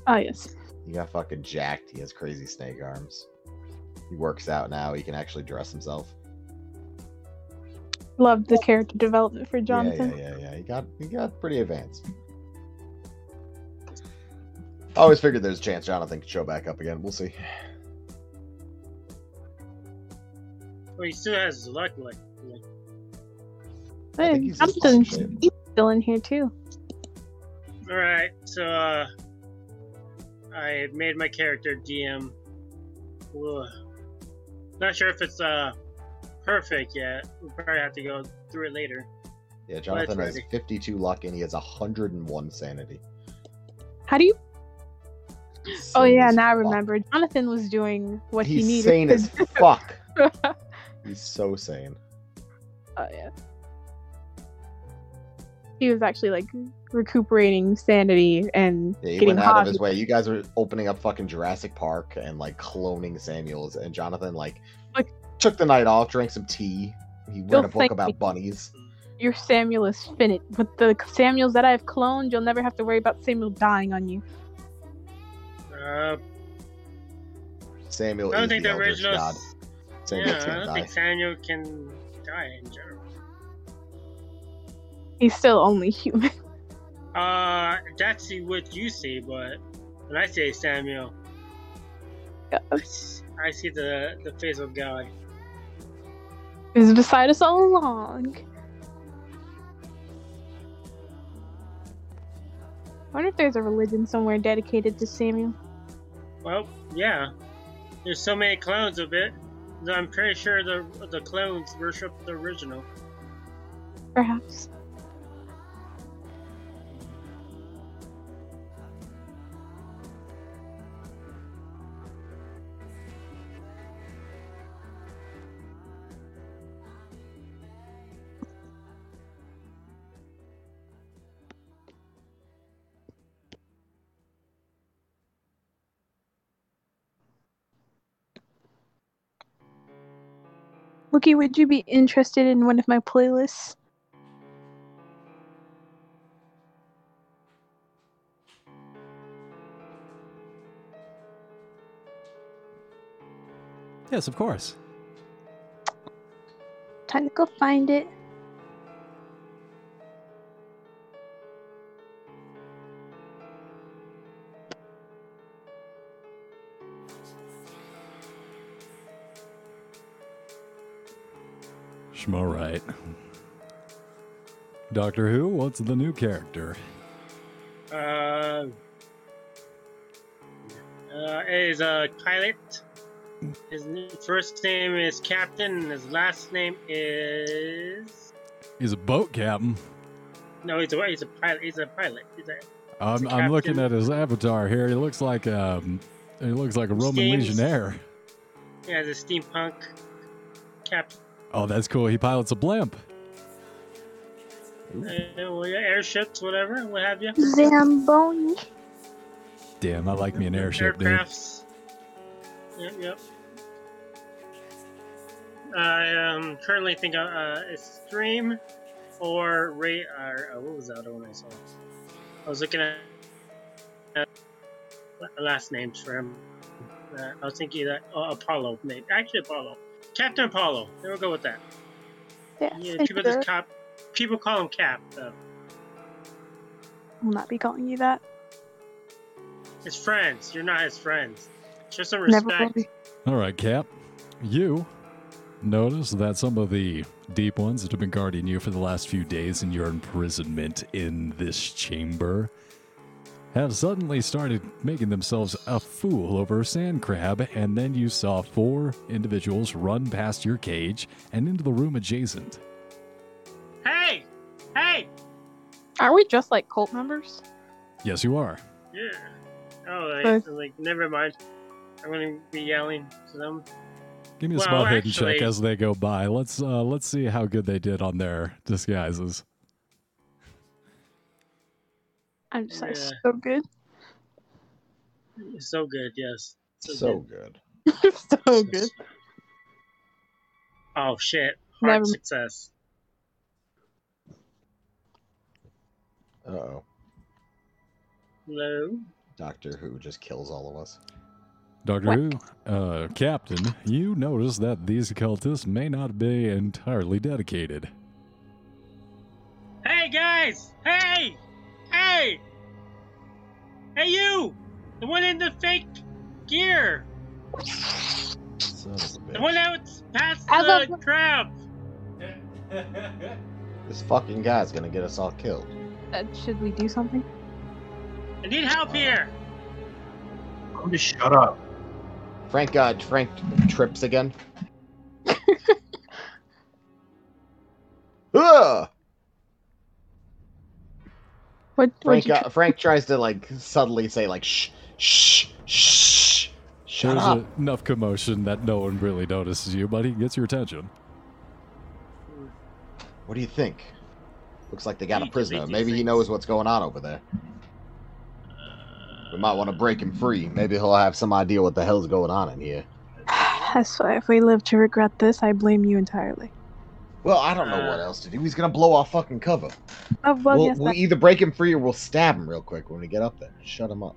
Speaker 4: Oh yes.
Speaker 6: He got fucking jacked. He has crazy snake arms. He works out now. He can actually dress himself.
Speaker 4: Loved the character development for
Speaker 6: Yeah,
Speaker 4: Jonathan.
Speaker 6: Yeah, yeah, yeah. He got he got pretty advanced. I always figured there's a chance Jonathan could show back up again. We'll see.
Speaker 1: Well, he still has his luck. Like, like
Speaker 6: I
Speaker 4: Hey,
Speaker 6: think he's in fine
Speaker 4: Jonathan's
Speaker 6: shape.
Speaker 4: he's still in here too.
Speaker 1: all right, so uh, I made my character DM. Ugh. Not sure if it's uh perfect yet. We'll probably have to go through it later.
Speaker 6: Yeah, Jonathan has
Speaker 1: ready.
Speaker 6: 52 luck and he has 101 sanity.
Speaker 4: How do you Oh
Speaker 6: Sane
Speaker 4: yeah,
Speaker 6: as
Speaker 4: now I
Speaker 6: fuck.
Speaker 4: remember. Jonathan was doing what
Speaker 6: He's
Speaker 4: he needed.
Speaker 6: sane
Speaker 4: to
Speaker 6: as
Speaker 4: do.
Speaker 6: fuck.
Speaker 4: oh
Speaker 7: Oh,
Speaker 6: He's so sane.
Speaker 4: yeah. He was actually like recuperating sanity and
Speaker 2: Yeah, he
Speaker 4: getting
Speaker 2: went out of
Speaker 4: hot.
Speaker 2: his way. You guys are opening up fucking Jurassic Park and like cloning Samuels and Jonathan like
Speaker 4: Like-
Speaker 2: took the night off, drank some tea. He
Speaker 4: Don't
Speaker 2: read a book
Speaker 4: thank me.
Speaker 2: about bunnies.
Speaker 4: Your Samuel is finite. With the Samuels that I've cloned, you'll never have to worry about Samuel dying on you.
Speaker 1: Uh,
Speaker 2: Samuel
Speaker 1: I don't
Speaker 2: is
Speaker 1: think
Speaker 2: the
Speaker 1: the
Speaker 2: Eldritch
Speaker 1: original.
Speaker 2: god. Samuel
Speaker 1: Yeah, I
Speaker 2: can't
Speaker 1: don't
Speaker 2: die.
Speaker 1: think Samuel can die in general.
Speaker 4: He's still only human.
Speaker 1: Uh, that's what you see, but when I say Samuel, I s- I see the the face of God.
Speaker 4: He's beside us all along. I wonder if there's a religion somewhere dedicated to Samuel.
Speaker 1: Well, yeah. There's so many clones of it. that I'm pretty sure the the clones worship the original.
Speaker 4: Perhaps. Lookie, would you be interested in one of my playlists?
Speaker 3: Yes, of course.
Speaker 7: Time to go find it.
Speaker 3: Schmorite. Doctor Who, what's the new character?
Speaker 1: Uh, uh, it is a pilot. His n- first name is Captain, and his last name is
Speaker 3: He's a boat captain.
Speaker 1: no. He's a he's a pilot. He's a pilot. He's a
Speaker 3: I'm,
Speaker 1: He's a
Speaker 3: I'm looking
Speaker 1: captain.
Speaker 3: at his avatar here. He looks like um, he looks like a Roman
Speaker 1: James.
Speaker 3: legionnaire.
Speaker 1: he has a steampunk captain.
Speaker 3: Oh, that's cool. He pilots a blimp.
Speaker 1: Uh, well, yeah, airships, whatever, what have you.
Speaker 7: Zamboni.
Speaker 3: Damn, I like me an airship, dude.
Speaker 1: Aircrafts. Yep, yep. I um, currently think uh, uh, it's Stream or Ray. Or, uh, what was the other one I saw? I was looking at uh, last names for him. Uh, I was thinking that uh, Apollo, maybe. Actually, Apollo. Captain Apollo. There we'll go with that.
Speaker 4: Yes,
Speaker 1: Yeah,
Speaker 4: thank
Speaker 1: people
Speaker 4: you.
Speaker 1: just cop. People call him Cap. Though.
Speaker 4: will not be calling you that.
Speaker 1: His friends. You're not his friends. Show some
Speaker 4: Never
Speaker 1: respect.
Speaker 4: will be.
Speaker 3: All right, Cap. You notice that some of the deep ones that have been guarding you for the last few days in your imprisonment in this chamber have suddenly started making themselves a fool over a sand crab, and then you saw four individuals run past your cage and into the room adjacent.
Speaker 1: Hey! Hey!
Speaker 4: Aren't we just like cult members?
Speaker 3: Yes, you are.
Speaker 1: Yeah. Oh,
Speaker 4: Sorry.
Speaker 1: like, like never mind. I'm gonna be yelling to them.
Speaker 3: Give me a
Speaker 1: Well,
Speaker 3: spot hidden check
Speaker 1: actually-
Speaker 3: as they go by. Let's uh, let's see how good they did on their disguises.
Speaker 4: I'm sorry,
Speaker 1: Yeah.
Speaker 4: so good.
Speaker 1: So good, yes. So,
Speaker 2: So
Speaker 1: good.
Speaker 2: good.
Speaker 4: so good.
Speaker 1: Oh shit! Hard
Speaker 4: Never-
Speaker 1: success.
Speaker 2: Uh oh.
Speaker 1: Hello.
Speaker 2: Doctor Who just kills all of us.
Speaker 3: Doctor Who, uh, Captain, you notice that these cultists may not be entirely dedicated.
Speaker 1: Hey guys! Hey! Hey! Hey you! The one in the fake gear.
Speaker 2: Son of a
Speaker 1: The one
Speaker 2: bitch.
Speaker 1: that was past
Speaker 7: I
Speaker 1: the
Speaker 7: love-
Speaker 1: crab.
Speaker 2: This fucking guy's gonna get us all killed.
Speaker 4: Uh, should we do something?
Speaker 1: I need help here.
Speaker 8: Oh, just shut up.
Speaker 2: Frank uh Frank trips again. Ugh!
Speaker 4: What? what'd
Speaker 2: Frank
Speaker 4: you
Speaker 2: uh, Frank tries to like suddenly say like shh shh shh shut
Speaker 3: There's
Speaker 2: up.
Speaker 3: enough commotion that no one really notices you, but he gets your attention.
Speaker 2: What do you think? Looks like they got a
Speaker 1: He can
Speaker 2: prisoner.
Speaker 1: make these
Speaker 2: Maybe he knows what's going on over there. We might want to break him free. Maybe he'll have some idea what the hell's going on in here.
Speaker 7: That's why if we live to regret this, I blame you entirely.
Speaker 2: Well, I don't know
Speaker 1: Uh,
Speaker 2: what else to do. He's gonna blow our fucking cover.
Speaker 7: Oh, well,
Speaker 2: we'll
Speaker 7: yes,
Speaker 2: we'll either break him free or we'll stab him real quick when we get up there. Shut him up.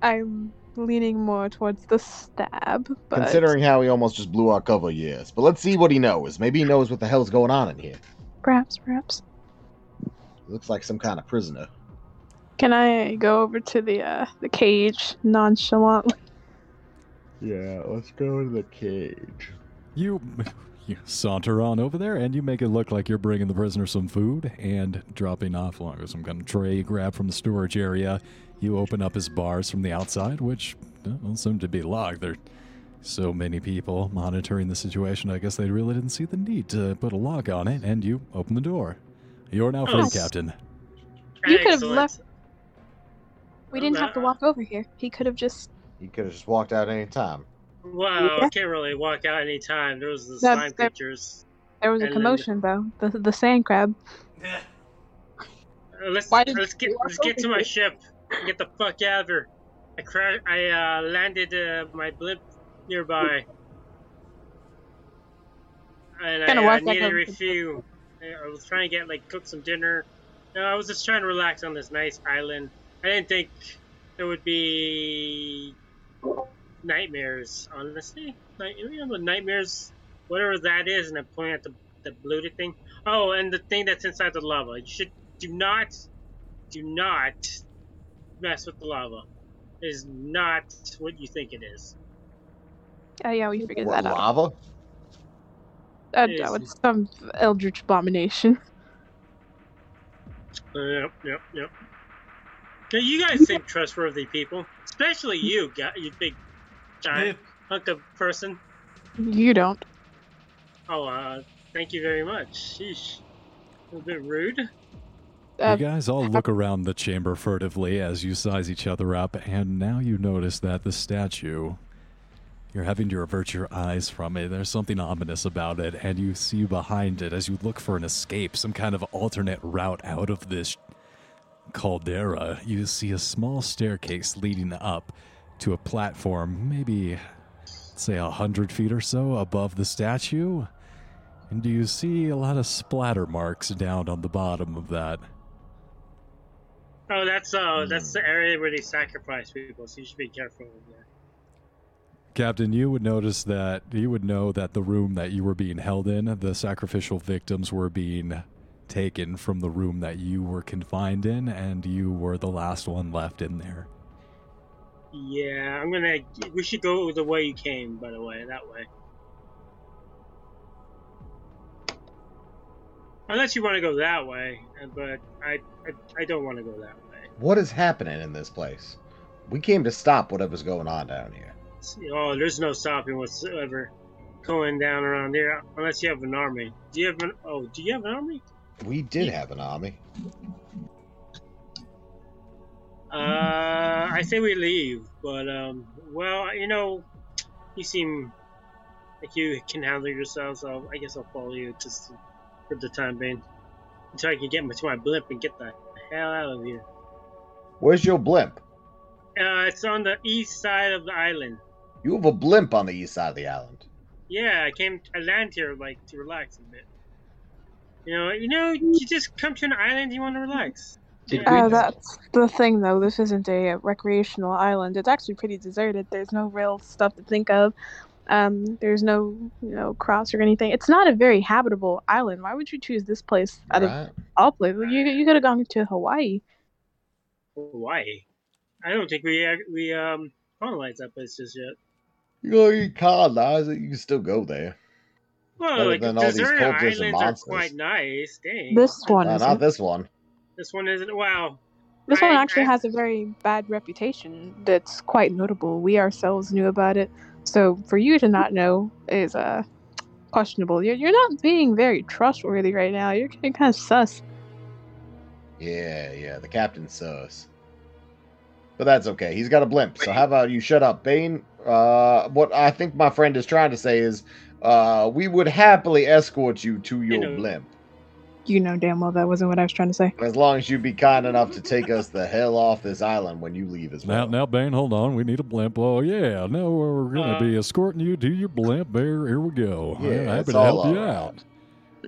Speaker 7: I'm leaning more towards the stab, but
Speaker 2: Considering how he almost just blew our cover, yes. But let's see what he knows. Maybe he knows what the hell's going on in here.
Speaker 7: perhaps, perhaps.
Speaker 2: Looks like some kind of prisoner.
Speaker 7: Can I go over to the uh, the cage nonchalantly?
Speaker 2: Yeah, let's go to the cage.
Speaker 3: You, you saunter on over there and you make it look like you're bringing the prisoner some food and dropping off along with some kind of tray you grab from the storage area. You open up his bars from the outside, which don't seem to be locked. There are so many people monitoring the situation. I guess they really didn't see the need to put a lock on it, and you open the door. You're now free,
Speaker 1: Oh.
Speaker 3: Captain.
Speaker 7: You could have
Speaker 1: Excellent.
Speaker 7: left. We didn't have to walk over here. He could have just.
Speaker 2: He could have just walked out any time.
Speaker 1: Wow,
Speaker 7: Yeah.
Speaker 1: I can't really walk out any time. There was the
Speaker 7: That's-
Speaker 1: slime
Speaker 7: that-
Speaker 1: pictures.
Speaker 7: There was a
Speaker 1: And then-
Speaker 7: commotion though. The the sand crab.
Speaker 1: Uh, let's
Speaker 7: Why did
Speaker 1: let's
Speaker 7: you
Speaker 1: get
Speaker 7: walk
Speaker 1: let's get to
Speaker 7: over
Speaker 1: my
Speaker 7: here?
Speaker 1: ship. and Get the fuck out of here. I cra- I uh, landed uh, my blip nearby. And
Speaker 7: Kinda
Speaker 1: I uh,
Speaker 7: walked back
Speaker 1: needed
Speaker 7: over to the-
Speaker 1: refuel. I I was trying to get like cook some dinner. No, I was just trying to relax on this nice island. I didn't think there would be nightmares. Honestly, like you know the nightmares, whatever that is, and I'm pointing at the the bloated thing. Oh, and the thing that's inside the lava. You should do not, do not mess with the lava. It is not what you think it is.
Speaker 7: Oh yeah, we figured
Speaker 2: What,
Speaker 7: that out.
Speaker 2: lava?
Speaker 7: Uh,
Speaker 1: It is-
Speaker 7: no, it's some eldritch abomination.
Speaker 1: Uh, Yep, yep, yep. Now, you guys seem trustworthy people, especially you, guy, you big giant hunk of person.
Speaker 7: You don't.
Speaker 1: Oh, uh, thank you very much. Sheesh, a little bit rude.
Speaker 7: Uh,
Speaker 3: you guys all look around the chamber furtively as you size each other up, and now you notice that the statue. You're having to avert your eyes from it. There's something ominous about it, and you see behind it as you look for an escape, some kind of alternate route out of this caldera. You see a small staircase leading up to a platform, maybe, say, a hundred feet or so above the statue. And do you see a lot of splatter marks down on the bottom of that?
Speaker 1: Oh, that's uh, that's the area where they sacrifice people, so you should be careful with that.
Speaker 3: Captain, you would notice that you would know that the room that you were being held in, the sacrificial victims were being taken from the room that you were confined in, and you were the last one left in there.
Speaker 1: Yeah, I'm gonna. We should go the way you came, by the way, that way. Unless you want to go that way, uh, but I, I, I don't want to go that way.
Speaker 2: What is happening in this place? We came to stop whatever's going on down here.
Speaker 1: See, Oh, there's no stopping whatsoever going down around here, unless you have an army. Do you have an? Oh, do you have an army?
Speaker 2: We did have an army.
Speaker 1: Uh, I say we leave, but um, well, you know, you seem like you can handle yourself, so I guess I'll follow you just for the time being until I can get to my blimp and get the hell out of here.
Speaker 2: Where's your blimp?
Speaker 1: Uh, it's on the east side of the island.
Speaker 2: You have a blimp on the east side of the island.
Speaker 1: Yeah, I came, I land here like to relax a bit. You know, you know, you just come to an island, you want to relax.
Speaker 8: Did
Speaker 1: Yeah.
Speaker 7: Uh, that's the thing, though. This isn't a uh, recreational island. It's actually pretty deserted. There's no real stuff to think of. Um, there's no, you know, cross or anything. It's not a very habitable island. Why would you choose this place out of
Speaker 2: Right?
Speaker 7: all places? You you could have gone to Hawaii.
Speaker 1: Hawaii. I don't think we we um colonized that place just yet.
Speaker 2: You know, you colonize it, you can still go there.
Speaker 1: Well,
Speaker 2: Better
Speaker 1: like
Speaker 2: than all these
Speaker 1: deserted
Speaker 2: cultures and
Speaker 1: islands are
Speaker 2: monsters.
Speaker 1: quite nice. Dang.
Speaker 7: This one
Speaker 2: Uh,
Speaker 7: isn't.
Speaker 2: not this one.
Speaker 1: This one isn't. Wow.
Speaker 7: This one
Speaker 1: I-
Speaker 7: actually
Speaker 1: I-
Speaker 7: has a very bad reputation. That's quite notable. We ourselves knew about it. So for you to not know is uh questionable. You're you're not being very trustworthy right now. You're getting kind of sus.
Speaker 2: Yeah, yeah, the captain sus. But that's okay. He's got a blimp. So how about you shut up, Bane? Uh, what I think my friend is trying to say is, uh, we would happily escort you to your
Speaker 1: know.
Speaker 2: blimp.
Speaker 7: You know damn well that wasn't what I was trying to say.
Speaker 2: As long as you be kind enough to take us the hell off this island when you leave as
Speaker 3: Now,
Speaker 2: well.
Speaker 3: now, Bane, hold on. We need a blimp. Oh, yeah. Now we're going to
Speaker 1: Uh,
Speaker 3: be escorting you to your blimp bear. Here we go.
Speaker 2: Uh-huh. Yeah,
Speaker 3: I'm
Speaker 2: that's
Speaker 3: happy to
Speaker 2: all
Speaker 3: help you
Speaker 2: alright.
Speaker 3: out.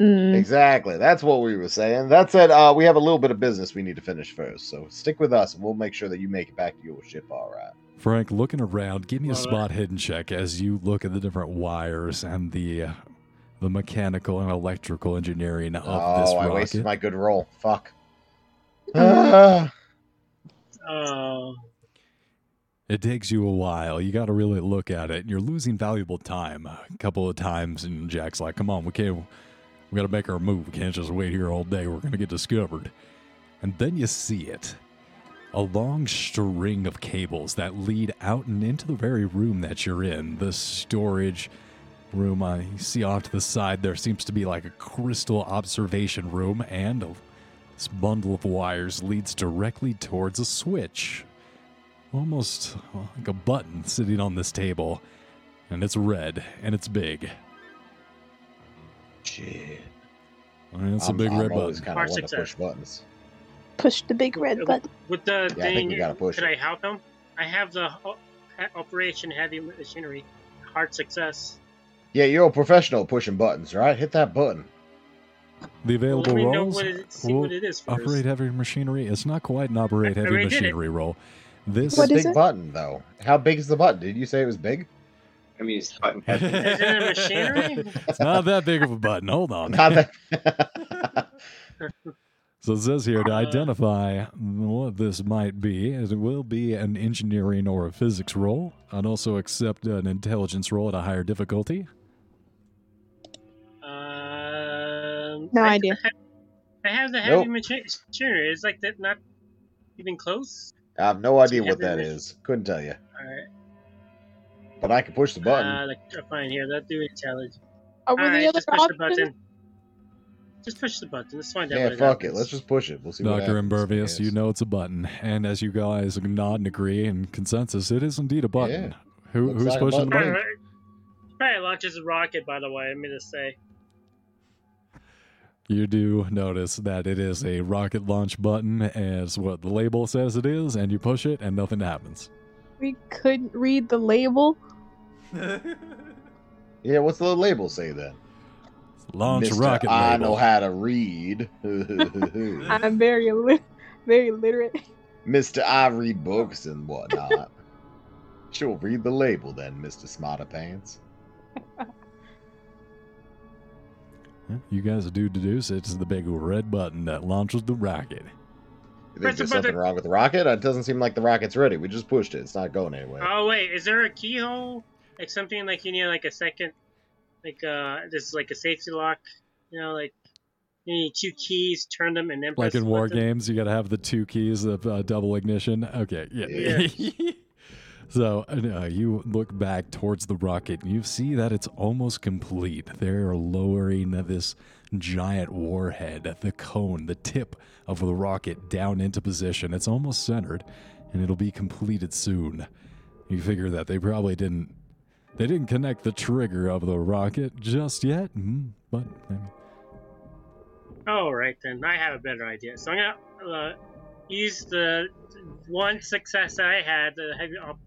Speaker 7: Mm.
Speaker 2: Exactly. That's what we were saying. That said, uh, we have a little bit of business we need to finish first, so stick with us, and we'll make sure that you make it back to your ship all right.
Speaker 3: Frank, looking around, give me a
Speaker 1: All right.
Speaker 3: spot hidden check as you look at the different wires and the uh, the mechanical and electrical engineering of this
Speaker 2: oh, I wasted
Speaker 3: rocket.
Speaker 2: my good roll. Fuck.
Speaker 7: Mm.
Speaker 2: Ah.
Speaker 1: Oh,
Speaker 3: It takes you a while. You got to really look at it. You're losing valuable time a couple of times, and Jack's like, "Come on, we can't. We got to make our move. We can't just wait here all day. We're gonna get discovered." And then you see it. A long string of cables that lead out and into the very room that you're in, the storage room. I see off to the side there seems to be like a crystal observation room, and this bundle of wires leads directly towards a switch almost like a button sitting on this table. And it's red and it's big.
Speaker 2: Shit.
Speaker 3: And it's
Speaker 2: I'm,
Speaker 3: a big
Speaker 2: I'm
Speaker 3: red
Speaker 2: always
Speaker 3: button.
Speaker 2: kind
Speaker 1: Hard
Speaker 2: of one to
Speaker 1: success.
Speaker 2: push buttons.
Speaker 7: Push the big red
Speaker 1: Uh,
Speaker 7: button.
Speaker 1: with the
Speaker 2: Yeah, I think
Speaker 1: thing,
Speaker 2: we gotta push
Speaker 1: can
Speaker 2: it.
Speaker 1: I help him? I have the o- ha- operation heavy machinery, hard success.
Speaker 2: Yeah, you're a professional pushing buttons, right? Hit that button.
Speaker 1: Well,
Speaker 3: The available
Speaker 1: let me know
Speaker 3: rolls
Speaker 1: what it, see
Speaker 3: will
Speaker 1: what it is first.
Speaker 3: operate heavy machinery. It's not quite an operate
Speaker 1: I
Speaker 3: heavy
Speaker 1: already did it.
Speaker 3: machinery roll. This
Speaker 2: It's
Speaker 7: What
Speaker 2: a
Speaker 7: is
Speaker 2: big
Speaker 7: it?
Speaker 2: button, though. How big is the button? Did you say it was big?
Speaker 8: I mean, it's button heavy.
Speaker 1: Is it a machinery?
Speaker 3: it's not that big of a button. Hold on.
Speaker 2: Not that.
Speaker 3: So it says here to
Speaker 1: Uh,
Speaker 3: identify what this might be, as it will be an engineering or a physics roll, and also accept an intelligence roll at a higher difficulty.
Speaker 1: Um,
Speaker 7: No
Speaker 1: I-
Speaker 7: idea.
Speaker 1: I have, I have the heavy
Speaker 2: Nope.
Speaker 1: machi- machinery. It's like that, not even close.
Speaker 2: I have no idea
Speaker 1: It's
Speaker 2: what that
Speaker 1: everywhere.
Speaker 2: is. Couldn't tell you.
Speaker 1: All right.
Speaker 2: But I can push the button.
Speaker 1: Uh, like, oh, fine. Here, let's do intelligence.
Speaker 7: Are
Speaker 1: All
Speaker 7: we the
Speaker 1: right,
Speaker 7: other
Speaker 1: just push the
Speaker 7: option?
Speaker 1: button. Just push the button. Let's find out.
Speaker 2: yeah,
Speaker 1: what
Speaker 2: fuck it.
Speaker 1: happens.
Speaker 2: Let's just push it. We'll see what
Speaker 3: Dr.
Speaker 2: happens.
Speaker 3: Impervious,
Speaker 2: Yes.
Speaker 3: you know it's a button. And as you guys nod and agree and consensus, it is indeed a button. Who,
Speaker 2: Looks
Speaker 3: who's
Speaker 2: like a
Speaker 3: pushing the
Speaker 1: All
Speaker 3: button?
Speaker 2: button.
Speaker 1: right. Probably launches a rocket. By the way, I'm gonna say.
Speaker 3: You do notice that it is a rocket launch button, as what the label says it is, and you push it and nothing happens.
Speaker 7: We couldn't read the label.
Speaker 2: Yeah, what's the label say then?
Speaker 3: Launch
Speaker 2: Mr.
Speaker 3: rocket
Speaker 2: I
Speaker 3: label.
Speaker 2: know how to read.
Speaker 7: I'm very, illi- very literate.
Speaker 2: Mr. I read books and whatnot. She'll read the label then, Mr. Smarter Pants.
Speaker 3: you guys do deduce it's the big red button that launches the rocket.
Speaker 2: You
Speaker 1: Press the
Speaker 2: think there's
Speaker 1: button.
Speaker 2: something wrong with the rocket? It doesn't seem like the rocket's ready. We just pushed it. It's not going anywhere.
Speaker 1: Oh wait, is there a keyhole? Like something like you need like a second, like uh, this is like a safety lock. You know, like you need two keys, turn them, and then press
Speaker 3: Like in
Speaker 1: the
Speaker 3: war
Speaker 1: button.
Speaker 3: games, you got to have the two keys of uh, double ignition. Okay, yeah. so uh, you look back towards the rocket, and you see that it's almost complete. They're lowering this giant warhead, the cone, the tip of the rocket down into position. It's almost centered, and it'll be completed soon. You figure that they probably didn't. They didn't connect the trigger of the rocket just yet, mm, but I mean,
Speaker 1: All right then, I have a better idea. So I'm gonna uh, use the one success that I had, the heavy, op-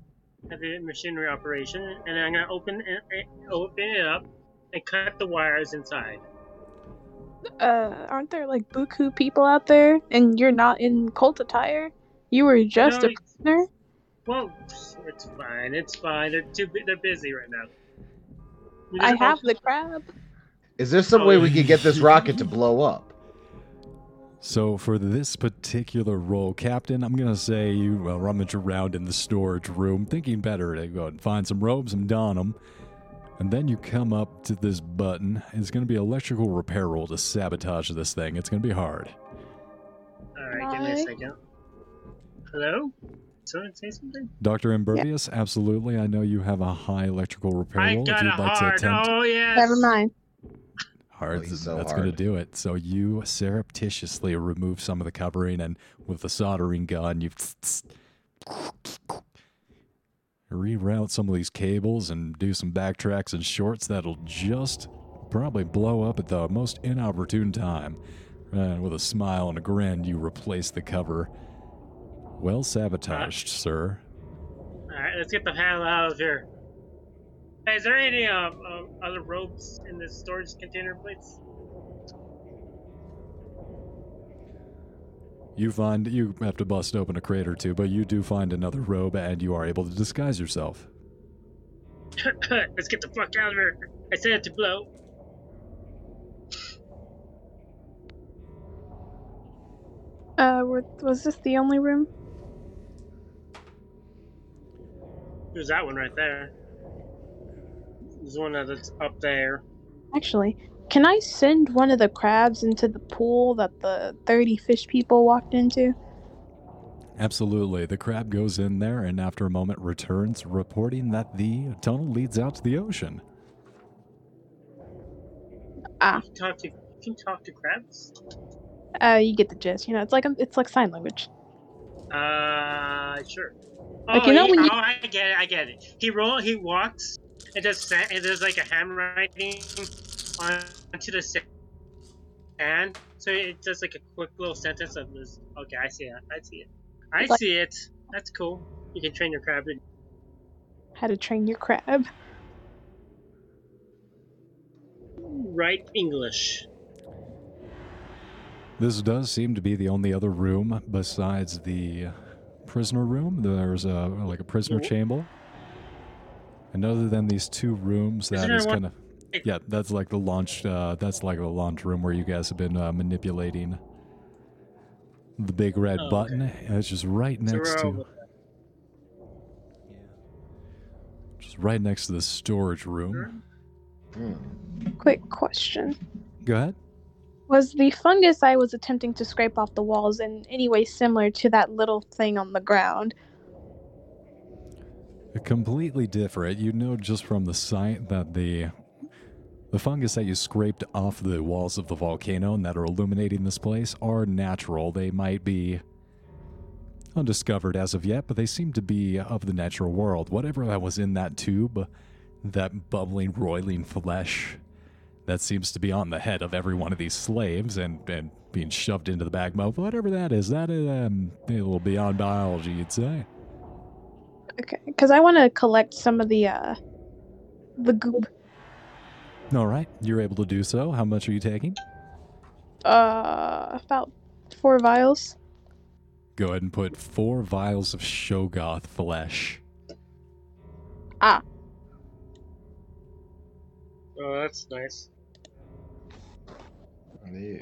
Speaker 1: heavy machinery operation, and I'm gonna open it, open it up and cut the wires inside.
Speaker 7: Uh, aren't there like buku people out there? And you're not in cult attire. You were just
Speaker 1: No,
Speaker 7: a prisoner.
Speaker 1: Well, it's fine. It's fine. They're too. bu- They're busy right now. We
Speaker 7: I
Speaker 1: just-
Speaker 7: have the crab.
Speaker 2: Is there some
Speaker 1: Oh,
Speaker 2: way
Speaker 1: yeah.
Speaker 2: we could get this rocket to blow up?
Speaker 3: So for this particular role, Captain, I'm gonna say you uh, rummage around in the storage room, thinking better to go and find some robes and don them, and then you come up to this button. It's gonna be electrical repair roll to sabotage this thing. It's gonna be hard.
Speaker 1: All right, give me a
Speaker 7: Hi.
Speaker 1: second. Hello? Someone say something?
Speaker 3: Doctor Impervious, absolutely. I know you have a high electrical repair
Speaker 1: I
Speaker 3: roll. If
Speaker 1: got
Speaker 3: you'd
Speaker 1: a
Speaker 3: like
Speaker 1: hard.
Speaker 3: to attempt
Speaker 1: Oh yes.
Speaker 7: Never mind.
Speaker 3: hard,
Speaker 2: Oh, he's so
Speaker 3: that's gonna
Speaker 2: hard.
Speaker 3: do it. So you surreptitiously remove some of the covering, and with the soldering gun, you reroute some of these cables and do some backtracks and shorts that'll just probably blow up at the most inopportune time. And with a smile and a grin, you replace the cover. Well sabotaged, sir.
Speaker 1: All right, let's get the hell out of here. Hey, is there any um, um, other ropes in this storage container, please?
Speaker 3: You find you have to bust open a crate or two, but you do find another robe and you are able to disguise yourself.
Speaker 1: let's get the fuck out of here. I said it to blow.
Speaker 7: Uh, were, was this the only room?
Speaker 1: There's that one right there. There's one that's up there.
Speaker 7: Actually, can I send one of the crabs into the pool that the 30 fish people walked into?
Speaker 3: Absolutely. The crab goes in there and after a moment returns, reporting that the tunnel leads out to the ocean.
Speaker 7: Ah,
Speaker 1: You can talk to, you can talk to crabs.
Speaker 7: uh, you get the gist. You know, it's like it's like sign language.
Speaker 1: Uh, sure.
Speaker 7: Like,
Speaker 1: oh,
Speaker 7: you know
Speaker 1: he-
Speaker 7: when you-
Speaker 1: oh, I get it. I get it. He roll. He walks and does. sa- And there's like a handwriting on- onto the sa- sand. So it does like a quick little sentence of this. Okay, I see it. I see it. I
Speaker 7: It's like-
Speaker 1: see it. That's cool. You can train your crab. to-
Speaker 7: How to train your crab.
Speaker 1: Write English.
Speaker 3: This does seem to be the only other room besides the prisoner room. There's a like a prisoner
Speaker 1: Mhm.
Speaker 3: chamber. And other than these two rooms, that
Speaker 1: Prisoner
Speaker 3: is
Speaker 1: one-
Speaker 3: kind of yeah. That's like the launch. Uh, that's like the launch room where you guys have been uh, manipulating the big red
Speaker 1: Oh, okay.
Speaker 3: button. It's just right
Speaker 1: So
Speaker 3: next
Speaker 1: we're
Speaker 3: to
Speaker 1: all-
Speaker 3: just right next to the storage room.
Speaker 2: Hmm.
Speaker 7: Quick question:
Speaker 3: Go ahead.
Speaker 7: Was the fungus I was attempting to scrape off the walls in any way similar to that little thing on the ground?
Speaker 3: completely different. You know just from the site that the the fungus that you scraped off the walls of the volcano and that are illuminating this place are natural. They might be undiscovered as of yet, but they seem to be of the natural world. Whatever that was in that tube, that bubbling, roiling flesh that seems to be on the head of every one of these slaves and, and being shoved into the bag mouth, whatever that is, that is um, a little beyond biology, you'd say.
Speaker 7: Okay, because I want to collect some of the uh, the goop.
Speaker 3: All right, you're able to do so. How much are you taking?
Speaker 7: Uh, about four vials.
Speaker 3: Go ahead and put four vials of Shogoth flesh.
Speaker 1: Oh, that's nice.
Speaker 2: Ew.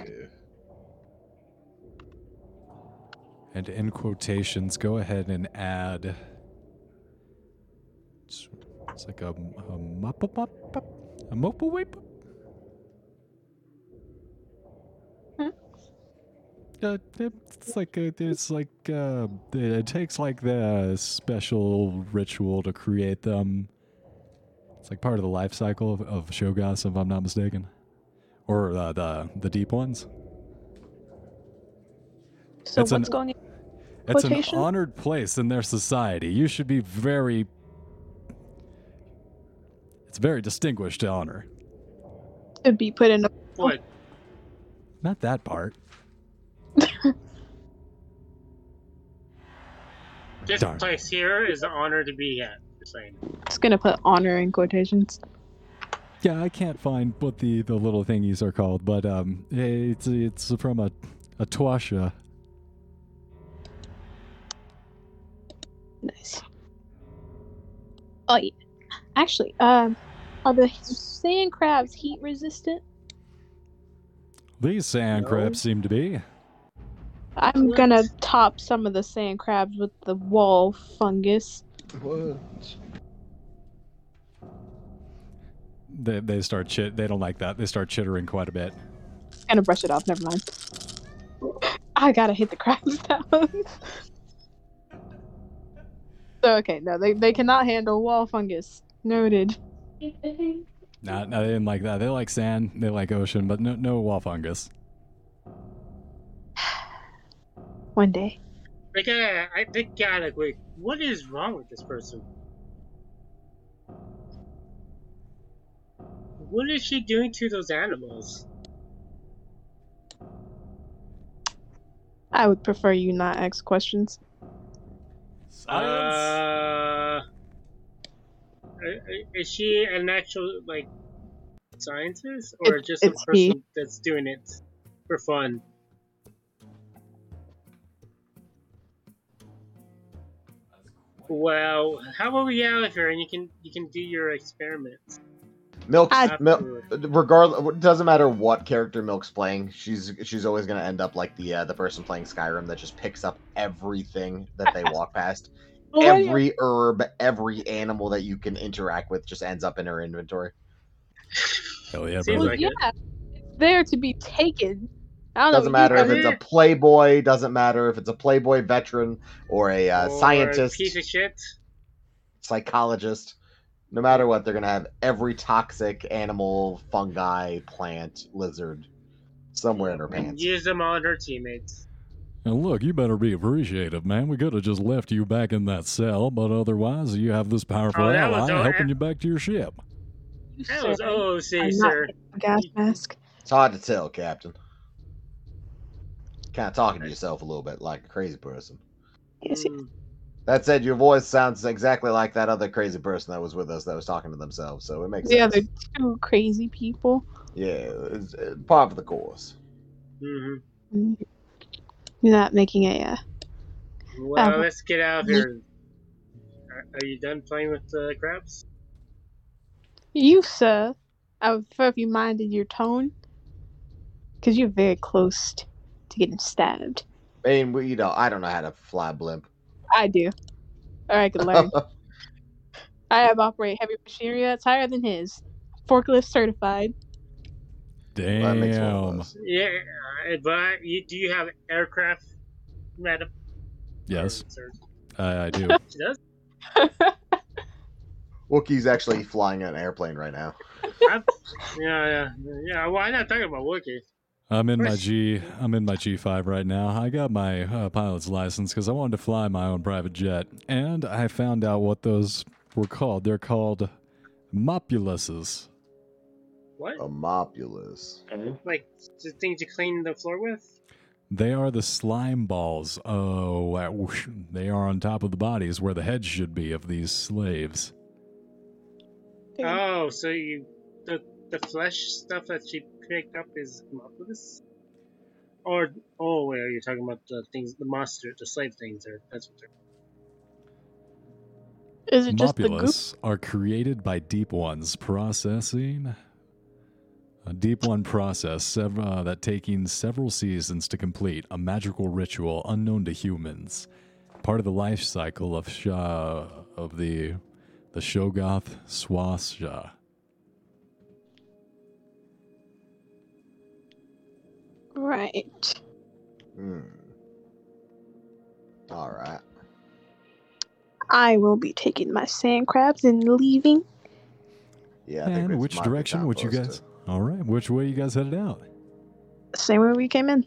Speaker 3: And in quotations, go ahead and add. It's, it's like a, a mop up up up, a mop away.
Speaker 7: Hmm.
Speaker 3: Uh, it's like a, it's like uh, it takes like the special ritual to create them. It's like part of the life cycle of, of Shogas, if I'm not mistaken, or uh, the the deep ones.
Speaker 7: So
Speaker 3: It's an-
Speaker 7: what's going? In-
Speaker 3: It's an
Speaker 7: Quotation?
Speaker 3: honored place in their society. You should be very. It's very distinguished to honor.
Speaker 7: It'd be put in. A-
Speaker 1: What?
Speaker 3: Not that part.
Speaker 1: This
Speaker 3: Darn.
Speaker 1: place here is an honor to be at. Just saying.
Speaker 7: it's gonna put honor in quotations.
Speaker 3: Yeah, I can't find what the, the little thingies are called, but um, it's it's from a a Twasha.
Speaker 7: Nice. Oh yeah. Actually, um, are the sand crabs heat resistant?
Speaker 3: These sand
Speaker 1: No.
Speaker 3: crabs seem to be.
Speaker 7: I'm
Speaker 1: What?
Speaker 7: gonna top some of the sand crabs with the wall fungus.
Speaker 2: What?
Speaker 3: They, they start chit. They don't like that. They start chittering quite a bit.
Speaker 7: Gonna brush it off. Never mind. I gotta hit the crabs down. so okay, no, they they cannot handle wall fungus. Noted.
Speaker 3: Nah, no, they didn't like that. They like sand. They like ocean, but no no wall fungus.
Speaker 7: One day.
Speaker 1: Like, uh, I think, God, like, wait, what is wrong with this person? What is she doing to those animals?
Speaker 7: I would prefer you not ask questions.
Speaker 3: Silence.
Speaker 1: Uh, i- i- is she an actual like scientist or
Speaker 7: It-
Speaker 1: just a
Speaker 7: it's
Speaker 1: person
Speaker 7: me.
Speaker 1: that's doing it for fun? Well, how about we get out of here and you can you can do your experiments.
Speaker 2: Milk,
Speaker 7: I-
Speaker 2: Mil- regardless, it doesn't matter what character Milk's playing. She's she's always gonna end up like the uh, the person playing Skyrim that just picks up everything that they walk past. Every herb, every animal that you can interact with just ends up in her inventory.
Speaker 3: Hell yeah,
Speaker 1: Seems
Speaker 3: brother.
Speaker 1: like
Speaker 7: yeah,
Speaker 1: it.
Speaker 7: it's there to be taken. I don't
Speaker 2: Doesn't
Speaker 7: know. you
Speaker 2: matter if
Speaker 7: have-
Speaker 2: it's a playboy. Doesn't matter if it's a playboy veteran or a uh,
Speaker 1: Or
Speaker 2: scientist,
Speaker 1: piece of shit.
Speaker 2: psychologist. No matter what, they're gonna have every toxic animal, fungi, plant, lizard somewhere in her pants.
Speaker 1: Use them on her teammates.
Speaker 3: And look, you better be appreciative, man. We could have just left you back in that cell, but otherwise, you have this powerful
Speaker 1: Oh, that was
Speaker 3: ally
Speaker 1: all-
Speaker 3: helping you back to your ship.
Speaker 1: That was
Speaker 7: Sir,
Speaker 1: OOC,
Speaker 7: I'm not
Speaker 1: sir.
Speaker 7: a gas mask.
Speaker 2: It's hard to tell, Captain. Kind of talking to yourself a little bit like a crazy person.
Speaker 7: Yes, yes.
Speaker 1: Mm.
Speaker 2: That said, your voice sounds exactly like that other crazy person that was with us that was talking to themselves, so it makes
Speaker 7: The
Speaker 2: sense.
Speaker 7: other two crazy people.
Speaker 2: Yeah, it's uh, part of the course.
Speaker 1: Mhm.
Speaker 7: You're Mm. not making uh, it. Yeah.
Speaker 1: Well,
Speaker 7: Um,
Speaker 1: let's get out of here. Are, are you done playing with the crabs?
Speaker 7: You, sir, I would prefer if you minded your tone, because you're very close t- to getting stabbed.
Speaker 2: I mean, we, you know, I don't know how to fly blimp.
Speaker 7: I do. Or I could learn. I have operate heavy machinery that's higher than his. Forklift certified.
Speaker 3: Damn.
Speaker 2: That makes one of us.
Speaker 1: Yeah, uh, but I, you, do you have aircraft, madam?
Speaker 3: Yes,
Speaker 1: Or, sir?
Speaker 3: I, I do.
Speaker 1: She does.
Speaker 2: Wookiee's actually flying an airplane right now.
Speaker 1: I'm- yeah, yeah, yeah. Well, I'm not talking about Wookiee.
Speaker 3: I'm in my
Speaker 1: Where's-
Speaker 3: G. I'm in my G5 right now. I got my uh, pilot's license because I wanted to fly my own private jet, and I found out what those were called. They're called mopuluses.
Speaker 1: What?
Speaker 2: Oh. Homopulous.
Speaker 5: Okay.
Speaker 1: Like the things you clean the floor with?
Speaker 3: They are the slime balls. Oh, uh, whoosh. they are on top of the bodies where the heads should be of these slaves.
Speaker 1: Oh, so you the the flesh stuff that she picked up is Hemopolis? Or oh, wait, you're talking about the things, the monster, the slave things, or that's what they're.
Speaker 7: Is it just the goop?
Speaker 3: Mopulus are created by Deep One's processing. A Deep One process sev- uh, that taking several seasons to complete a magical ritual unknown to humans, part of the life cycle of Sha of the the Shogoth Swasha.
Speaker 7: Right.
Speaker 2: Hmm. All right.
Speaker 7: I will be taking my sand crabs and leaving.
Speaker 2: Yeah. I think
Speaker 3: And
Speaker 2: it's
Speaker 3: which
Speaker 2: might be
Speaker 3: direction
Speaker 2: time
Speaker 3: would
Speaker 2: for
Speaker 3: you
Speaker 2: us
Speaker 3: guys?
Speaker 2: to-
Speaker 3: All right, which way you guys headed out?
Speaker 7: Same way we came in.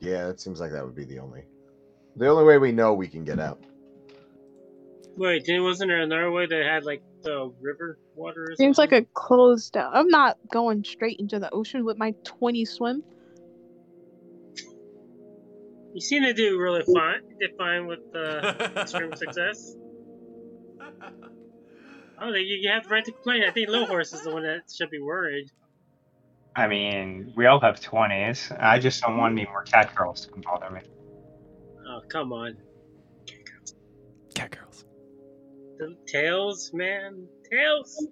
Speaker 2: Yeah, it seems like that would be the only, the only way we know we can get out.
Speaker 1: Wait, then wasn't there another way that had like the river water? Or
Speaker 7: Seems like
Speaker 1: something?
Speaker 7: a closed down. I'm not going straight into the ocean with my 20 swim.
Speaker 1: You seem to do really fine, did fine with uh, extreme success. Oh, then you you have the right to complain. I think Lowhorse is the one that should be worried.
Speaker 8: I mean, we all have 20s. I just don't want any more cat girls to come bother me.
Speaker 1: Oh, come on,
Speaker 3: Cat girls.
Speaker 1: the tails, man, tails.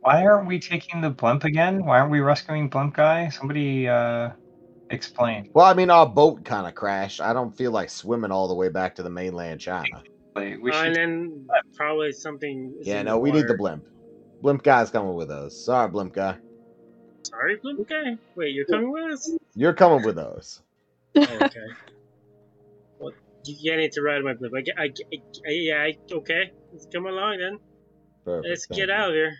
Speaker 8: Why aren't we taking the blimp again? Why aren't we rescuing blimp guy? Somebody uh, explain.
Speaker 2: Well, I mean, our boat kind of crashed. I don't feel like swimming all the way back to the mainland China.
Speaker 8: Like, we
Speaker 1: Oh, and
Speaker 8: should.
Speaker 1: then probably something. Is
Speaker 2: yeah,
Speaker 1: in
Speaker 2: no, we need
Speaker 1: water.
Speaker 2: the blimp. Blimp guy's coming with us. Sorry, blimp guy,
Speaker 1: Sorry, Bloom Guy. Wait, you're coming with us?
Speaker 2: you're coming with us.
Speaker 1: Oh, okay. well, you you need to ride my Bloom. I, ge- I, ge- I, ge- I- yeah, I, okay. Let's come along then.
Speaker 2: Perfect,
Speaker 1: Let's
Speaker 2: thank
Speaker 1: get
Speaker 2: you.
Speaker 1: out of here.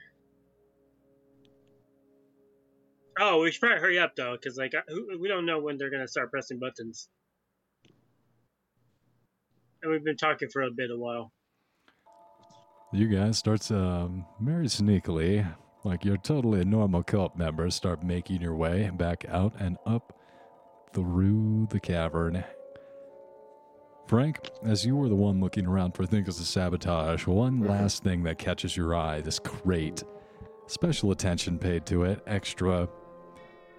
Speaker 1: Oh, we should probably hurry up though, because like I, who- we don't know when they're gonna start pressing buttons. And we've been talking for a bit a while.
Speaker 3: You guys starts um, very sneakily, like you're totally a normal cult member, start making your way back out and up through the cavern Frank, as you were the one looking around for things to sabotage, one last thing that catches your eye this crate. Special attention paid to it, extra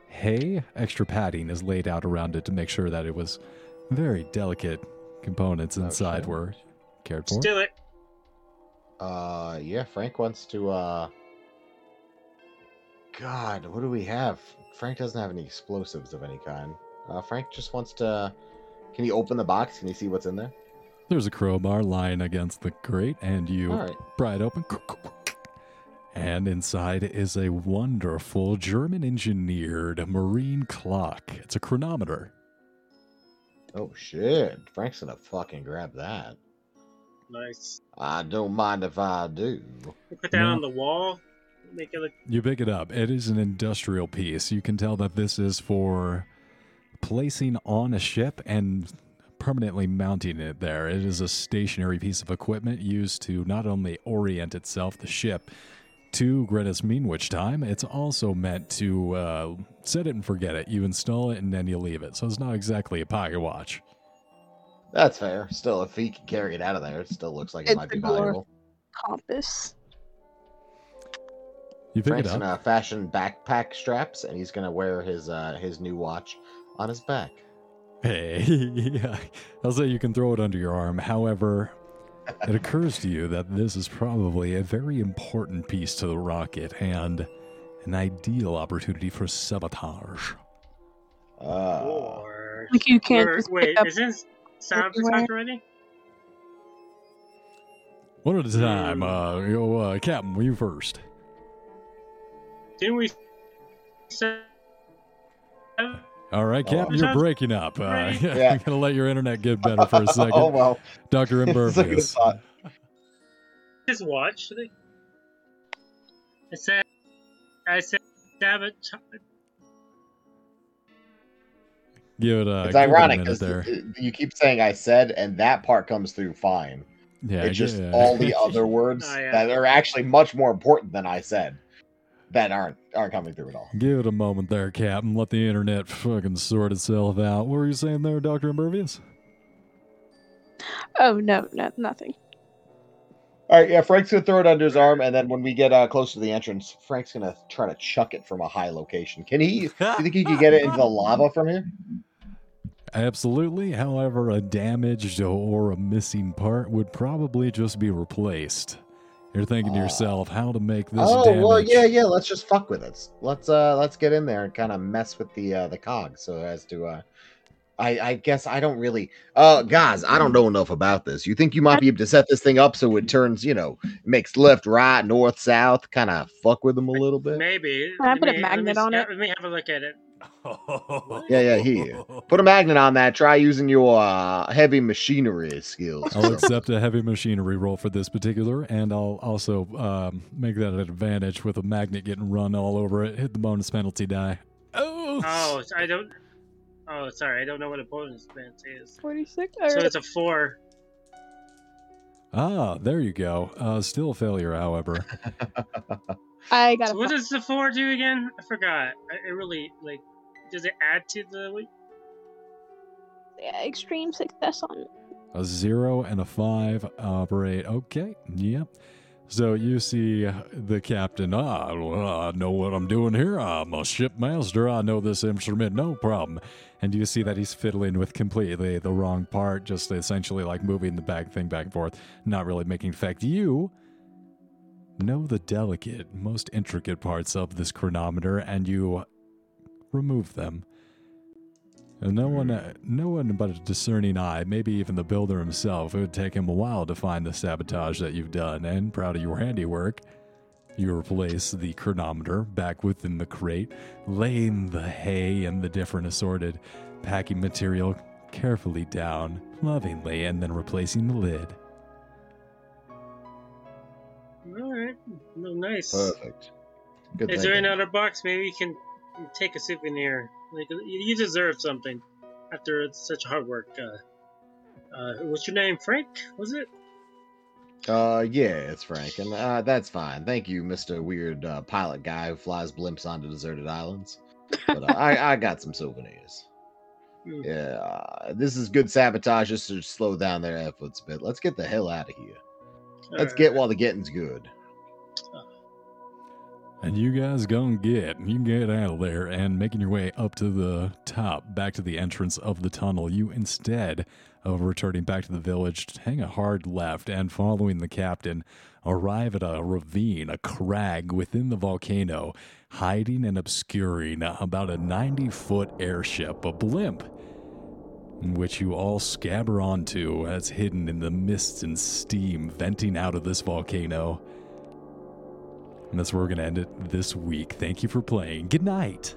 Speaker 3: hay, extra padding is laid out around it to make sure that it was very delicate components inside
Speaker 2: shit.
Speaker 3: were cared for.
Speaker 1: Let's do it.
Speaker 2: Uh, yeah, Frank wants to. uh God, what do we have? Frank doesn't have any explosives of any kind. Uh, Frank just wants to. Can he open the box? Can he see what's in there?
Speaker 3: There's a crowbar lying against the grate, and you
Speaker 2: All right.
Speaker 3: pry it open. And inside is a wonderful German engineered marine clock. It's a chronometer.
Speaker 2: Oh shit! Frank's gonna fucking grab that.
Speaker 1: Nice.
Speaker 2: I don't mind if I do.
Speaker 1: We put that
Speaker 3: No.
Speaker 1: on the wall. Make it look.
Speaker 3: You pick it up. It is an industrial piece. You can tell that this is for placing on a ship and permanently mounting it there. It is a stationary piece of equipment used to not only orient itself, the ship, to Greenwich Meanwich time, it's also meant to uh, set it and forget it. You install it and then you leave it. So it's not exactly a pocket watch.
Speaker 2: That's fair. Still, if he can carry it out of there, it still looks like it
Speaker 7: It's
Speaker 2: might be
Speaker 7: a door.
Speaker 2: valuable.
Speaker 7: compass.
Speaker 3: You pick
Speaker 2: Frank's
Speaker 3: it up.
Speaker 2: gonna fashion backpack straps, and he's gonna wear his uh his new watch on his back.
Speaker 3: Hey, yeah. I'll say you can throw it under your arm. However, it occurs to you that this is probably a very important piece to the rocket and an ideal opportunity for sabotage.
Speaker 2: Uh,
Speaker 1: Or.
Speaker 7: Like you can't
Speaker 1: or-
Speaker 7: just
Speaker 1: wait,
Speaker 7: pick up.
Speaker 1: is this sound
Speaker 7: everywhere.
Speaker 1: attack already?
Speaker 3: One at a time. Uh, yo, uh, Captain, were you first?
Speaker 1: Didn't we? Say...
Speaker 3: All right,
Speaker 2: Oh, wow.
Speaker 3: Captain, you're breaking up. Uh,
Speaker 2: Yeah.
Speaker 3: I'm going to let your internet get better for a second.
Speaker 2: oh well.
Speaker 3: Dr.
Speaker 2: It's a good
Speaker 3: Impervious.
Speaker 2: thought.
Speaker 1: His watch. I said. I said. Sabotage.
Speaker 3: Give it a, Uh, give
Speaker 2: it's
Speaker 3: it a
Speaker 2: ironic
Speaker 3: minute
Speaker 2: because
Speaker 3: there.
Speaker 2: you keep saying "I said" and that part comes through fine.
Speaker 3: Yeah,
Speaker 2: it's just
Speaker 3: yeah.
Speaker 2: all the other words
Speaker 1: Oh, yeah.
Speaker 2: that are actually much more important than "I said" that aren't aren't coming through at all.
Speaker 3: Give it a moment there, Captain. Let the internet fucking sort itself out. What were you saying there, Dr. Impervious?
Speaker 7: Oh no, no, nothing.
Speaker 2: All right, yeah. Frank's gonna throw it under his arm, and then when we get uh, close to the entrance, Frank's gonna try to chuck it from a high location. Can he? Do you think he could get it into the lava from here?
Speaker 3: Absolutely. However, a damaged or a missing part would probably just be replaced. You're thinking to
Speaker 2: Ah.
Speaker 3: yourself how to make this
Speaker 2: Oh
Speaker 3: damage.
Speaker 2: well, yeah, yeah. Let's just fuck with it. Let's uh, let's get in there and kind of mess with the uh, the cogs so as to uh, I I guess I don't really uh guys I don't know enough about this. You think you might be able to set this thing up so it turns you know makes left, right, north, south, kind of fuck with them a little bit.
Speaker 1: Maybe.
Speaker 7: Can I
Speaker 1: Let
Speaker 7: put a
Speaker 1: me- let
Speaker 7: magnet
Speaker 1: me,
Speaker 7: on
Speaker 1: sc-
Speaker 7: it?
Speaker 1: Let me have a look at it.
Speaker 2: Yeah, yeah, here. Put a magnet on that. Try using your uh, heavy machinery skills.
Speaker 3: I'll accept a heavy machinery roll for this particular, and I'll also um, make that an advantage with a magnet getting run all over it. Hit the bonus penalty die. Oh,
Speaker 1: Oh, so I don't. Oh, sorry. I don't know what a bonus bench is.
Speaker 7: Forty-six.
Speaker 1: So it's a four.
Speaker 3: ah, there you go. Uh, still a failure, however.
Speaker 7: I got
Speaker 1: So
Speaker 7: a
Speaker 1: what does the four do again? I forgot. I, it really like. Does it add to the?
Speaker 7: yeah, extreme success on it.
Speaker 3: A zero and a five operate. Okay, yep. So you see the captain. Ah, well, I know what I'm doing here. I'm a shipmaster. I know this instrument, no problem. And you see that he's fiddling with completely the wrong part, just essentially like moving the back thing back and forth, not really making effect. You know the delicate, most intricate parts of this chronometer, and you remove them. And no one, uh, no one but a discerning eye, maybe even the builder himself, it would take him a while to find the sabotage that you've done. And proud of your handiwork, you replace the chronometer back within the crate, laying the hay and the different assorted packing material carefully down, lovingly, and then replacing the lid.
Speaker 1: All right. No, nice.
Speaker 2: Perfect. Good
Speaker 1: Is there
Speaker 2: thinking.
Speaker 1: another box? Maybe you can take a souvenir. Like you- you deserve something after such hard work. Uh, uh, what's your name? Frank? Was it?
Speaker 2: Uh, yeah, it's Frank, and uh, that's fine. Thank you, Mister Weird uh, Pilot Guy who flies blimps onto deserted islands. But uh, I, I got some souvenirs. Yeah, this is good sabotage just to slow down their efforts a bit. Let's get the hell out of here. Let's get
Speaker 1: Uh,
Speaker 2: while the getting's good.
Speaker 3: And you guys gonna get you get out of there and making your way up to the top, back to the entrance of the tunnel. You instead of returning back to the village, hang a hard left and following the captain, arrive at a ravine, a crag within the volcano, hiding and obscuring about a 90 foot airship, a blimp, which you all scabber onto as hidden in the mist and steam venting out of this volcano. And that's where we're going to end it this week. Thank you for playing. Good night.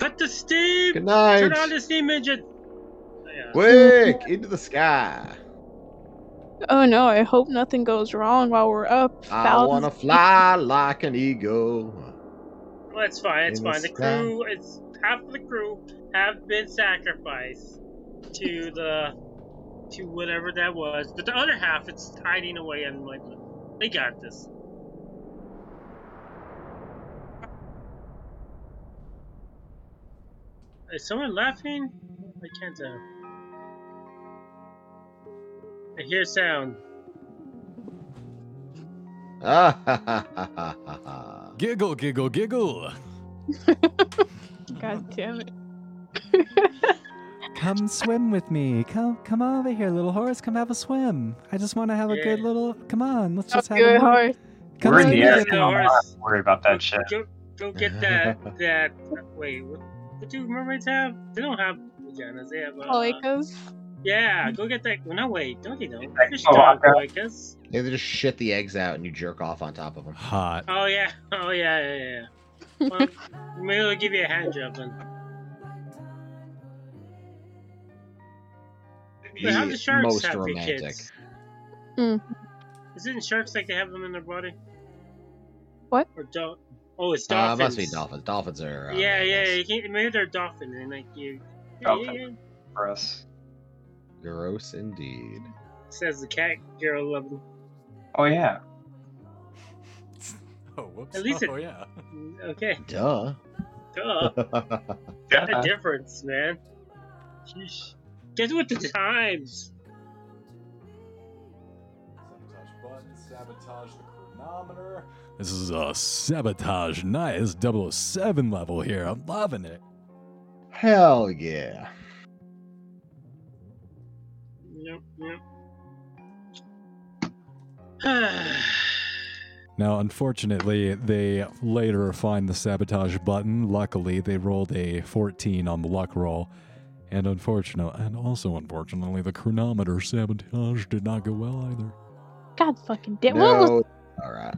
Speaker 1: Cut the steam.
Speaker 2: Good night.
Speaker 1: Turn on the steam engine. Oh, Yeah.
Speaker 2: Quick, into the sky.
Speaker 7: Oh no, I hope nothing goes wrong while we're up.
Speaker 2: I
Speaker 7: Thousands-
Speaker 2: want to fly like an eagle.
Speaker 1: Well, it's fine. It's
Speaker 2: In
Speaker 1: fine.
Speaker 2: the
Speaker 1: The crew, it's half of the crew have been sacrificed to the to whatever that was, but the other half it's hiding away in like they got this. Is someone laughing? I can't tell. I hear sound.
Speaker 2: Ah, ha, ha, ha, ha, ha, ha.
Speaker 3: Giggle, giggle, giggle.
Speaker 7: God damn it.
Speaker 12: Come swim with me. Come come over here, little horse. Come have a swim. I just want to have a good
Speaker 1: Yeah.
Speaker 12: little. Come on, let's just have a
Speaker 7: Good
Speaker 12: little-
Speaker 7: horse.
Speaker 12: Come
Speaker 8: We're in
Speaker 12: swim
Speaker 8: the
Speaker 12: with
Speaker 8: air
Speaker 12: me.
Speaker 8: now. I'm not worried about that shit.
Speaker 1: Go, go get that. that. Wait, what, what do mermaids have? They don't have vaginas. They have. Uh,
Speaker 7: Oh, Cloacas.
Speaker 1: Yeah, go get that. No, wait, don't they don't?
Speaker 8: Like
Speaker 1: Fish
Speaker 8: cloaca.
Speaker 1: dog boycas.
Speaker 2: Yeah, they just shit the eggs out and you jerk off on top of them.
Speaker 3: Hot.
Speaker 1: Oh yeah, oh yeah, yeah, yeah. Well, maybe they'll give you a hand job then. But how do
Speaker 2: The
Speaker 1: sharks
Speaker 2: most
Speaker 1: have
Speaker 2: romantic.
Speaker 1: their kids?
Speaker 7: Hmm.
Speaker 1: Isn't sharks like they have them in their body?
Speaker 7: What?
Speaker 1: Or don't? Oh, it's
Speaker 2: Uh,
Speaker 1: dolphins.
Speaker 2: must be dolphins. Dolphins are. Uh,
Speaker 1: Yeah, yeah,
Speaker 2: mammals.
Speaker 1: you can't, maybe they're dolphins and like you. Yeah, yeah,
Speaker 8: Dolphin.
Speaker 1: yeah.
Speaker 8: for us.
Speaker 2: Gross indeed.
Speaker 1: Says the cat girl of them.
Speaker 8: Oh yeah.
Speaker 3: Oh, whoops.
Speaker 1: At least it-
Speaker 3: oh, yeah.
Speaker 1: Okay,
Speaker 2: Duh.
Speaker 1: duh. What a
Speaker 8: Yeah.
Speaker 1: difference, man. Sheesh. Guess what the times?
Speaker 13: Sabotage button, sabotage the chronometer.
Speaker 3: This is a sabotage night. It's 007 level here. I'm loving it.
Speaker 2: Hell yeah.
Speaker 1: Yep, yep.
Speaker 3: Now, unfortunately, they later find the sabotage button. Luckily, they rolled a 14 on the luck roll. And unfortunately, and also unfortunately, the chronometer sabotage did not go well either.
Speaker 7: God fucking damn. What was
Speaker 2: All right.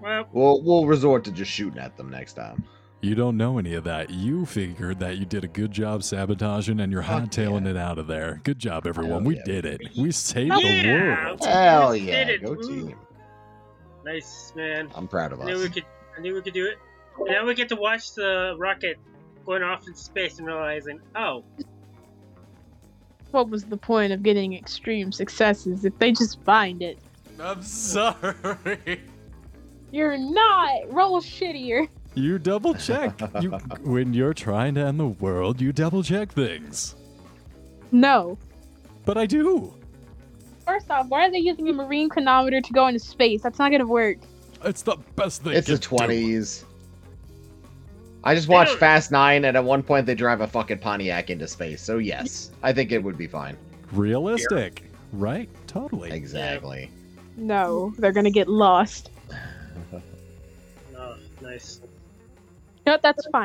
Speaker 1: well,
Speaker 2: We'll we'll resort to just shooting at them next time.
Speaker 3: You don't know any of that. You figured that you did a good job sabotaging and you're
Speaker 2: Fuck
Speaker 3: hightailing
Speaker 2: yeah.
Speaker 3: it out of there. Good job, everyone.
Speaker 2: Hell
Speaker 3: we
Speaker 2: yeah.
Speaker 3: did it. We saved
Speaker 1: Yeah.
Speaker 3: the world.
Speaker 2: Hell
Speaker 1: Just
Speaker 2: yeah.
Speaker 1: did it,
Speaker 2: Go
Speaker 1: woo.
Speaker 2: team.
Speaker 1: nice, man.
Speaker 2: I'm proud of
Speaker 1: I knew we
Speaker 2: us.
Speaker 1: could. I knew we could do it. And now we get to watch the rocket going off in space and realizing, oh,
Speaker 7: what was the point of getting extreme successes if they just find it?
Speaker 3: I'm sorry.
Speaker 7: You're not. Roll shittier.
Speaker 3: You double check. you, when you're trying to end the world, you double check things.
Speaker 7: No.
Speaker 3: But I do.
Speaker 7: First off, why are they using a marine chronometer to go into space? That's not gonna work.
Speaker 3: It's the best thing.
Speaker 2: It's the twenties. I just watched
Speaker 1: Dude.
Speaker 2: Fast Nine, and at one point they drive a fucking Pontiac into space. So yes, I think it would be fine.
Speaker 3: Realistic, right? Totally.
Speaker 2: Exactly.
Speaker 7: No, they're gonna get lost.
Speaker 1: oh nice.
Speaker 7: No, that's fine.